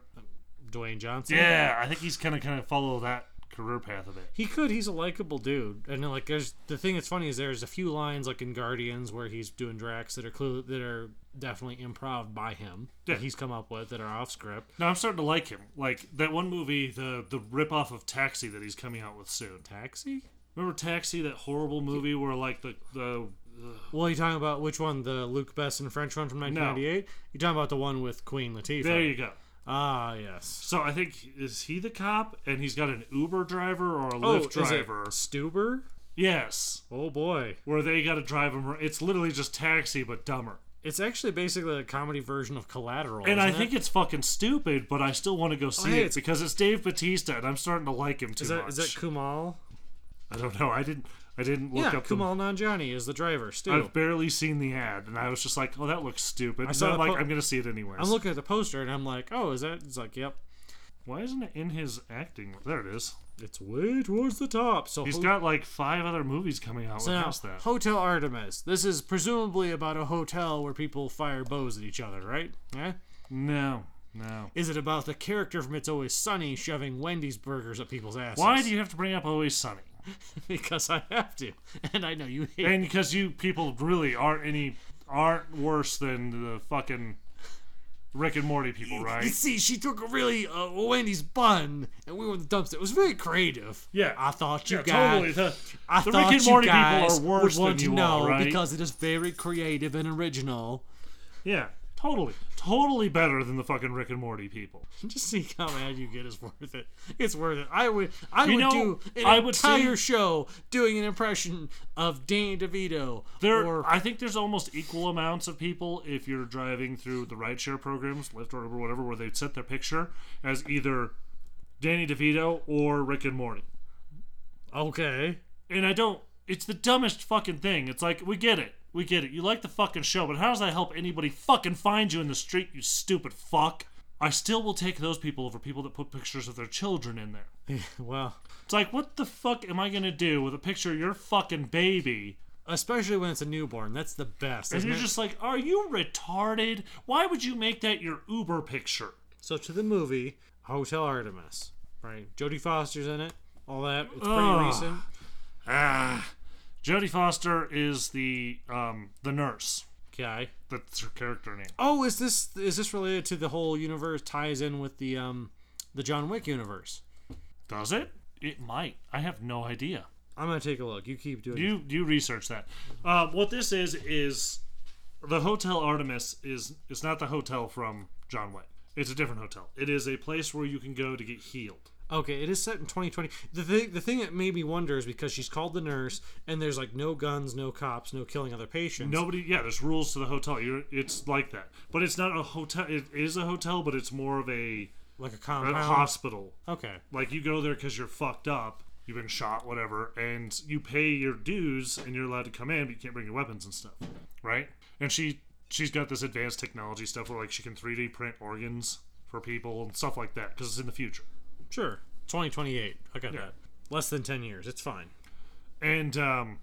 Speaker 1: Dwayne Johnson?
Speaker 2: Yeah, I think he's kind of kind of follow that career path a bit.
Speaker 1: He could. He's a likable dude, and like, there's the thing that's funny is there's a few lines like in Guardians where he's doing Drax that are clue that are definitely improv by him
Speaker 2: Yeah.
Speaker 1: that he's come up with that are off script.
Speaker 2: No, I'm starting to like him. Like that one movie, the the ripoff of Taxi that he's coming out with soon.
Speaker 1: Taxi.
Speaker 2: Remember Taxi, that horrible movie where like the the
Speaker 1: Well, you talking about which one? The Luke Besson French one from 1998. You talking about the one with Queen Latifah?
Speaker 2: there you go.
Speaker 1: Ah, yes.
Speaker 2: So I think is he the cop, and he's got an Uber driver or a
Speaker 1: Oh,
Speaker 2: Lyft
Speaker 1: is it
Speaker 2: driver.
Speaker 1: Stuber?
Speaker 2: Yes,
Speaker 1: Oh boy.
Speaker 2: where they got to drive him. ar- It's literally just taxi, but dumber.
Speaker 1: It's actually basically a comedy version of Collateral.
Speaker 2: And I
Speaker 1: isn't
Speaker 2: think
Speaker 1: it? Oh,
Speaker 2: it's fucking stupid, but I still want to go see
Speaker 1: hey,
Speaker 2: it
Speaker 1: it's-
Speaker 2: because it's Dave Batista, and I'm starting to like him too
Speaker 1: is that
Speaker 2: much.
Speaker 1: is that Kumal?
Speaker 2: I don't know. I didn't. I didn't look
Speaker 1: yeah,
Speaker 2: up the
Speaker 1: Kumal Nanjiani is the driver. Stu.
Speaker 2: I've barely seen the ad, and I was just like, "Oh, that looks stupid." I
Speaker 1: saw
Speaker 2: saw
Speaker 1: the
Speaker 2: like,
Speaker 1: po-
Speaker 2: "I'm gonna see it anyways."
Speaker 1: I'm looking at the poster and I'm like, oh, is that? It's like, yep.
Speaker 2: Why isn't it in his acting? There it is.
Speaker 1: It's way towards the top. So
Speaker 2: He's
Speaker 1: ho-
Speaker 2: got like five other movies coming out.
Speaker 1: so
Speaker 2: with
Speaker 1: now,
Speaker 2: past that?
Speaker 1: Hotel Artemis. This is presumably about a hotel where people fire bows at each other, right? Yeah.
Speaker 2: No, no.
Speaker 1: Is it about the character from It's Always Sunny shoving Wendy's burgers at people's asses?
Speaker 2: Why do you have to bring up Always Sunny?
Speaker 1: because I have to, and I know you hate.
Speaker 2: And because you people really aren't any aren't worse than the fucking Rick and Morty people,
Speaker 1: You
Speaker 2: right?
Speaker 1: see, she took a really uh, Wendy's bun, and we were in the dumpster. It was very creative.
Speaker 2: Yeah.
Speaker 1: I thought you
Speaker 2: Yeah,
Speaker 1: guys.
Speaker 2: totally. The,
Speaker 1: I
Speaker 2: the
Speaker 1: thought
Speaker 2: Rick and
Speaker 1: you
Speaker 2: Morty
Speaker 1: guys
Speaker 2: people are worse
Speaker 1: would want
Speaker 2: than you
Speaker 1: to know
Speaker 2: are, right?
Speaker 1: because it is very creative and original.
Speaker 2: yeah, totally, totally better than the fucking Rick and Morty people.
Speaker 1: Just see how mad you get is worth it. It's worth it. I would, I would
Speaker 2: know,
Speaker 1: do an
Speaker 2: I would
Speaker 1: entire
Speaker 2: say-
Speaker 1: show doing an impression of Danny DeVito.
Speaker 2: There,
Speaker 1: or
Speaker 2: I think there's almost equal amounts of people if you're driving through the rideshare programs, Lyft or Uber, whatever, where they'd set their picture as either Danny DeVito or Rick and Morty.
Speaker 1: okay,
Speaker 2: And I don't. It's the dumbest fucking thing. It's like we get it, we get it. You like the fucking show, but how does that help anybody fucking find you in the street? You stupid fuck. I still will take those people over people that put pictures of their children in there.
Speaker 1: well,
Speaker 2: It's like, what the fuck am I gonna do with a picture of your fucking baby
Speaker 1: especially when it's a newborn, that's the best.
Speaker 2: And
Speaker 1: isn't
Speaker 2: you're
Speaker 1: it?
Speaker 2: just like, are you retarded? Why would you make that your Uber picture?
Speaker 1: So to the movie Hotel Artemis, right? Jodie Foster's in it. All that. It's pretty
Speaker 2: Ugh.
Speaker 1: recent.
Speaker 2: Ah. Jodie Foster is the um, the nurse.
Speaker 1: Okay.
Speaker 2: That's her character name.
Speaker 1: Oh, is this is this related to the whole universe? Ties in with the um the John Wick universe.
Speaker 2: Does it? It might. I have no idea.
Speaker 1: I'm gonna take a look. You keep doing.
Speaker 2: You you research that. Um, what this is is the Hotel Artemis is it's not the hotel from John Wick. It's a different hotel. It is a place where you can go to get healed.
Speaker 1: Okay, it is set in 2020. The thing, the thing that made me wonder is because she's called the nurse, and there's like no guns, no cops, no killing other patients.
Speaker 2: Nobody, yeah. There's rules to the hotel. You're, it's like that, but it's not a hotel. It is a hotel, but it's more of a
Speaker 1: like a
Speaker 2: a
Speaker 1: compound.
Speaker 2: hospital.
Speaker 1: okay,
Speaker 2: Like you go there because you're fucked up, you've been shot, whatever, and you pay your dues and you're allowed to come in, but you can't bring your weapons and stuff, right? And she she's got this advanced technology stuff where like she can 3D print organs for people and stuff like that because it's in the future.
Speaker 1: sure. 2028. I got
Speaker 2: Yeah.
Speaker 1: that. Less than 10 years. It's fine.
Speaker 2: And um,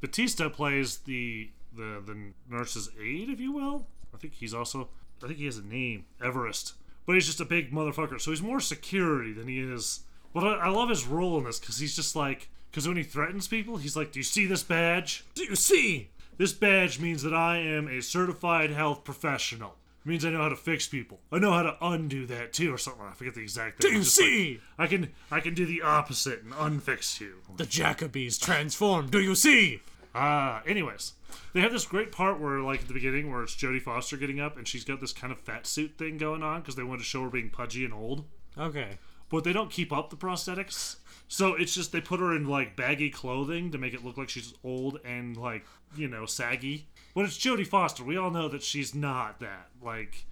Speaker 2: Batista plays the the the nurse's aide, if you will. I think he's also I think he has a name, Everest, but he's just a big motherfucker. So he's more security than he is. But I, I love his role in this because he's just like because when he threatens people, he's like, "Do you see this badge?
Speaker 1: Do you see?
Speaker 2: This badge means that I am a certified health professional." It means I know how to fix people. I know how to undo that too, or something. I forget the exact thing.
Speaker 1: Do you
Speaker 2: It's just like,
Speaker 1: see?
Speaker 2: I can I can do the opposite and unfix you.
Speaker 1: The Jacobies transform. Do you see?
Speaker 2: Ah, anyways, they have this great part where, like at the beginning, where it's Jodie Foster getting up and she's got this kind of fat suit thing going on because they want to show her being pudgy and old,
Speaker 1: Okay.
Speaker 2: but they don't keep up the prosthetics. So it's just they put her in like baggy clothing to make it look like she's old and like you know saggy. But it's Jodie Foster. We all know that she's not that. Like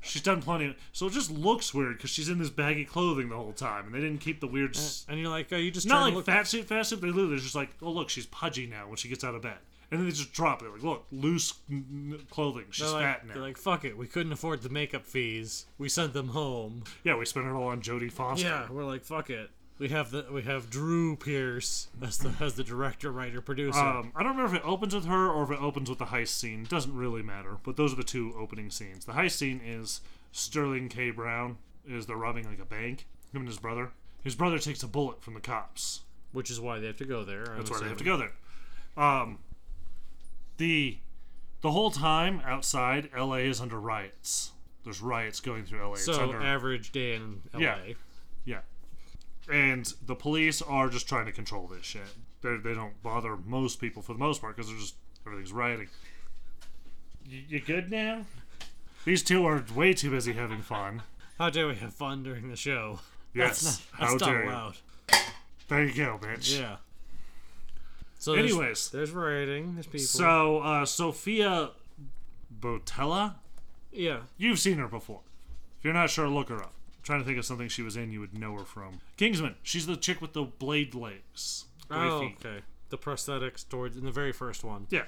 Speaker 2: she's done plenty. Of, so it just looks weird because she's in this baggy clothing the whole time, and they didn't keep the weird. s-
Speaker 1: And you're like, are you just
Speaker 2: not
Speaker 1: trying
Speaker 2: like
Speaker 1: to look
Speaker 2: fat suit, fat suit. They literally just like, oh look, she's pudgy now when she gets out of bed, and then they just drop it. Like, look, loose n- n- clothing. She's
Speaker 1: They're like,
Speaker 2: fat
Speaker 1: they're
Speaker 2: now.
Speaker 1: like, fuck it. We couldn't afford the makeup fees. We sent them home.
Speaker 2: yeah, we spent it all on Jodie Foster.
Speaker 1: Yeah, we're like, fuck it. We have the we have Drew Pierce as the as the director, writer, producer.
Speaker 2: Um, I don't remember if it opens with her or if it opens with the heist scene. doesn't really matter, but those are the two opening scenes. The heist scene is Sterling K. Brown is they're robbing like a bank. Him and his brother. His brother takes a bullet from the cops.
Speaker 1: which is why they have to go there.
Speaker 2: That's why they have to go there. Um, the the whole time outside, LA is under riots. There's riots going through LA. it's
Speaker 1: So
Speaker 2: under,
Speaker 1: average day in LA.
Speaker 2: Yeah. yeah, and the police are just trying to control this shit. They they don't bother most people for the most part because they're just everything's rioting. You, you good now? These two are way too busy having fun.
Speaker 1: How dare we have fun during the show?
Speaker 2: Yes.
Speaker 1: That's not,
Speaker 2: How
Speaker 1: that's not
Speaker 2: dare you.
Speaker 1: allowed.
Speaker 2: There you go, bitch.
Speaker 1: Yeah. So there's-
Speaker 2: Anyways.
Speaker 1: there's, rating. There's people.
Speaker 2: So, uh, Sophia Botella,
Speaker 1: yeah,
Speaker 2: you've seen her before. If you're not sure, look her up. I'm trying to think of something she was in you would know her from. Kingsman. She's the chick with the blade legs. Blade
Speaker 1: Oh,
Speaker 2: feet.
Speaker 1: okay. The prosthetics towards in the very first one.
Speaker 2: Yeah.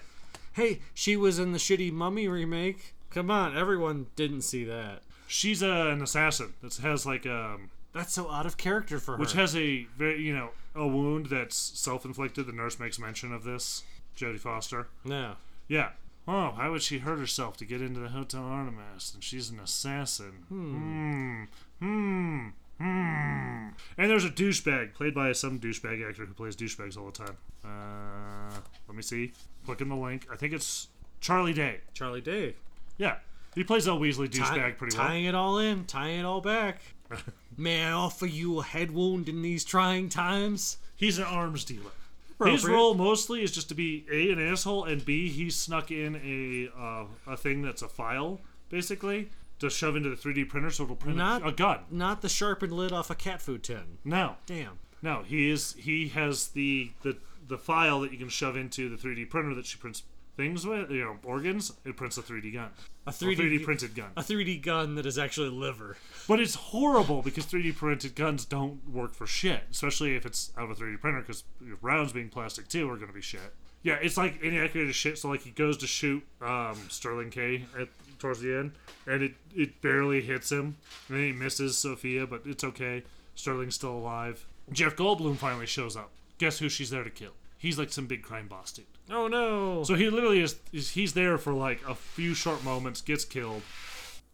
Speaker 1: Hey, she was in the shitty Mummy remake. Come on, everyone didn't see that.
Speaker 2: She's uh, an assassin that has like um,
Speaker 1: That's so out of character for her.
Speaker 2: which has a very you know a wound that's self-inflicted. The nurse makes mention of this. Jodie Foster.
Speaker 1: no.
Speaker 2: Yeah. Oh, why would she hurt herself to get into the Hotel Artemis? And she's an assassin. Hmm. Hmm. Hmm. And there's a douchebag played by some douchebag actor who plays douchebags all the time. Uh, let me see. Click in the link. I think it's Charlie Day.
Speaker 1: Charlie Day.
Speaker 2: Yeah, he plays El Weasley
Speaker 1: Tie-
Speaker 2: douchebag pretty well.
Speaker 1: tying it all in, tying it all back. May I offer you a head wound in these trying times?
Speaker 2: He's an arms dealer. His
Speaker 1: Appropriate.
Speaker 2: role mostly is just to be a an asshole and b he snuck in a uh, a thing that's a file basically to shove into the 3D printer so it'll print a-
Speaker 1: Not-
Speaker 2: a gun.
Speaker 1: Not the sharpened lid off a cat food tin.
Speaker 2: No,
Speaker 1: Damn.
Speaker 2: no, he is he has the the the file that you can shove into the 3D printer that she prints things with, you know, organs. It prints a 3D gun,
Speaker 1: A
Speaker 2: a 3D,
Speaker 1: 3D,
Speaker 2: printed gun.
Speaker 1: a 3D gun that is actually liver.
Speaker 2: But it's horrible because 3D printed guns don't work for shit, especially if it's out of a 3D printer because rounds being plastic too are going to be shit. Yeah, it's like inaccurate as shit. So like he goes to shoot um, Sterling K at towards the end, and it it barely hits him, and then he misses Sophia, but it's okay. Sterling's still alive. Jeff Goldblum finally shows up. Guess who she's there to kill? He's like some big crime boss dude.
Speaker 1: Oh no.
Speaker 2: So he literally is, is he's there for like a few short moments, gets killed,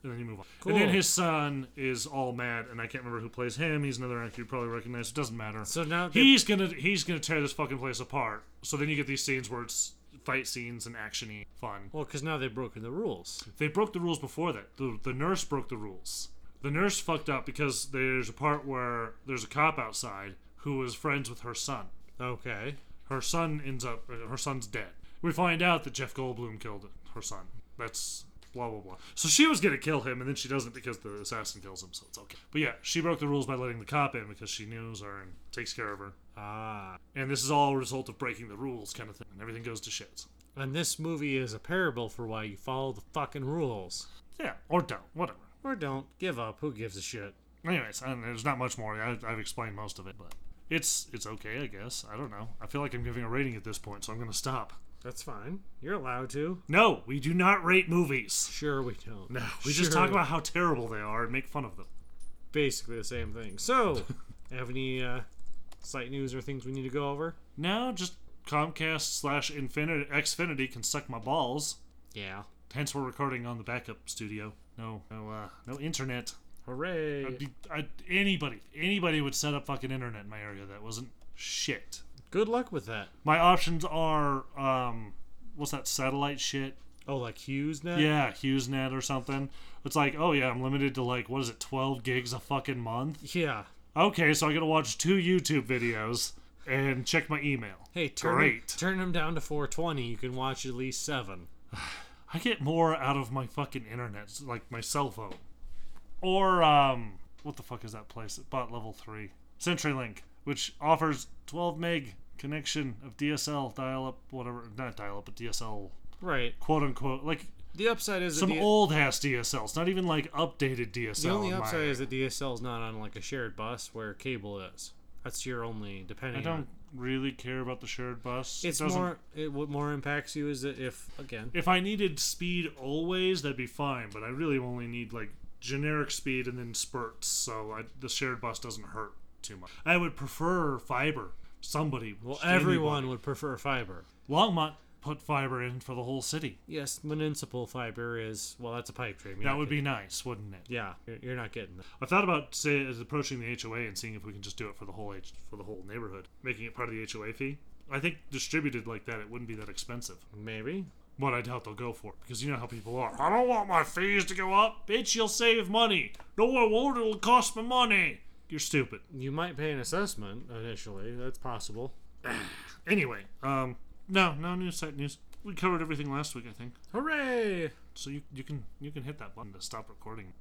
Speaker 2: and then you move on. And then
Speaker 1: Cool.
Speaker 2: his son is all mad, and I can't remember who plays him. He's another actor you probably recognize. It doesn't matter.
Speaker 1: So now that-
Speaker 2: he's gonna he's gonna tear this fucking place apart. So then you get these scenes where it's fight scenes and actiony fun.
Speaker 1: Well, because now they've broken the rules.
Speaker 2: They broke the rules before that. The, the nurse broke the rules. The nurse fucked up because there's a part where there's a cop outside who was friends with her son
Speaker 1: Okay.
Speaker 2: her son ends up uh, her son's dead. We find out that Jeff Goldblum killed her son. That's blah blah blah. So she was gonna kill him, and then she doesn't because the assassin kills him. So it's okay. But yeah, she broke the rules by letting the cop in because she knows her and takes care of her.
Speaker 1: Ah.
Speaker 2: And this is all a result of breaking the rules, kind of thing. And everything goes to shit.
Speaker 1: And this movie is a parable for why you follow the fucking rules.
Speaker 2: Yeah, or don't, whatever.
Speaker 1: Or don't. Give up. Who gives a shit?
Speaker 2: Anyways, I don't, there's not much more. I, I've explained most of it, but it's it's okay, I guess. I don't know. I feel like I'm giving a rating at this point, so I'm gonna stop.
Speaker 1: That's fine. You're allowed to.
Speaker 2: No, we do not rate movies.
Speaker 1: Sure, we don't.
Speaker 2: No, we just
Speaker 1: Sure.
Speaker 2: talk about how terrible they are and make fun of them.
Speaker 1: basically the same thing. So, have any uh, site news or things we need to go over?
Speaker 2: No, just Comcast slash Infinity Xfinity can suck my balls.
Speaker 1: Yeah.
Speaker 2: Hence, we're recording on the backup studio. No, no, uh, no internet.
Speaker 1: Hooray!
Speaker 2: I'd be, i anybody, anybody would set up fucking internet in my area that wasn't shit.
Speaker 1: Good luck with that.
Speaker 2: My options are, um, what's that satellite shit?
Speaker 1: Oh, like Hughes now?
Speaker 2: Yeah, HughesNet or something. It's like, oh yeah, I'm limited to like, what is it, 12 gigs a fucking month?
Speaker 1: Yeah.
Speaker 2: Okay, so I gotta watch two YouTube videos and check my email.
Speaker 1: Hey, turn
Speaker 2: Great.
Speaker 1: turn them down to 420. You can watch at least seven.
Speaker 2: I get more out of my fucking internet, like my cell phone. Or, um, what the fuck is that place that bought level 3? CenturyLink, which offers 12 meg connection of DSL, dial up, whatever, not dial up, but DSL,
Speaker 1: Right.
Speaker 2: quote unquote. Like
Speaker 1: The upside is that
Speaker 2: some
Speaker 1: the,
Speaker 2: old ass DSL. It's not even like updated DSL.
Speaker 1: the only
Speaker 2: in my-
Speaker 1: upside is that DSL is not on like a shared bus where cable is. That's your only
Speaker 2: I
Speaker 1: depending. on.
Speaker 2: don't really care about the shared bus. It
Speaker 1: It's
Speaker 2: doesn't-
Speaker 1: more. It, what more impacts you is that if again
Speaker 2: If I needed speed always, that'd be fine, but I really only need like generic speed and then spurts, so I, the shared bus doesn't hurt too much. I would prefer fiber. Somebody,
Speaker 1: Well,
Speaker 2: anybody.
Speaker 1: everyone would prefer fiber.
Speaker 2: Longmont put fiber in for the whole city.
Speaker 1: Yes, municipal fiber is well. That's a pipe dream. You're
Speaker 2: That
Speaker 1: not
Speaker 2: would
Speaker 1: getting-
Speaker 2: be nice, wouldn't it?
Speaker 1: Yeah, you're, you're not getting that.
Speaker 2: I thought about say is approaching the HOA and seeing if we can just do it for the whole H, for the whole neighborhood, making it part of the HOA fee. I think distributed like that, it wouldn't be that expensive.
Speaker 1: Maybe.
Speaker 2: But I doubt they'll go for it because you know how people are. I don't want my fees to go up. Bitch, you'll save money. No, I won't. It'll cost me money. You're stupid.
Speaker 1: You might pay an assessment initially. That's possible.
Speaker 2: Anyway, um, no, no news site news. We covered everything last week, I think.
Speaker 1: Hooray!
Speaker 2: So you you can you can hit that button to stop recording.